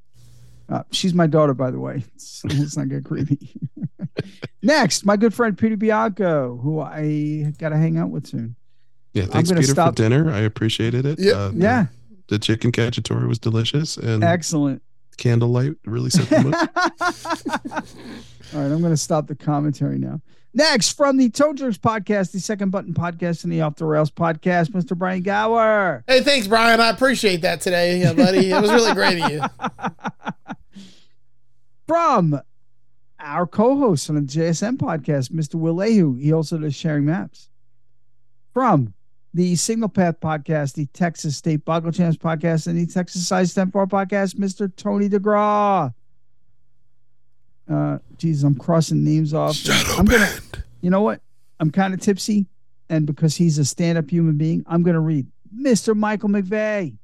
[SPEAKER 4] Uh, she's my daughter, by the way. So let's not get creepy. Next, my good friend Peter Bianco, who I got to hang out with soon.
[SPEAKER 5] Yeah, thanks,
[SPEAKER 4] gonna
[SPEAKER 5] Peter,
[SPEAKER 4] stop-
[SPEAKER 5] for dinner. I appreciated it.
[SPEAKER 3] Yeah.
[SPEAKER 5] Uh, the-
[SPEAKER 4] Yeah,
[SPEAKER 5] The, chicken cacciatore was delicious, and
[SPEAKER 4] excellent.
[SPEAKER 5] candlelight really set the mood.
[SPEAKER 4] All right, I'm going to stop the commentary now. Next, from the Toe Jerks podcast, the second button podcast, and the Off the Rails podcast, Mr. Brian Gower.
[SPEAKER 3] Hey, thanks, Brian. I appreciate that today, yeah, buddy. It was really great of you.
[SPEAKER 4] From our co host on the JSM podcast, Mr. Willehu. He also does sharing maps. From the Signal Path podcast, the Texas State Boggle Champs podcast, and the Texas Size 10 4 podcast, Mr. Tony DeGraw. Uh, Jesus, I'm crossing names off. I'm gonna, you know what? I'm kind of tipsy, and because he's a stand-up human being, I'm gonna read Mr. Michael McVeigh.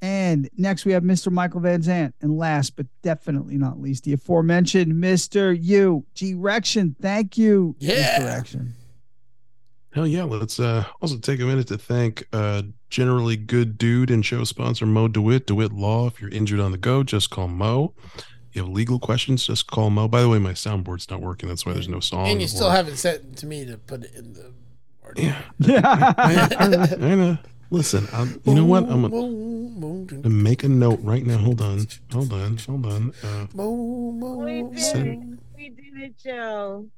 [SPEAKER 4] And next we have Mr. Michael Van Zant, and last but definitely not least, the aforementioned Mr. U G Rection. Thank you,
[SPEAKER 3] Yeah.
[SPEAKER 4] Mr. Rection.
[SPEAKER 5] Hell yeah! Let's uh, also take a minute to thank uh, generally good dude and show sponsor Mo Dewitt, Dewitt Law. If you're injured on the go, just call Mo. You have legal questions, just call Mo. By the way, my soundboard's not working. That's why there's no song.
[SPEAKER 3] And you still
[SPEAKER 5] or-
[SPEAKER 3] haven't sent it to me to put it in the. word.
[SPEAKER 5] Yeah,
[SPEAKER 4] Yeah.
[SPEAKER 5] I know. Listen, I'm, you know what? I'm gonna make a note right now. Hold on, hold on, hold on. Uh,
[SPEAKER 7] We did
[SPEAKER 5] Send-
[SPEAKER 7] it. We did it, Joe.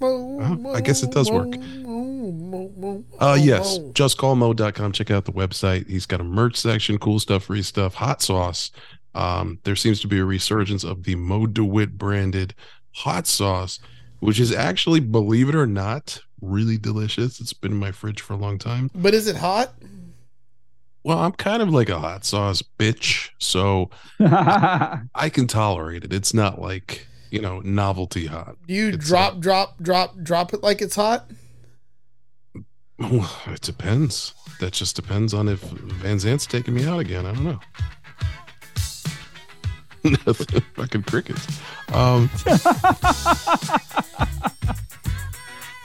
[SPEAKER 4] Wow.
[SPEAKER 5] I guess it does work. Uh, yes, justcallmo.com. Check out the website. He's got a merch section, cool stuff, free stuff, hot sauce. Um, there seems to be a resurgence of the Mo DeWitt branded hot sauce, which is actually, believe it or not, really delicious. It's been in my fridge for a long time.
[SPEAKER 3] But is it hot?
[SPEAKER 5] Well, I'm kind of like a hot sauce bitch, so I can tolerate it. It's not like, you know, novelty hot.
[SPEAKER 3] Do you
[SPEAKER 5] It's uh,
[SPEAKER 3] drop, drop, drop, drop it like it's hot?
[SPEAKER 5] Well, it depends. That just depends on if Van Zant's taking me out again. I don't know. Nothing. Fucking crickets. Um,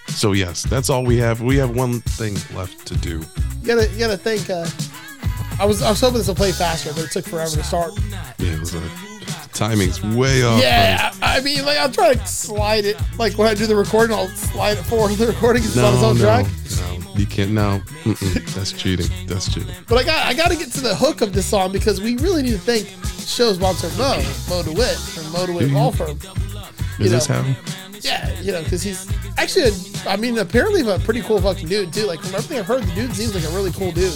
[SPEAKER 5] so yes, that's all we have. We have one thing left to do.
[SPEAKER 3] You gotta, you gotta think. Uh, I was, I was hoping this will play faster, but it took forever to start.
[SPEAKER 5] Yeah, it was uh, timing's way off.
[SPEAKER 3] Yeah, I mean, like I'll try to slide it. Like when I do the recording, I'll slide it forward. The recording is on its
[SPEAKER 5] No,
[SPEAKER 3] own
[SPEAKER 5] no,
[SPEAKER 3] track.
[SPEAKER 5] no. You can't. No, Mm-mm. that's cheating. That's cheating.
[SPEAKER 3] But I got I got to get to the hook of this song because we really need to thank show sponsor Mo Mo DeWitt from Mo DeWitt Law Firm.
[SPEAKER 5] Mm-hmm. Is
[SPEAKER 3] You
[SPEAKER 5] this
[SPEAKER 3] know.
[SPEAKER 5] how?
[SPEAKER 3] Yeah, you know, because he's actually, a, I mean, apparently a pretty cool fucking dude too. Like from everything I've heard, the dude seems like a really cool dude.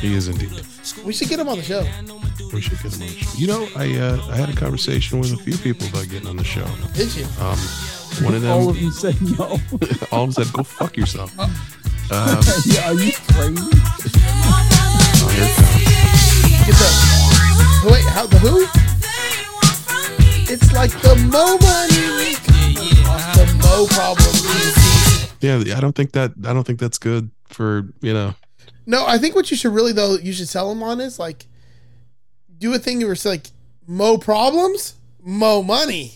[SPEAKER 5] He is indeed.
[SPEAKER 3] We should get him on the show.
[SPEAKER 5] We should get him on the show. You know, I uh, I had a conversation with a few people about getting on the show.
[SPEAKER 3] Did you?
[SPEAKER 5] Um, one of them,
[SPEAKER 4] All of them said no.
[SPEAKER 5] all of them said, "Go fuck yourself."
[SPEAKER 4] yeah, are you crazy?
[SPEAKER 3] Get the wait, how the who? It's like the Mo money. That's the Mo problem.
[SPEAKER 5] Yeah, I don't think that I don't think that's good for you know.
[SPEAKER 3] No, I think what you should really though you should sell him on is like, do a thing where it's like Mo problems, Mo money.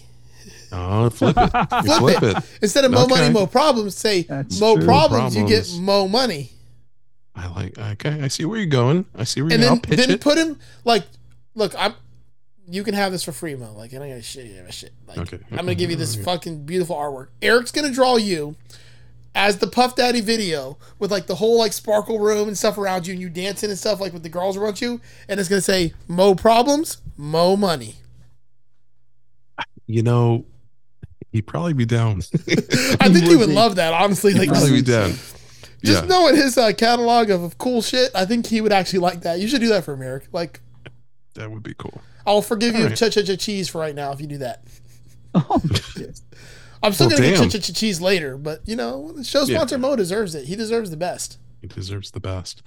[SPEAKER 5] Oh, flip it, You flip it.
[SPEAKER 3] Instead of Mo
[SPEAKER 5] Okay.
[SPEAKER 3] money, Mo problems, say
[SPEAKER 4] That's
[SPEAKER 3] Mo
[SPEAKER 4] true.
[SPEAKER 3] problems, You get
[SPEAKER 5] Problems.
[SPEAKER 3] Mo money,
[SPEAKER 5] I like. Okay, I see where you're going. I see where you're.
[SPEAKER 3] and
[SPEAKER 5] I'll
[SPEAKER 3] then
[SPEAKER 5] pitch
[SPEAKER 3] then
[SPEAKER 5] it.
[SPEAKER 3] put him like, look, I'm. You can have this for free, Mo. Like, I don't give a shit. Give a shit. Like,
[SPEAKER 5] Okay.
[SPEAKER 3] I'm gonna give you this fucking beautiful artwork. Eric's gonna draw you as the Puff Daddy video with like the whole like sparkle room and stuff around you, and you dancing and stuff like with the girls around you, and it's gonna say Mo problems, Mo money.
[SPEAKER 5] you know, he'd probably be down.
[SPEAKER 3] I think he
[SPEAKER 4] would
[SPEAKER 3] would
[SPEAKER 4] be.
[SPEAKER 3] love that. Honestly, like
[SPEAKER 5] probably be down.
[SPEAKER 3] Just
[SPEAKER 5] yeah.
[SPEAKER 3] knowing his uh, catalog of, of cool shit, I think he would actually like that. You should do that for him, Eric. Like,
[SPEAKER 5] that would be cool.
[SPEAKER 3] I'll forgive you
[SPEAKER 5] Alright.
[SPEAKER 3] cha cha cha cheese for right now if you do that.
[SPEAKER 4] Oh, shit.
[SPEAKER 3] I'm still
[SPEAKER 5] Well,
[SPEAKER 3] gonna
[SPEAKER 5] damn.
[SPEAKER 3] get cha cha cha cheese later, but you know, the show
[SPEAKER 5] Yeah.
[SPEAKER 3] sponsor Mo deserves it. He deserves the best.
[SPEAKER 5] He deserves the best.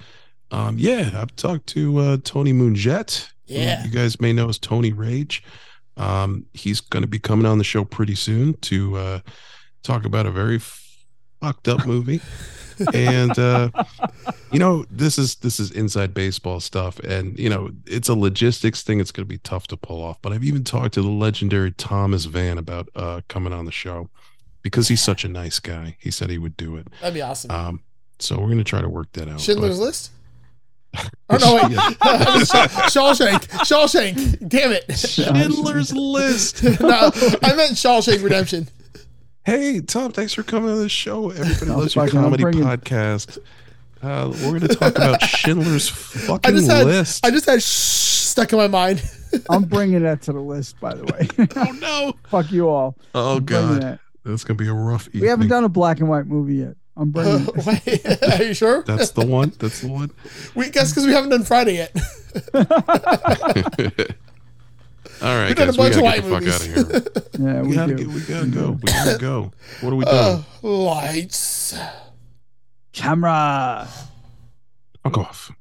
[SPEAKER 5] Um, yeah, I've talked to uh, Tony Moonjet. who
[SPEAKER 3] Yeah.
[SPEAKER 5] you guys may know as Tony Rage. Um, he's going to be coming on the show pretty soon to uh, talk about a very fucked up movie. and uh, you know, this is this is inside baseball stuff, and you know, it's a logistics thing. It's going to be tough to pull off. But I've even talked to the legendary Thomas Van about uh, coming on the show because he's such a nice guy. He said he would do it.
[SPEAKER 3] That'd be awesome.
[SPEAKER 5] Um, so we're gonna try to work that out.
[SPEAKER 3] Schindler's
[SPEAKER 5] but-
[SPEAKER 3] List. Oh no! Wait,
[SPEAKER 5] Yeah.
[SPEAKER 3] Shawshank, Shawshank. Damn it!
[SPEAKER 5] Schindler's List.
[SPEAKER 3] no, I meant Shawshank Redemption.
[SPEAKER 5] Hey Tom, thanks for coming on the show. Everybody
[SPEAKER 4] Oh,
[SPEAKER 5] loves your
[SPEAKER 4] fucking, I'm
[SPEAKER 5] comedy
[SPEAKER 4] bringing-
[SPEAKER 5] podcast. Uh, we're gonna talk about Schindler's
[SPEAKER 3] I
[SPEAKER 5] fucking
[SPEAKER 3] just had,
[SPEAKER 5] list.
[SPEAKER 3] I just had shh stuck in my mind.
[SPEAKER 4] I'm bringing that to the list, by the way.
[SPEAKER 5] oh no!
[SPEAKER 4] Fuck you all.
[SPEAKER 5] Oh
[SPEAKER 4] I'm bringing
[SPEAKER 5] god,
[SPEAKER 4] that.
[SPEAKER 5] that's gonna be a rough evening.
[SPEAKER 4] We haven't done a black and white movie yet. I'm bringing. it.
[SPEAKER 3] Wait, are you sure?
[SPEAKER 5] That's the one. That's the one.
[SPEAKER 3] We guess because we haven't done Friday yet.
[SPEAKER 5] All right,
[SPEAKER 3] We've done a
[SPEAKER 5] guys, we
[SPEAKER 3] bunch of
[SPEAKER 5] gotta get the
[SPEAKER 3] white
[SPEAKER 5] fuck out of here.
[SPEAKER 4] Yeah,
[SPEAKER 5] We
[SPEAKER 4] we
[SPEAKER 5] gotta,
[SPEAKER 4] do. Mm-hmm.
[SPEAKER 5] get, we gotta go. We gotta go. What are we doing?
[SPEAKER 3] Uh, Lights.
[SPEAKER 4] Camera.
[SPEAKER 5] Fuck off.